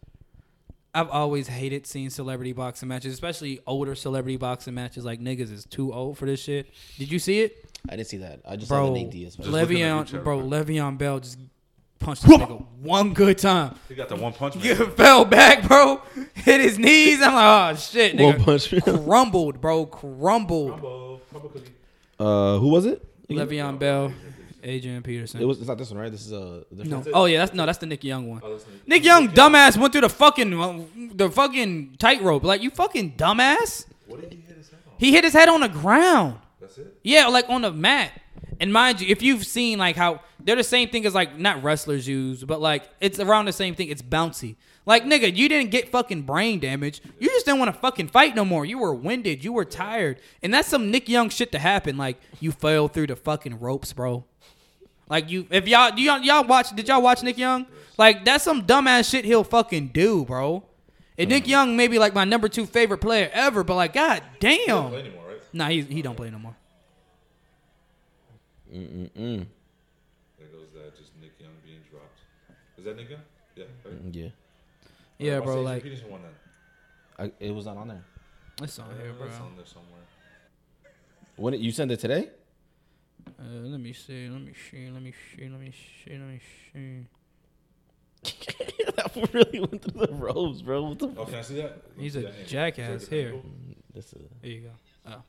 I've always hated seeing celebrity boxing matches, especially older celebrity boxing matches. Like niggas is too old for this shit. Did you see it,
I didn't see that. I just saw
bro?
the Nate Diaz.
Just- looking at you,
Le'Veon,
Trevor.
bro, Le'Veon Bell just punched this nigga one good time.
He got the one
<laughs>
punch. Man.
Nigga fell back, bro. Hit his knees. I'm like, oh shit, nigga.
One punch.
crumbled, bro. Crumbled.
Combo, combo cookie.
<laughs> Uh, who was it?
Le'Veon Bell, Adrian Peterson.
It was. It's not this one, right? This is uh, a.
no. Oh yeah, that's no, that's the Nick Young one.
that's Nick-
Nick Young, dumbass, went through the fucking uh, the fucking tightrope. Like you fucking dumbass.
What did he hit his head on?
He hit his head on the ground.
That's it.
Yeah, like on the mat. And mind you, if you've seen like how they're the same thing as like not wrestlers use, but like it's around the same thing. It's bouncy. Like nigga, you didn't get fucking brain damage. You just didn't want to fucking fight no more. You were winded. You were tired. And that's some Nick Young shit to happen. Like you fell through the fucking ropes, bro. Like you, if y'all, do y'all, y'all watch? Did y'all watch Nick Young? Like that's some dumbass shit he'll fucking do, bro. And Nick Young may be like my number two favorite player ever, but like, god damn,
Anymore, right?
nah, he he don't play no more.
There goes that. Just Nick Young being dropped. Is that Nick Young? Yeah. right?
Yeah.
Mm-hmm. Yeah, bro.
Adrian
Like
Peterson won that.
I, it was not on there.
It's on here, bro.
That's Uh, on there somewhere.
When it, you sent it <laughs> today?
Uh, let me see. Let me see. Let me see. Let me see. Let me see.
that fool really went through the <laughs> ropes, bro. What the
Oh, can I see that?
He's
Is
a
that him?
jackass
Is that the
here.
people?
This is-
There you go. Oh.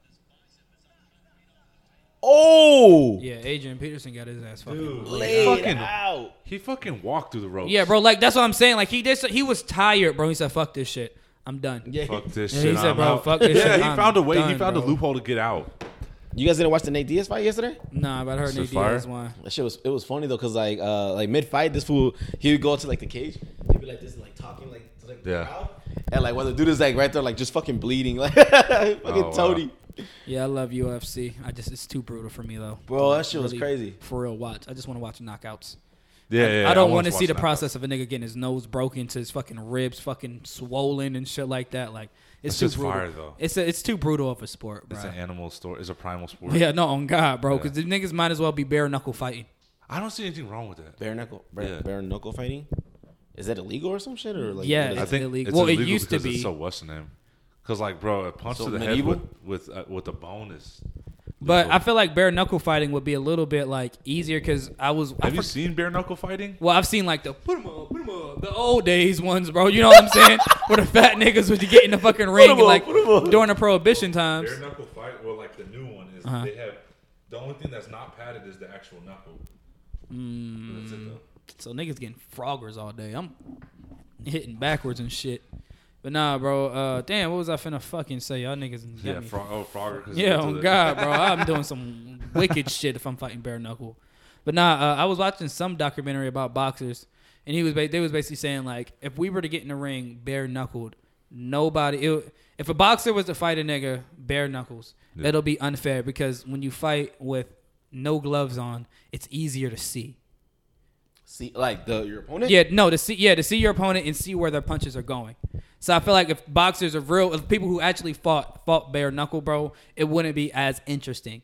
Oh,
Yeah, Adrian Peterson got his ass fucking.
Dude,
laid
fucking-
out.
he fucking walked through the ropes.
Yeah, bro. Like that's what I'm saying. Like he did. so- He was tired, bro. He said, "Fuck this shit. I'm done."
Yeah.
Fuck this
Yeah,
shit.
he said,
I'm
bro,
out.
fuck this
yeah,
shit,
he
I'm
found a way. he
done,
found a
bro.
loophole to get out.
You guys didn't watch the Nate Diaz fight yesterday?
Nah, but I heard
This
Nate
is fire?
Diaz won.
That shit was it was funny though, cause like uh like mid fight, this fool he would go to like the cage, he'd be like this, like talking like to like,
Yeah.
And like, while the dude is like right there, like just fucking bleeding, <laughs> like fucking
Oh, wow.
toady.
Yeah, I love UFC. I just it's too brutal for me though.
Bro,
To,
that shit was crazy.
For real, watch. I just want to watch knockouts.
Yeah, yeah.
I don't
wanted
want to see
watch
the
knockouts.
process of a nigga getting his nose broken to his fucking ribs, fucking swollen and shit like that. Like it's
That's just
too brutal.
fire, though.
It's a, it's too brutal of a sport, bro.
It's
<laughs>
an animal story. It's a primal sport.
yeah, no, on God, bro, because the niggas might as well be bare knuckle fighting.
I don't see anything wrong with that.
Bare knuckle, bare,
Yeah.
bare knuckle fighting. Is that illegal or some shit or like?
Yeah,
what
I
is
it's-
it?
think
illegal.
it's
Well, it
illegal
used to
because
be.
it's so western name. Because like, bro, a punch
So
to the
medieval?
head with with uh, with a bone is.
But
lethal.
I feel like bare knuckle fighting would be a little bit like easier because I was. I
have you
for-
seen bare knuckle fighting?
well, I've seen like the put 'em up, put 'em up, the old days ones, bro. You know what I'm saying? <laughs> Where the fat niggas would get in the fucking ring
'em up,
like
put 'em up.
during the prohibition times.
Bare knuckle fight, well, like the new one is
Uh-huh.
they have the only thing that's not padded is the actual knuckle.
Mm.
That's it, though.
So niggas getting froggers all day. I'm hitting backwards and shit. But nah, bro. Uh, damn, what was I finna fucking say? Y'all niggas got
Yeah,
me.
frog, oh Frogger. 'cause
yeah,
it's
on
the- <laughs>
God, bro. I'm doing some wicked shit if I'm fighting bare knuckle. But nah, uh, I was watching some documentary about boxers, and he was ba- they was basically saying like, if we were to get in the ring bare knuckled, nobody. It, if a boxer was to fight a nigga bare knuckles,
Yeah.
it'll be unfair because when you fight with no gloves on, it's easier to see.
see, like the your opponent.
Yeah, no, to see yeah, to see your opponent and see where their punches are going. So I feel like if boxers are real if people who actually fought fought bare knuckle, bro, it wouldn't be as interesting.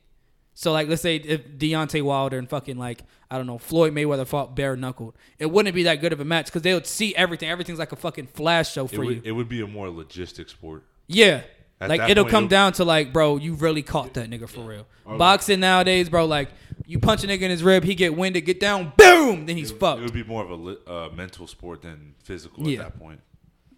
So like let's say if Deontay Wilder and fucking like I don't know Floyd Mayweather fought bare knuckled, it wouldn't be that good of a match because they would see everything. Everything's like a fucking flash show
It
for you.
would, it would be a more logistic sport.
Yeah.
At
like
that
it'll
point,
come
it'll-
down to like, bro, you really caught that nigga for real. Boxing nowadays, bro, like you punch a nigga in his rib, he get winded, get down, boom, then he's
It
fucked.
would be more of a li- uh, mental sport than physical
Yeah.
at that point.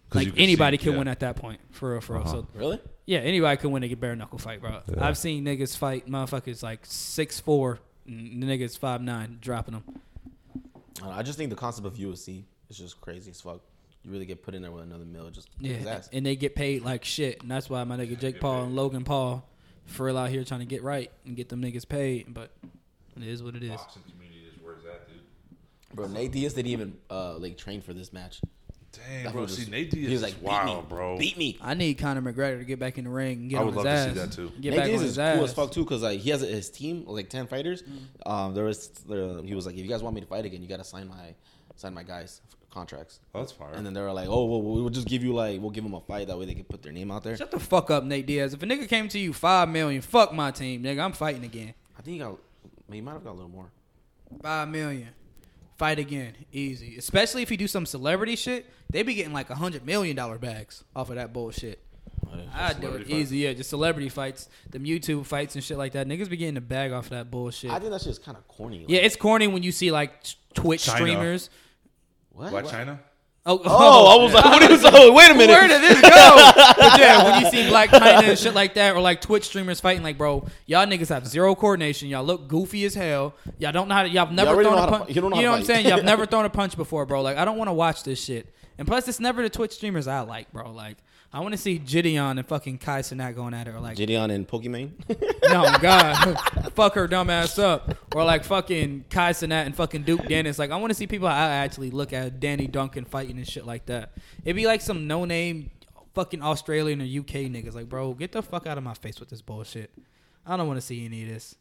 'Cause
Like
you see-
anybody can
yeah. Uh-huh.
win at that point, for real, for real. So
Really?
Yeah, anybody can win a bare knuckle fight, bro. I've seen niggas fight motherfuckers like six four, and the niggas five nine, dropping them.
I, don't know, I just think the concept of UFC is just crazy as fuck. You really get put in there with another mill, just yeah. his
Yeah,
ass.
and they get paid like shit, and that's why my nigga Jake Paul and Logan Paul, for real out here trying to get right and get them niggas paid. But it is what it is.
Boxing community is where it's at, dude.
Bro, Nate Diaz didn't even uh, like train for this match.
Dang,
That
bro.
fool just-
See, Nate Diaz
he
is
was like, "Beat me,
wild, bro.
Beat me.
I need Conor McGregor to get back in the ring. And get
I
on
would love
his
to see
ass.
that, too.
Get
Nate
back on
Diaz
his
is
ass. Mm-hmm.
cool as fuck too, cause like he has his team like ten fighters. Um, there was there, he was like, if you guys want me to fight again, you gotta sign my sign my guys contracts.
Oh, that's fire.
And then they were like, oh, well, we'll just give you like we'll give them a fight that way they can put their name out there.
Shut the fuck up, Nate Diaz. If a nigga came to you five million, fuck my team, nigga. I'm fighting again.
I think he got he might have got a little more.
Five million. Fight again. Easy. Especially if you do some celebrity shit, they be getting like a hundred million dollar bags off of that bullshit. I do it
Oh, celebrity
easy, yeah. Just celebrity fights, them YouTube fights and shit like that. Niggas be getting a bag off of that bullshit.
I think that shit is kind of corny. Like,
yeah, it's corny when you see like t- Twitch
China.
streamers.
what?
Why China?
Oh, <laughs>
Oh, I was like, <laughs> what is, oh, wait a minute.
Where did this
<laughs>
go? But yeah, when you see Black China and shit like that, or like Twitch streamers fighting, like, bro, y'all niggas have zero coordination. Y'all look goofy as hell. Y'all don't know how to. Y'all have never
already
thrown
know
a
how to
punch.
fight. You don't know how to
what I'm
fight.
saying? Y'all
<laughs>
have never thrown a punch before, bro. Like, I don't want to watch this shit. And plus, it's never the Twitch streamers I like, bro. Like, I want to see Gideon and fucking Kai Sinat going at it, or like,
Gideon and Pokimane. <laughs>
no, God, <laughs> fuck her dumb ass up, or like fucking Kai Sinat and fucking Duke Dennis. Like, I want to see people I actually look at Danny Duncan fighting and shit like that. It'd be like some no name fucking Australian or UK niggas. Like, bro, get the fuck out of my face with this bullshit. I don't want to see any of this.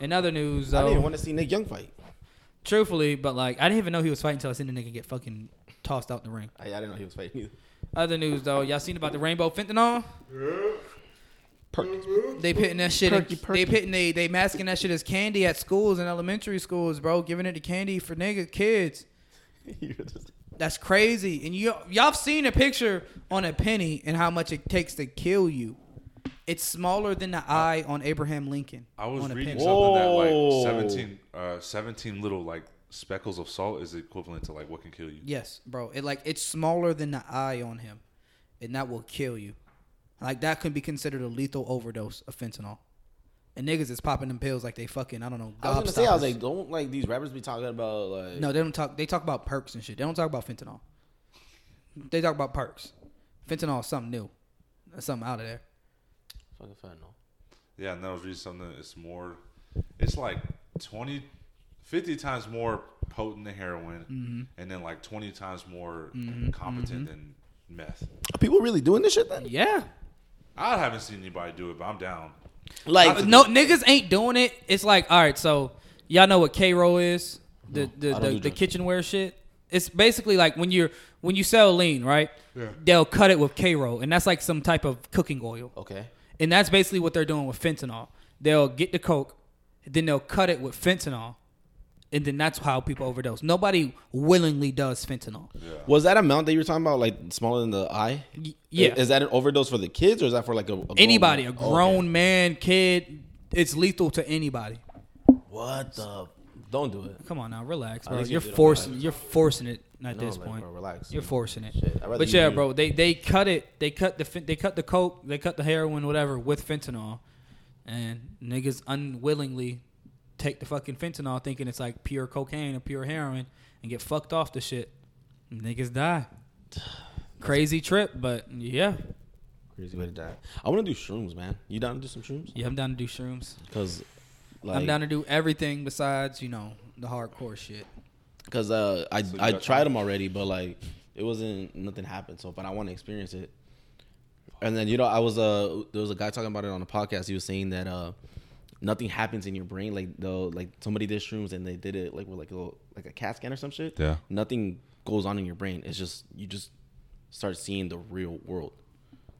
In other news,
I didn't even
though,
want to see Nick Young fight.
truthfully, but like, I didn't even know he was fighting until I seen the nigga get fucking tossed out the ring.
I, I didn't know he was fighting either.
Other news, though, y'all seen about the rainbow fentanyl?
Perkins. <laughs>
They pitting that shit.
Perky,
in-
perky.
They pitting they they masking that shit as candy at schools and elementary schools, bro. Giving it to candy for nigga kids.
You're just-
That's crazy. And you y'all have seen a picture on a penny and how much it takes to kill you. It's smaller than the eye on Abraham Lincoln.
I was
on a
reading
penny.
something that
Whoa.
like 17, uh, 17 little like speckles of salt is equivalent to like what can kill you.
Yes, bro. It like it's smaller than the eye on him, and that will kill you. Like that could be considered a lethal overdose of fentanyl. And niggas is popping them pills like they fucking I don't know.
I was gonna say, I was
gobstoppers.
like, don't like these rappers be talking about like.
No, they don't talk. They talk about perks and shit. They don't talk about fentanyl. They talk about perks. Fentanyl is something new, That's something out of there.
Fucking fentanyl.
Yeah, and then I was reading something. It's more, it's like twenty 50 times more potent than heroin
Mm-hmm.
and then like 20 times more competent than meth.
Are people really doing this shit then?
Yeah.
I haven't seen anybody do it, but I'm down.
Like
no niggas ain't doing it. It's like, all right, so y'all know what K roll is? The the,
I don't
the,
do
the
drugs.
kitchenware shit. It's basically like when you're when you sell lean, right?
Yeah.
They'll cut it with K roll, and that's like some type of cooking oil.
Okay.
And that's basically what they're doing with fentanyl. They'll get the coke, then they'll cut it with fentanyl, and then that's how people overdose. Nobody willingly does fentanyl.
Was that amount that you were talking about like smaller than the eye?
Y- yeah.
Is that an overdose for the kids or is that for like a, a grown
Anybody, a
man?
grown man, kid, it's lethal to anybody.
Okay. What the? Don't do it.
Come on now, relax, bro.
least
You're
you did
forcing, you're forcing it at
No,
this
like,
point.
bro, relax.
You're forcing it.
Mm. Shit, I'd rather
But
you
yeah,
do-
bro, they they cut it. They cut the fen- they cut the coke. They cut the heroin, whatever, with fentanyl, and niggas unwillingly take the fucking fentanyl, thinking it's like pure cocaine or pure heroin, and get fucked off the shit.
<sighs>
Niggas die. Crazy trip, but yeah,
Crazy way to die. I want to do shrooms, man. You down to do some shrooms?
yeah, I'm down to do shrooms.
Cause, like,
I'm down to do everything besides you know the hardcore shit.
Cause uh, I
you
I
got
tried them already, but like it wasn't nothing happened. So, but I want to experience it. And then you know I was uh there was a guy talking about it on a podcast. He was saying that uh nothing happens in your brain. Like the like somebody did shrooms and they did it like with like a little, like a CAT scan or some shit.
Yeah.
Nothing goes on in your brain. It's just you just start seeing the real world.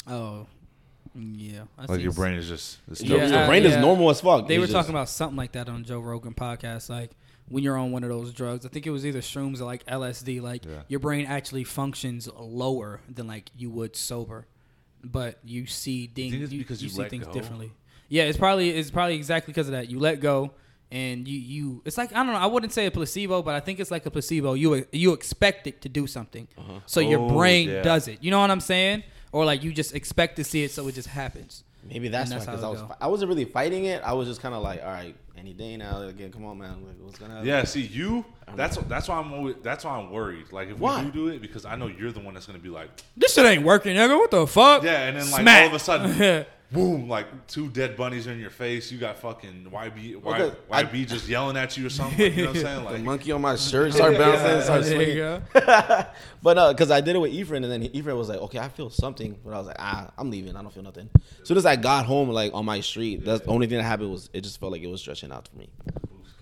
Oh, yeah. I
Like
seen
your
s-
brain is just. It's
Your,
Yeah,
yeah,
your
uh,
brain is <laughs>
yeah.
normal as fuck.
They
It's
were
just-
talking about something like that on Joe Rogan podcast, like when you're on one of those drugs. I think it was either shrooms or like LSD. Like
Yeah.
your brain actually functions lower than like you would sober, but you see
think
things.
it's
You,
because
you
you
see
let
things
go?
differently. Yeah, it's probably it's probably exactly because of that. You let go. And you, you, it's like I don't know. I wouldn't say a placebo, but I think it's like a placebo. You, you expect it to do something, so your
Oh,
brain
yeah.
does it. You know what I'm saying? Or like you just expect to see it, so it just happens.
Maybe that's,
And
why,
that's how
'cause
it
I was
go.
fi- I wasn't really fighting it. I was just kind of like, all right, any day now. Again, come on, man. Like, what's gonna happen?
See you. That's that's why I'm always, that's why I'm worried. Like if
Why?
we do do it, because I know you're the one that's gonna be like,
This shit ain't working, nigga. What the fuck?
yeah, and then like
Smack.
all of a
<laughs>
<laughs>
sudden, boom, like two dead bunnies are in your face. You got fucking YB Y,
Okay, I-
YB just yelling at you or something. You know what I'm
<laughs>
saying?
The
Like
monkey on
<laughs>
my shirt started bouncing,
Yeah,
started
there you
swinging.
go.
But no, because I did it with Ephraim, and then Ephraim was like, "Okay, I feel something," but I was like, "Ah, I'm leaving. I don't feel nothing." As soon as I got home, like on my street, that's the only thing that happened was it just felt like it was stretching out for me.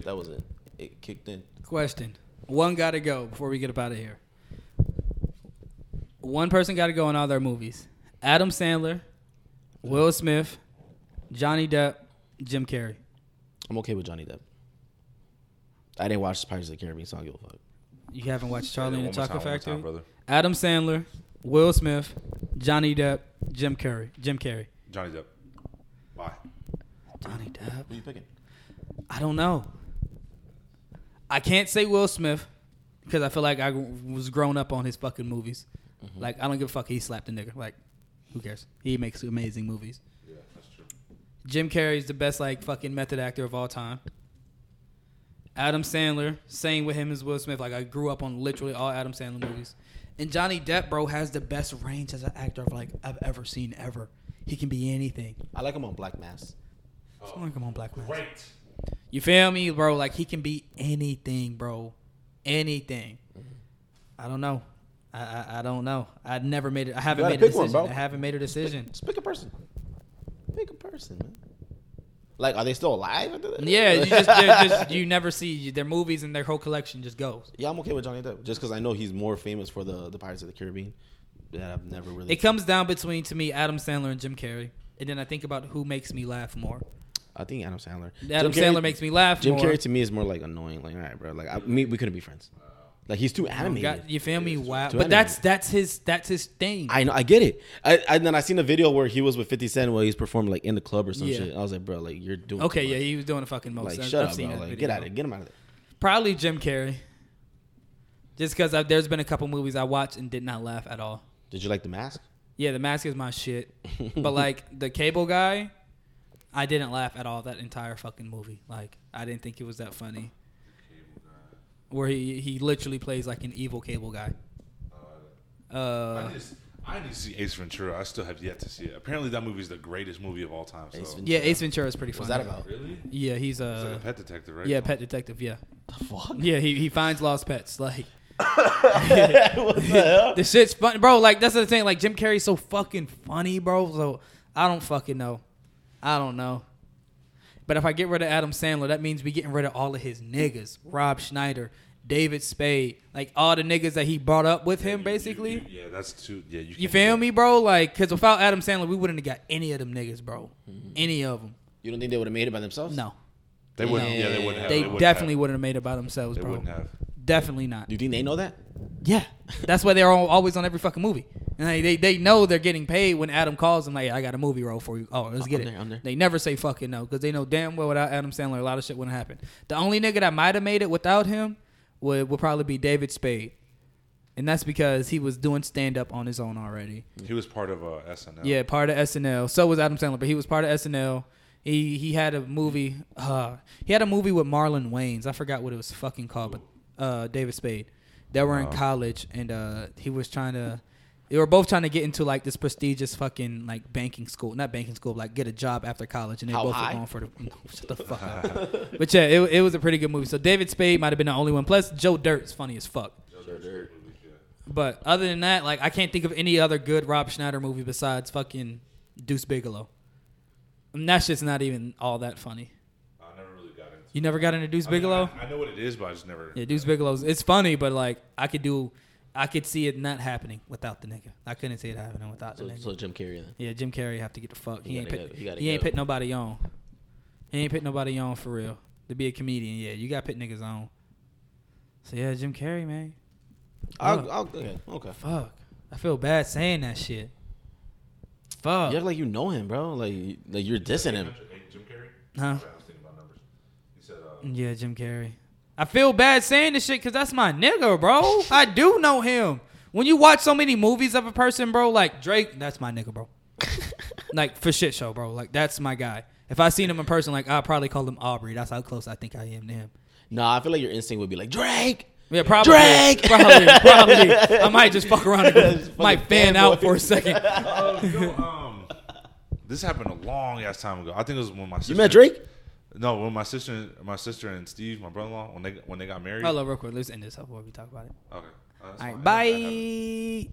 That was it. It kicked in.
Question. One got to go before we get up out of here. One person got to go in all their movies. Adam Sandler, Will Smith, Johnny Depp, Jim Carrey.
I'm okay with Johnny Depp. I didn't watch Pirates of the Caribbean, so I don't give a fuck.
You haven't watched
Yeah,
Charlie and
one
the
more time,
Chocolate
one more
Factory?
time, brother.
Adam Sandler, Will Smith, Johnny Depp, Jim Carrey. Jim Carrey.
Johnny Depp. Bye.
Johnny Depp.
What are you picking?
I don't know. I can't say Will Smith because I feel like I was grown up on his fucking movies. Like I don't give a fuck. He slapped a nigga. Like who cares? He makes amazing movies.
Yeah, that's true.
Jim Carrey's the best like fucking method actor of all time. Adam Sandler, same with him as Will Smith. Like I grew up on literally all Adam Sandler movies. And Johnny Depp, bro, has the best range as an actor of like I've ever seen ever. He can be anything.
I like him on Black Mass.
Someone come on, Black Man.
Great.
You feel me, bro? Like he can be anything, bro. Anything. I don't know. I, I, I don't know. I never made it. I haven't
gotta
made a
pick one,
decision.
bro.
I haven't made a decision.
Just pick a person. Pick a person, man. Like, are they still alive?
Yeah, you just, they're just you never see their movies and their whole collection just goes.
Yeah, I'm okay with Johnny Depp just because I know he's more famous for the, the Pirates of the Caribbean. That I've never really.
It comes down between to me Adam Sandler and Jim Carrey, and then I think about who makes me laugh more.
I think Adam Sandler.
Adam
Jim Carrey-
Sandler makes me laugh
Jim
more.
Carrey to me is more like annoying. Like, all right, bro. Like, I, me, we couldn't be friends. Like, he's too animated.
Got- you feel me? Wow.
Too
But that's
animated.
that's his that's his thing.
I know. I get it. I, I and then I seen a video where he was with Fifty Cent where he's performing like in the club or some
Yeah.
shit. I was like, bro, like you're doing.
okay,
too
yeah,
much.
he was doing the fucking most.
Like,
I've-
shut
I've
up,
seen
bro.
that
Like,
video.
get out of get him out of there.
Probably Jim Carrey. Just because there's been a couple movies I watched and did not laugh at all.
Did you like the mask?
Yeah, The Mask is my shit, but like the Cable Guy, I didn't laugh at all that entire fucking movie. Like I didn't think it was that funny. Where he he literally plays like an evil Cable Guy.
I
Uh,
just I need to see Ace Ventura. I still have yet to see it. Apparently, that movie is the greatest movie of all time. So.
Ace Ventura.
Yeah, Ace Ventura is pretty funny.
What's that about?
Really?
Yeah, he's
It's like a
a
pet detective, right?
yeah pet detective. Yeah,
The fuck?
yeah, he, he finds lost pets. Like
<laughs> what the hell?
<laughs> the shit's fun, bro. Like that's the thing. Like Jim Carrey's so fucking funny, bro. So I don't fucking know. I don't know. But if I get rid of Adam Sandler, that means we getting rid of all of his niggas. Rob Schneider, David Spade, like all the niggas that he brought up with him,
You-
basically.
you- yeah, that's too. Yeah, you.
You
can't-
feel me, bro? Like, cause without Adam Sandler, we wouldn't have got any of them niggas, bro.
Mm-hmm.
Any of them?
You don't think they would have made it by themselves?
No,
They wouldn't. Yeah, they wouldn't have.
they,
wouldn't
definitely
Have.
wouldn't have made it by themselves,
They
bro.
wouldn't have.
Definitely not.
Do you think they know that?
Yeah, that's why they're all, always on every fucking movie, and they, they they know they're getting paid when Adam calls them. Like, I got a movie role for you. Oh, let's
I'm
get it.
there, I'm there.
They never say fucking no because they know damn well without Adam Sandler, a lot of shit wouldn't happen. The only nigga that might have made it without him would would probably be David Spade, and that's because he was doing stand up on his own already.
He was part of uh, SNL.
Yeah, part of SNL. So was Adam Sandler, but he was part of SNL. He he had a movie. Uh, he had a movie with Marlon Wayans. I forgot what it was fucking called, but uh, David Spade. They were in college, and uh, he was trying to. They were both trying to get into like this prestigious fucking like banking school, not banking school, but, like get a job after college, and they
How
both
high?
were going for the <laughs> shut the fuck up. but yeah, it, it was a pretty good movie. So David Spade might have been the only one. Plus Joe Dirt's funny as fuck. But other than that, like I can't think of any other good Rob Schneider movie besides fucking Deuce Bigelow. And that shit's not even all that funny.
I never really got into.
You never got into Deuce
I mean,
Bigelow?
I, I know what it is, but I just never.
Yeah, Deuce Bigelow's it's funny, but like I could do I could see it not happening without the nigga. I couldn't see it happening without the
So,
nigga.
so Jim Carrey then.
yeah, Jim Carrey have to get the fuck. He
You
ain't
gotta
put,
go. You gotta
he ain't
go.
put nobody on. He ain't put nobody on for real. To be a comedian, yeah, you got to put niggas on. So yeah, Jim Carrey, man.
I'll, I'll, okay. okay.
Fuck. I feel bad saying that shit. Fuck.
You act like you know him, bro. Like, you- like you're dissing him.
Jim Carrey.
Huh?
I was thinking about numbers. He said. Uh,
Yeah, Jim Carrey. I feel bad saying this shit because that's my nigga, bro. I do know him. When you watch so many movies of a person, bro, like Drake, that's my
<laughs>
nigga, bro. like for shit show, bro. Like that's my guy. If I seen him in person, like I'd probably call him Aubrey. That's how close I think I am to him.
Nah, I feel like your instinct would be like Drake.
Yeah, probably.
Drake!
Probably,
<laughs>
probably. I might just fuck around and go,
Just
might
fucking
fan
fanboy.
out for a second.
oh, yo, um, this happened a long ass time ago. I think it was when my sister.
You met Drake?
No, when my sister, my sister and Steve, my brother-in-law, when they when they got married.
Hello, real quick. Let's end this up before we talk about it.
Okay. Uh, that's fine. I
All right,
haven't- I haven't-
bye.